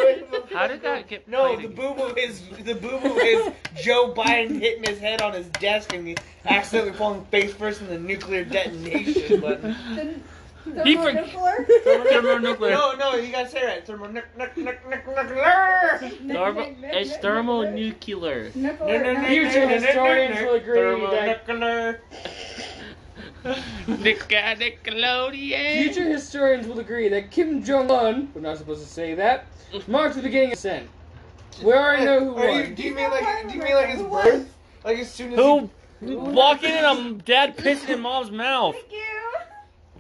Speaker 9: hooded my finger.
Speaker 1: How did that get
Speaker 2: No,
Speaker 1: played
Speaker 2: the
Speaker 1: again?
Speaker 2: boo boo is the boo boo is Joe Biden hitting his head on his desk and he accidentally falling face first in the nuclear detonation button.
Speaker 5: The,
Speaker 1: He
Speaker 5: the
Speaker 1: for-
Speaker 5: nuclear?
Speaker 1: Thermonuclear.
Speaker 2: No, no, you gotta say that. Thermo nuc nuc nuc nuc nuclear.
Speaker 8: Thermo- it's thermonuclear.
Speaker 2: No, no, no, no,
Speaker 4: Future
Speaker 2: no, no,
Speaker 4: historians
Speaker 2: no,
Speaker 4: will agree that-
Speaker 2: Thermonuclear.
Speaker 1: Nicka- Nickelodeon.
Speaker 4: future historians will agree that Kim Jong Un, we're not supposed to say that, marked the beginning of descent. We already know who
Speaker 2: Are you,
Speaker 4: won.
Speaker 2: do you mean like do you mean like his birth? Like as soon as
Speaker 1: Who walking in a dad pissing in mom's mouth?
Speaker 5: Thank you.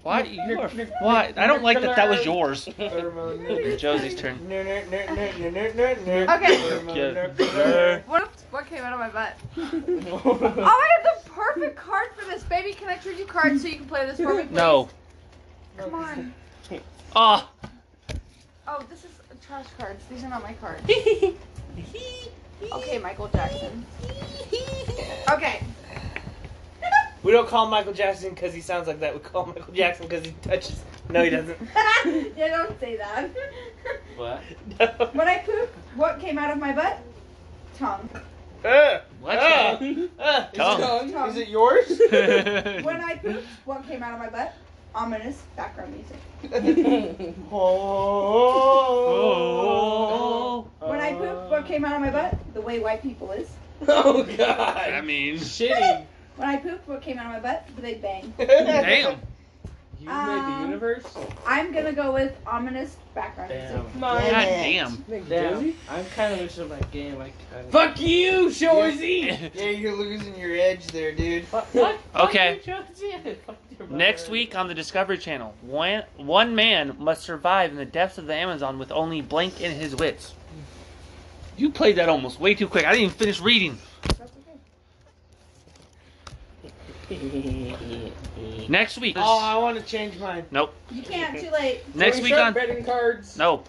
Speaker 1: Why? You are, why? I don't like that. That was yours.
Speaker 2: he... Thermonuclear.
Speaker 1: Josie's turn.
Speaker 2: Okay.
Speaker 5: What, what came out of my butt? Oh, I have the perfect card for this, baby. Can I trade you cards so you can play this for me? please?
Speaker 1: No.
Speaker 5: Come on.
Speaker 1: Ah.
Speaker 5: Oh, this is trash cards. These are not my cards. Okay, Michael Jackson. Okay.
Speaker 2: We don't call Michael Jackson because he sounds like that. We call Michael Jackson because he touches. No, he doesn't.
Speaker 5: yeah, don't say that.
Speaker 8: What?
Speaker 2: No.
Speaker 5: when I poop, what came out of my butt? Tongue.
Speaker 2: Uh,
Speaker 1: What?
Speaker 2: uh, uh.
Speaker 1: Tongue.
Speaker 5: Tongue.
Speaker 2: Is it yours?
Speaker 5: When I pooped, what came out of my butt? Ominous background music.
Speaker 2: oh.
Speaker 1: oh.
Speaker 5: When I pooped, what came out of my butt? The way white people is.
Speaker 4: Oh
Speaker 1: I
Speaker 4: god.
Speaker 1: mean,
Speaker 4: Shitty.
Speaker 5: When I pooped, what came out of my butt? The Big Bang.
Speaker 1: damn.
Speaker 4: You made the
Speaker 5: Um,
Speaker 4: universe?
Speaker 5: I'm gonna go with ominous background music.
Speaker 8: Damn.
Speaker 1: God damn.
Speaker 4: Thank you,
Speaker 8: Damn.
Speaker 4: Josie.
Speaker 8: I'm kind of losing my game. I, I,
Speaker 4: Fuck you, Shorzy!
Speaker 2: Yeah, you're losing your edge there, dude.
Speaker 8: Fuck. Fuck.
Speaker 1: Okay.
Speaker 8: Fuck you, Josie. Fuck your mother.
Speaker 1: Next week on the Discovery Channel, one, one man must survive in the depths of the Amazon with only blank in his wits. You played that almost way too quick. I didn't even finish reading. Next week.
Speaker 2: Oh, I want to change mine.
Speaker 1: Nope.
Speaker 5: You can't. Too late.
Speaker 1: Next
Speaker 4: Tony
Speaker 1: week
Speaker 4: Sharp
Speaker 1: on.
Speaker 4: betting cards.
Speaker 1: Nope.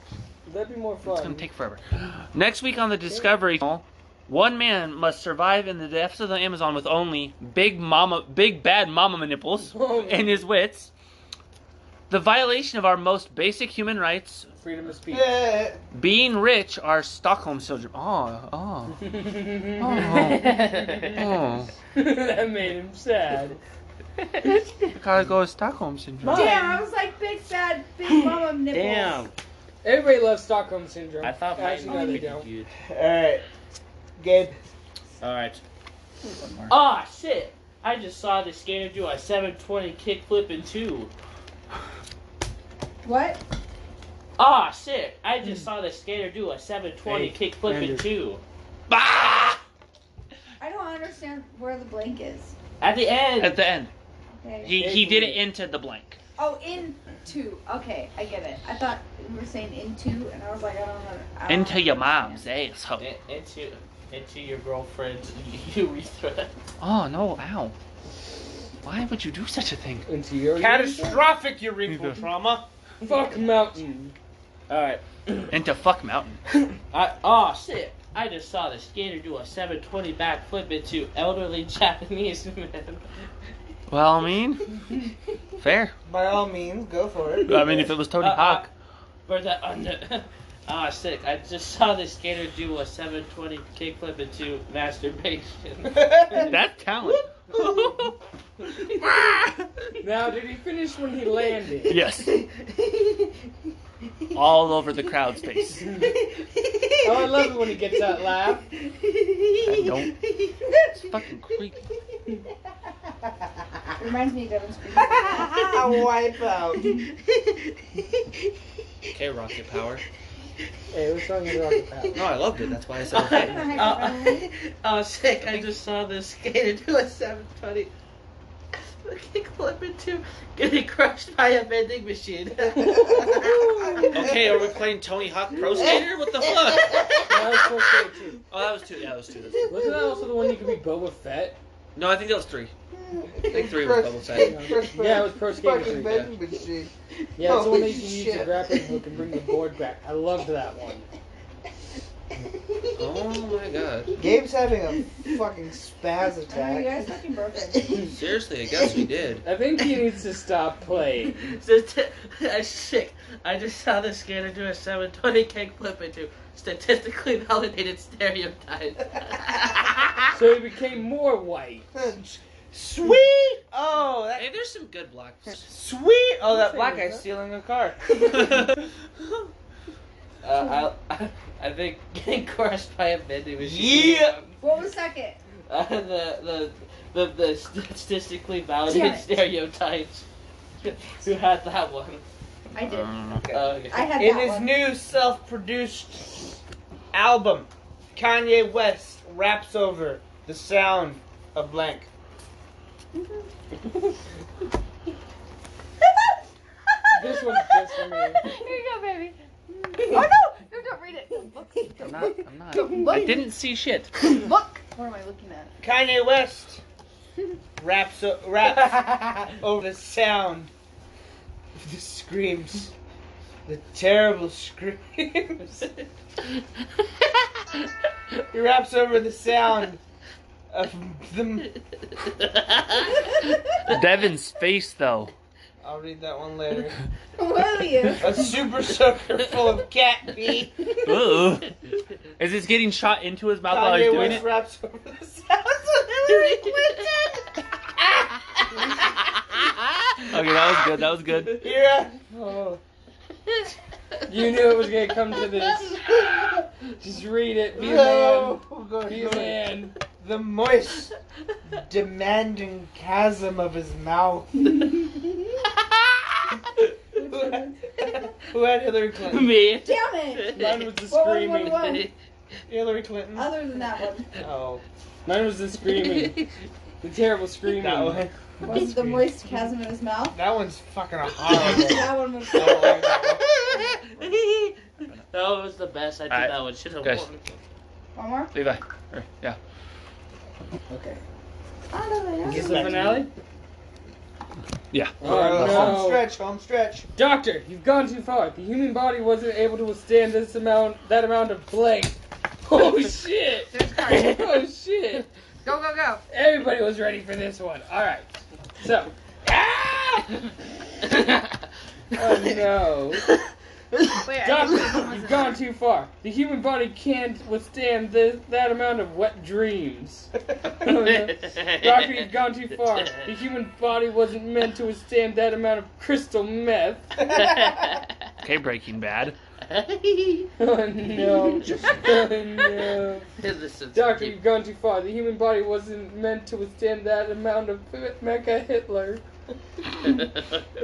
Speaker 4: That'd be more fun.
Speaker 1: It's gonna take forever. Next week on the Discovery Channel, one man must survive in the depths of the Amazon with only big mama, big bad mama nipples
Speaker 4: Oh,
Speaker 1: and his wits. The violation of our most basic human rights,
Speaker 4: Freedom of speech.
Speaker 1: being rich, our Stockholm syndrome. Oh, oh, oh.
Speaker 4: that made him sad.
Speaker 1: You gotta go with Stockholm syndrome.
Speaker 5: Damn, I was like big fat big mama nipples.
Speaker 8: Damn.
Speaker 4: Everybody loves Stockholm syndrome.
Speaker 8: I thought my
Speaker 4: Actually, no, they don't.
Speaker 8: good.
Speaker 2: Alright. Gabe.
Speaker 8: Alright. Ah, shit. I just saw the skater do a 720 kickflip in two.
Speaker 5: What?
Speaker 8: Ah, shit. I just saw the skater do a 720 kickflip in two.
Speaker 1: Ah!
Speaker 5: I don't understand where the blank is.
Speaker 8: At the end.
Speaker 1: At the end,
Speaker 5: Okay.
Speaker 1: he, he did it into the blank.
Speaker 5: Oh, in two. Okay, I get it. I thought we were saying in two, and I was like, I don't know. I don't
Speaker 1: Into your mom's
Speaker 5: understand.
Speaker 1: asshole.
Speaker 8: In- into, into your girlfriend's urethra.
Speaker 1: Oh no! Ow! Why would you do such a thing?
Speaker 4: Into your
Speaker 2: Catastrophic urethral trauma.
Speaker 4: Fuck mountain.
Speaker 8: Alright.
Speaker 1: Into fuck mountain.
Speaker 8: I, oh, shit. I just saw the skater do a 720 backflip into elderly Japanese man.
Speaker 1: Well, I mean, fair.
Speaker 2: By all means, go for it.
Speaker 1: I mean, if it was Tony
Speaker 8: Uh,
Speaker 1: Hawk,
Speaker 8: Or the under. Ah, sick. I just saw this skater do a 720 kickflip into masturbation.
Speaker 1: that's talent.
Speaker 4: Now, did he finish when he landed?
Speaker 1: yes. All over the crowd's face.
Speaker 4: Oh, I love it when he gets that laugh.
Speaker 1: I don't. It's fucking creepy.
Speaker 5: Reminds me of Devin's Creek.
Speaker 2: Wipe out.
Speaker 1: Okay, rocket power.
Speaker 4: Hey, which song is Rocket Power?
Speaker 1: No, I loved it. That's why I
Speaker 8: said it.
Speaker 5: Oh,
Speaker 8: Uh, oh, sick. I just saw this skater do a 720 kickflip into getting crushed by a vending machine.
Speaker 1: Okay, are we playing Tony Hawk Pro Skater? What the fuck?
Speaker 4: That was supposed to be two.
Speaker 1: Oh, that was two. Yeah, that was two.
Speaker 4: Wasn't that also the one you could be Boba Fett?
Speaker 1: No, I think that was three. I think three was double sided.
Speaker 4: Yeah, it was Pro Skater
Speaker 2: Fucking
Speaker 4: 3. Yeah,
Speaker 2: vending machine.
Speaker 4: yeah it's the one
Speaker 2: Holy
Speaker 4: that you can use the
Speaker 2: shit.
Speaker 4: grappling hook and bring the board back. I loved that one.
Speaker 1: Oh my god.
Speaker 2: Gabe's having a fucking spaz
Speaker 5: you guys
Speaker 2: attack.
Speaker 5: fucking broken.
Speaker 1: Seriously, I guess we did.
Speaker 4: I think he needs to stop playing.
Speaker 8: St- sick. I just saw this skater do a 720 kickflip into statistically validated stereotypes.
Speaker 4: So he became more white.
Speaker 2: Sweet! Oh, that
Speaker 1: Hey, there's some good blocks.
Speaker 2: sweet! Oh, that black guy's stealing a car.
Speaker 8: Uh, I, I think getting crushed by a vending machine.
Speaker 2: Yeah.
Speaker 5: What was second?
Speaker 8: Uh, the, the, the, the statistically validated
Speaker 5: Damn it.
Speaker 8: stereotypes. Who had that one? Oh,
Speaker 5: I did.
Speaker 1: Um,
Speaker 8: Okay.
Speaker 5: I had
Speaker 2: In
Speaker 5: that
Speaker 2: his
Speaker 5: one.
Speaker 2: new self-produced album, Kanye West raps over the sound of blank.
Speaker 4: This one's just for me.
Speaker 3: Here you go, baby. Oh no! No, don't read it. Look.
Speaker 1: I'm not. I'm not. I didn't see shit.
Speaker 3: Look. What am I looking at?
Speaker 2: Kanye West raps o- raps over the sound, of the screams, the terrible screams. he raps over the sound of the.
Speaker 1: Devin's face, though.
Speaker 2: I'll read that one later.
Speaker 5: Will you?
Speaker 2: A super soaker full of cat pee.
Speaker 1: Ooh. Is this getting shot into his mouth while he's
Speaker 2: Kanye
Speaker 1: doing
Speaker 2: West
Speaker 1: it?
Speaker 2: raps over the sound of Hillary Clinton.
Speaker 1: Okay, that was good. That was good.
Speaker 2: Yeah.
Speaker 4: Oh. You knew it was gonna come to this. Just read it. Be a man.
Speaker 2: No. Go-
Speaker 4: Be a
Speaker 2: go-
Speaker 4: man.
Speaker 2: The moist, demanding chasm of his mouth. who, had, who had Hillary Clinton?
Speaker 8: Me.
Speaker 5: Damn it!
Speaker 4: Mine was the
Speaker 5: What was one,
Speaker 4: screaming.
Speaker 5: one?
Speaker 2: Hillary Clinton.
Speaker 5: Other than that one,
Speaker 2: Oh,
Speaker 4: Mine was the screaming. The terrible screaming.
Speaker 2: that one.
Speaker 5: was the moist chasm in his mouth.
Speaker 2: That one's fucking horrible.
Speaker 5: That one was.
Speaker 2: I don't like that one.
Speaker 8: that was the best. I did
Speaker 1: Alright,
Speaker 8: that one. Should have
Speaker 1: guys.
Speaker 5: One
Speaker 8: won.
Speaker 5: more.
Speaker 1: Levi. Or- Yeah.
Speaker 5: Other than
Speaker 4: Is this the finale?
Speaker 1: Yeah.
Speaker 4: Oh,
Speaker 2: Home
Speaker 4: no.
Speaker 2: stretch, home stretch.
Speaker 4: Doctor, you've gone too far. The human body wasn't able to withstand this amount, that amount of blank. Oh shit! oh shit!
Speaker 5: Go, go, go.
Speaker 4: Everybody was ready for this one. All right. So. Ah! Oh no.
Speaker 5: Wait, I think this one
Speaker 4: Doctor,
Speaker 5: wasn't
Speaker 4: you've gone too far. The human body can't withstand this, that amount of wet dreams. Oh, no. Doctor, you've gone too far. The human body wasn't meant to withstand that amount of crystal meth.
Speaker 5: Oh,
Speaker 1: Okay, Breaking Bad.
Speaker 4: Oh no. Oh no.
Speaker 8: this is
Speaker 4: Doctor, you've gone too far. The human body wasn't meant to withstand that amount of Mecha Hitler.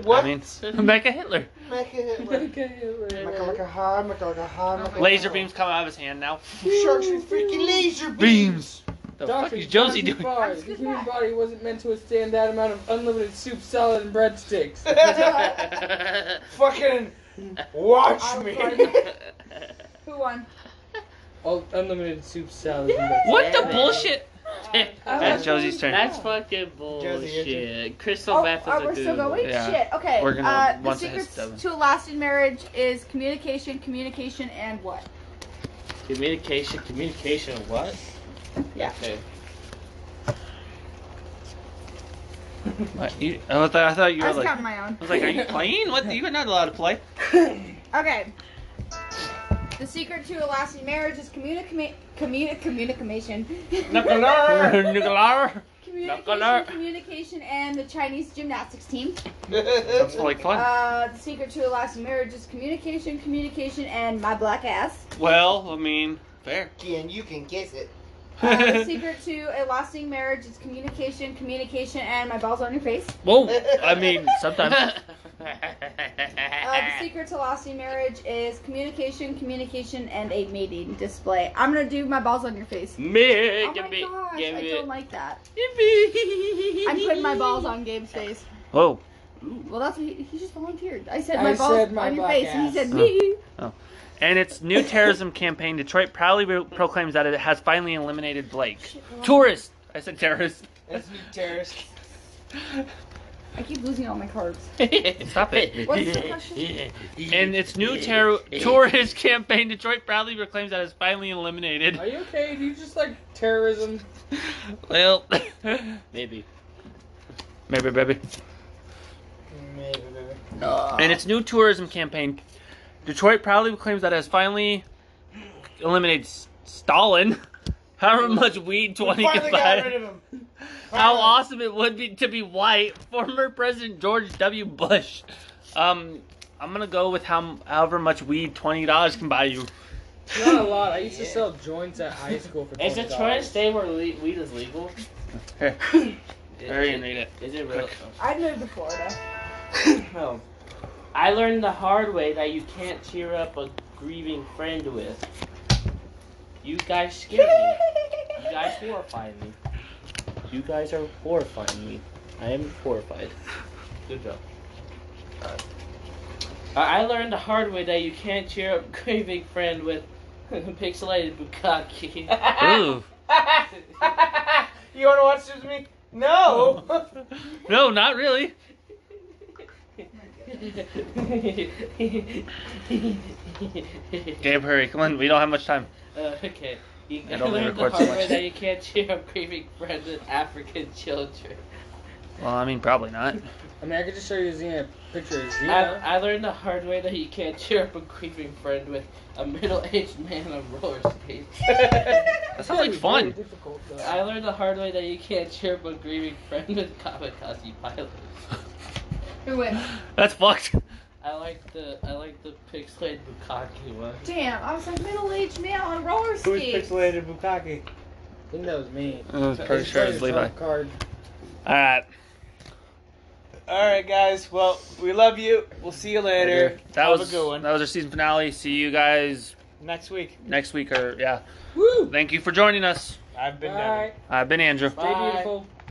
Speaker 1: What? I mean, Mecha Hitler.
Speaker 4: Mecha Hitler.
Speaker 2: Makalaka high, makalaka high, makalaka
Speaker 1: Laser
Speaker 2: high.
Speaker 1: beams come out of his hand now.
Speaker 2: Sharks with freaking laser beams.
Speaker 1: Beams. The fuck is Josie
Speaker 4: you've
Speaker 1: doing?
Speaker 4: gone too Far. The human body wasn't meant to withstand that amount of unlimited soup, salad, and breadsticks.
Speaker 2: Fucking watch
Speaker 5: I was
Speaker 2: me.
Speaker 5: right. Who won?
Speaker 4: Oh, unlimited soup, salad, and breadsticks.
Speaker 1: What the
Speaker 8: Damn it.
Speaker 1: bullshit? That's
Speaker 5: Oh,
Speaker 4: That's
Speaker 1: Josie's turn.
Speaker 8: That's fucking
Speaker 2: Josie,
Speaker 8: bullshit. Crystal
Speaker 5: Oh,
Speaker 8: meth is
Speaker 5: oh,
Speaker 8: a
Speaker 5: we're
Speaker 8: good
Speaker 5: still going?
Speaker 1: Yeah.
Speaker 5: Shit. Okay.
Speaker 1: We're gonna-
Speaker 5: uh, the
Speaker 1: once it hits
Speaker 5: secrets
Speaker 1: seven.
Speaker 5: to a lasting marriage is communication, communication, and what?
Speaker 8: Communication, communication, what?
Speaker 5: Yeah.
Speaker 8: Okay.
Speaker 1: What, you- I, thought, I thought you
Speaker 5: I
Speaker 1: were
Speaker 5: was
Speaker 1: like.
Speaker 5: counting
Speaker 1: I
Speaker 5: my own.
Speaker 1: was like, are you playing? What? You're not allowed to play.
Speaker 5: Okay. The secret to a lasting marriage is communica- communi- communication.
Speaker 1: Nuclear. Nuclear.
Speaker 5: communication, communication, and the Chinese gymnastics team.
Speaker 1: Sounds like fun.
Speaker 5: Uh, the secret to a lasting marriage is communication, communication, and my black ass.
Speaker 1: Well, I mean, fair.
Speaker 9: And you can guess it.
Speaker 5: Uh, the secret to a lasting marriage is communication, communication, and my balls on your face.
Speaker 1: Whoa. I mean, sometimes.
Speaker 5: Uh, the secret to lasting marriage is communication, communication, and a mating display. I'm gonna do my balls on your face.
Speaker 8: Me,
Speaker 5: oh my
Speaker 8: give me,
Speaker 5: gosh,
Speaker 8: give
Speaker 5: I
Speaker 8: me.
Speaker 5: don't like that.
Speaker 8: Yippee.
Speaker 5: I'm putting my balls on Gabe's face.
Speaker 1: Whoa.
Speaker 5: Well, that's what he, he just volunteered. I said
Speaker 4: I
Speaker 5: my balls
Speaker 4: said my
Speaker 5: on your
Speaker 4: black
Speaker 5: face, and he
Speaker 4: ass.
Speaker 5: said
Speaker 1: Oh.
Speaker 5: me.
Speaker 1: And its new terrorism campaign, Detroit proudly re- proclaims that it has finally eliminated Blake. Tourist! I said terrorist.
Speaker 9: That's me, terrorist.
Speaker 5: I keep losing all my cards.
Speaker 1: Stop it.
Speaker 5: What's the question?
Speaker 1: And its new terror tourist campaign, Detroit proudly proclaims that it's finally eliminated.
Speaker 4: Are you okay? Do you just like terrorism?
Speaker 1: Well,
Speaker 8: Maybe.
Speaker 1: maybe, baby. And its new tourism campaign, Detroit proudly proclaims that it has finally eliminated S- Stalin. However much weed 20
Speaker 2: Finally
Speaker 1: could
Speaker 2: got
Speaker 1: buy.
Speaker 2: rid of him.
Speaker 1: how awesome it would be to be white. Former President George W. Bush. Um, I'm gonna go with how however much weed twenty dollars can buy you.
Speaker 4: Not a lot. I used to sell joints at high school for.
Speaker 5: Oh,
Speaker 8: Is Detroit a
Speaker 4: $20.
Speaker 8: state where le- weed is legal?
Speaker 1: Here. Hurry and
Speaker 8: Is
Speaker 1: read it.
Speaker 8: it- is it real?
Speaker 1: Quick.
Speaker 5: I'd move to Florida.
Speaker 9: No.
Speaker 8: I learned the hard way that you can't cheer up a grieving friend with. You guys scare me. You guys horrify me. You guys are horrifying me. I am horrified. Good job. Uh, I I learned the hard way that you can't cheer up grieving friend with pixelated bukkake.
Speaker 1: Ooh.
Speaker 9: you want to watch this with me? No.
Speaker 1: No, not really. Gabe, hurry. Come on. We don't have much time.
Speaker 8: Uh, okay. You
Speaker 1: It
Speaker 8: I
Speaker 1: only
Speaker 8: learned the
Speaker 1: records
Speaker 8: hard
Speaker 1: so
Speaker 8: way
Speaker 1: much.
Speaker 8: that you can't cheer up grieving friends with African children.
Speaker 1: Well, I mean, probably not.
Speaker 4: I mean, I could just show you Xena a picture of Xena.
Speaker 8: I, I learned the hard way that you can't cheer up a grieving friend with a middle-aged man on roller skates.
Speaker 1: That sounds like fun.
Speaker 4: Difficult, though.
Speaker 8: I learned the hard way that you can't cheer up a grieving friend with kamikaze pilots.
Speaker 5: Who wins?
Speaker 1: That's fucked.
Speaker 8: I like the I like the pixelated bukkake one.
Speaker 5: Damn, I was like middle-aged man on roller
Speaker 9: Who's
Speaker 5: skates.
Speaker 9: pixelated Bukaki?
Speaker 4: I think that was me.
Speaker 1: I was Uh, pretty sure it was Levi.
Speaker 4: Trump Card.
Speaker 1: All right.
Speaker 9: All right, guys. Well, we love you. We'll see you later.
Speaker 1: That
Speaker 9: Have
Speaker 1: was
Speaker 9: a good one.
Speaker 1: That was our season finale. See you guys
Speaker 9: Next week.
Speaker 1: next week or yeah.
Speaker 4: Woo!
Speaker 1: Thank you for joining us.
Speaker 9: I've been. Devin.
Speaker 4: Bye.
Speaker 1: I've been Andrew.
Speaker 4: Stay beautiful.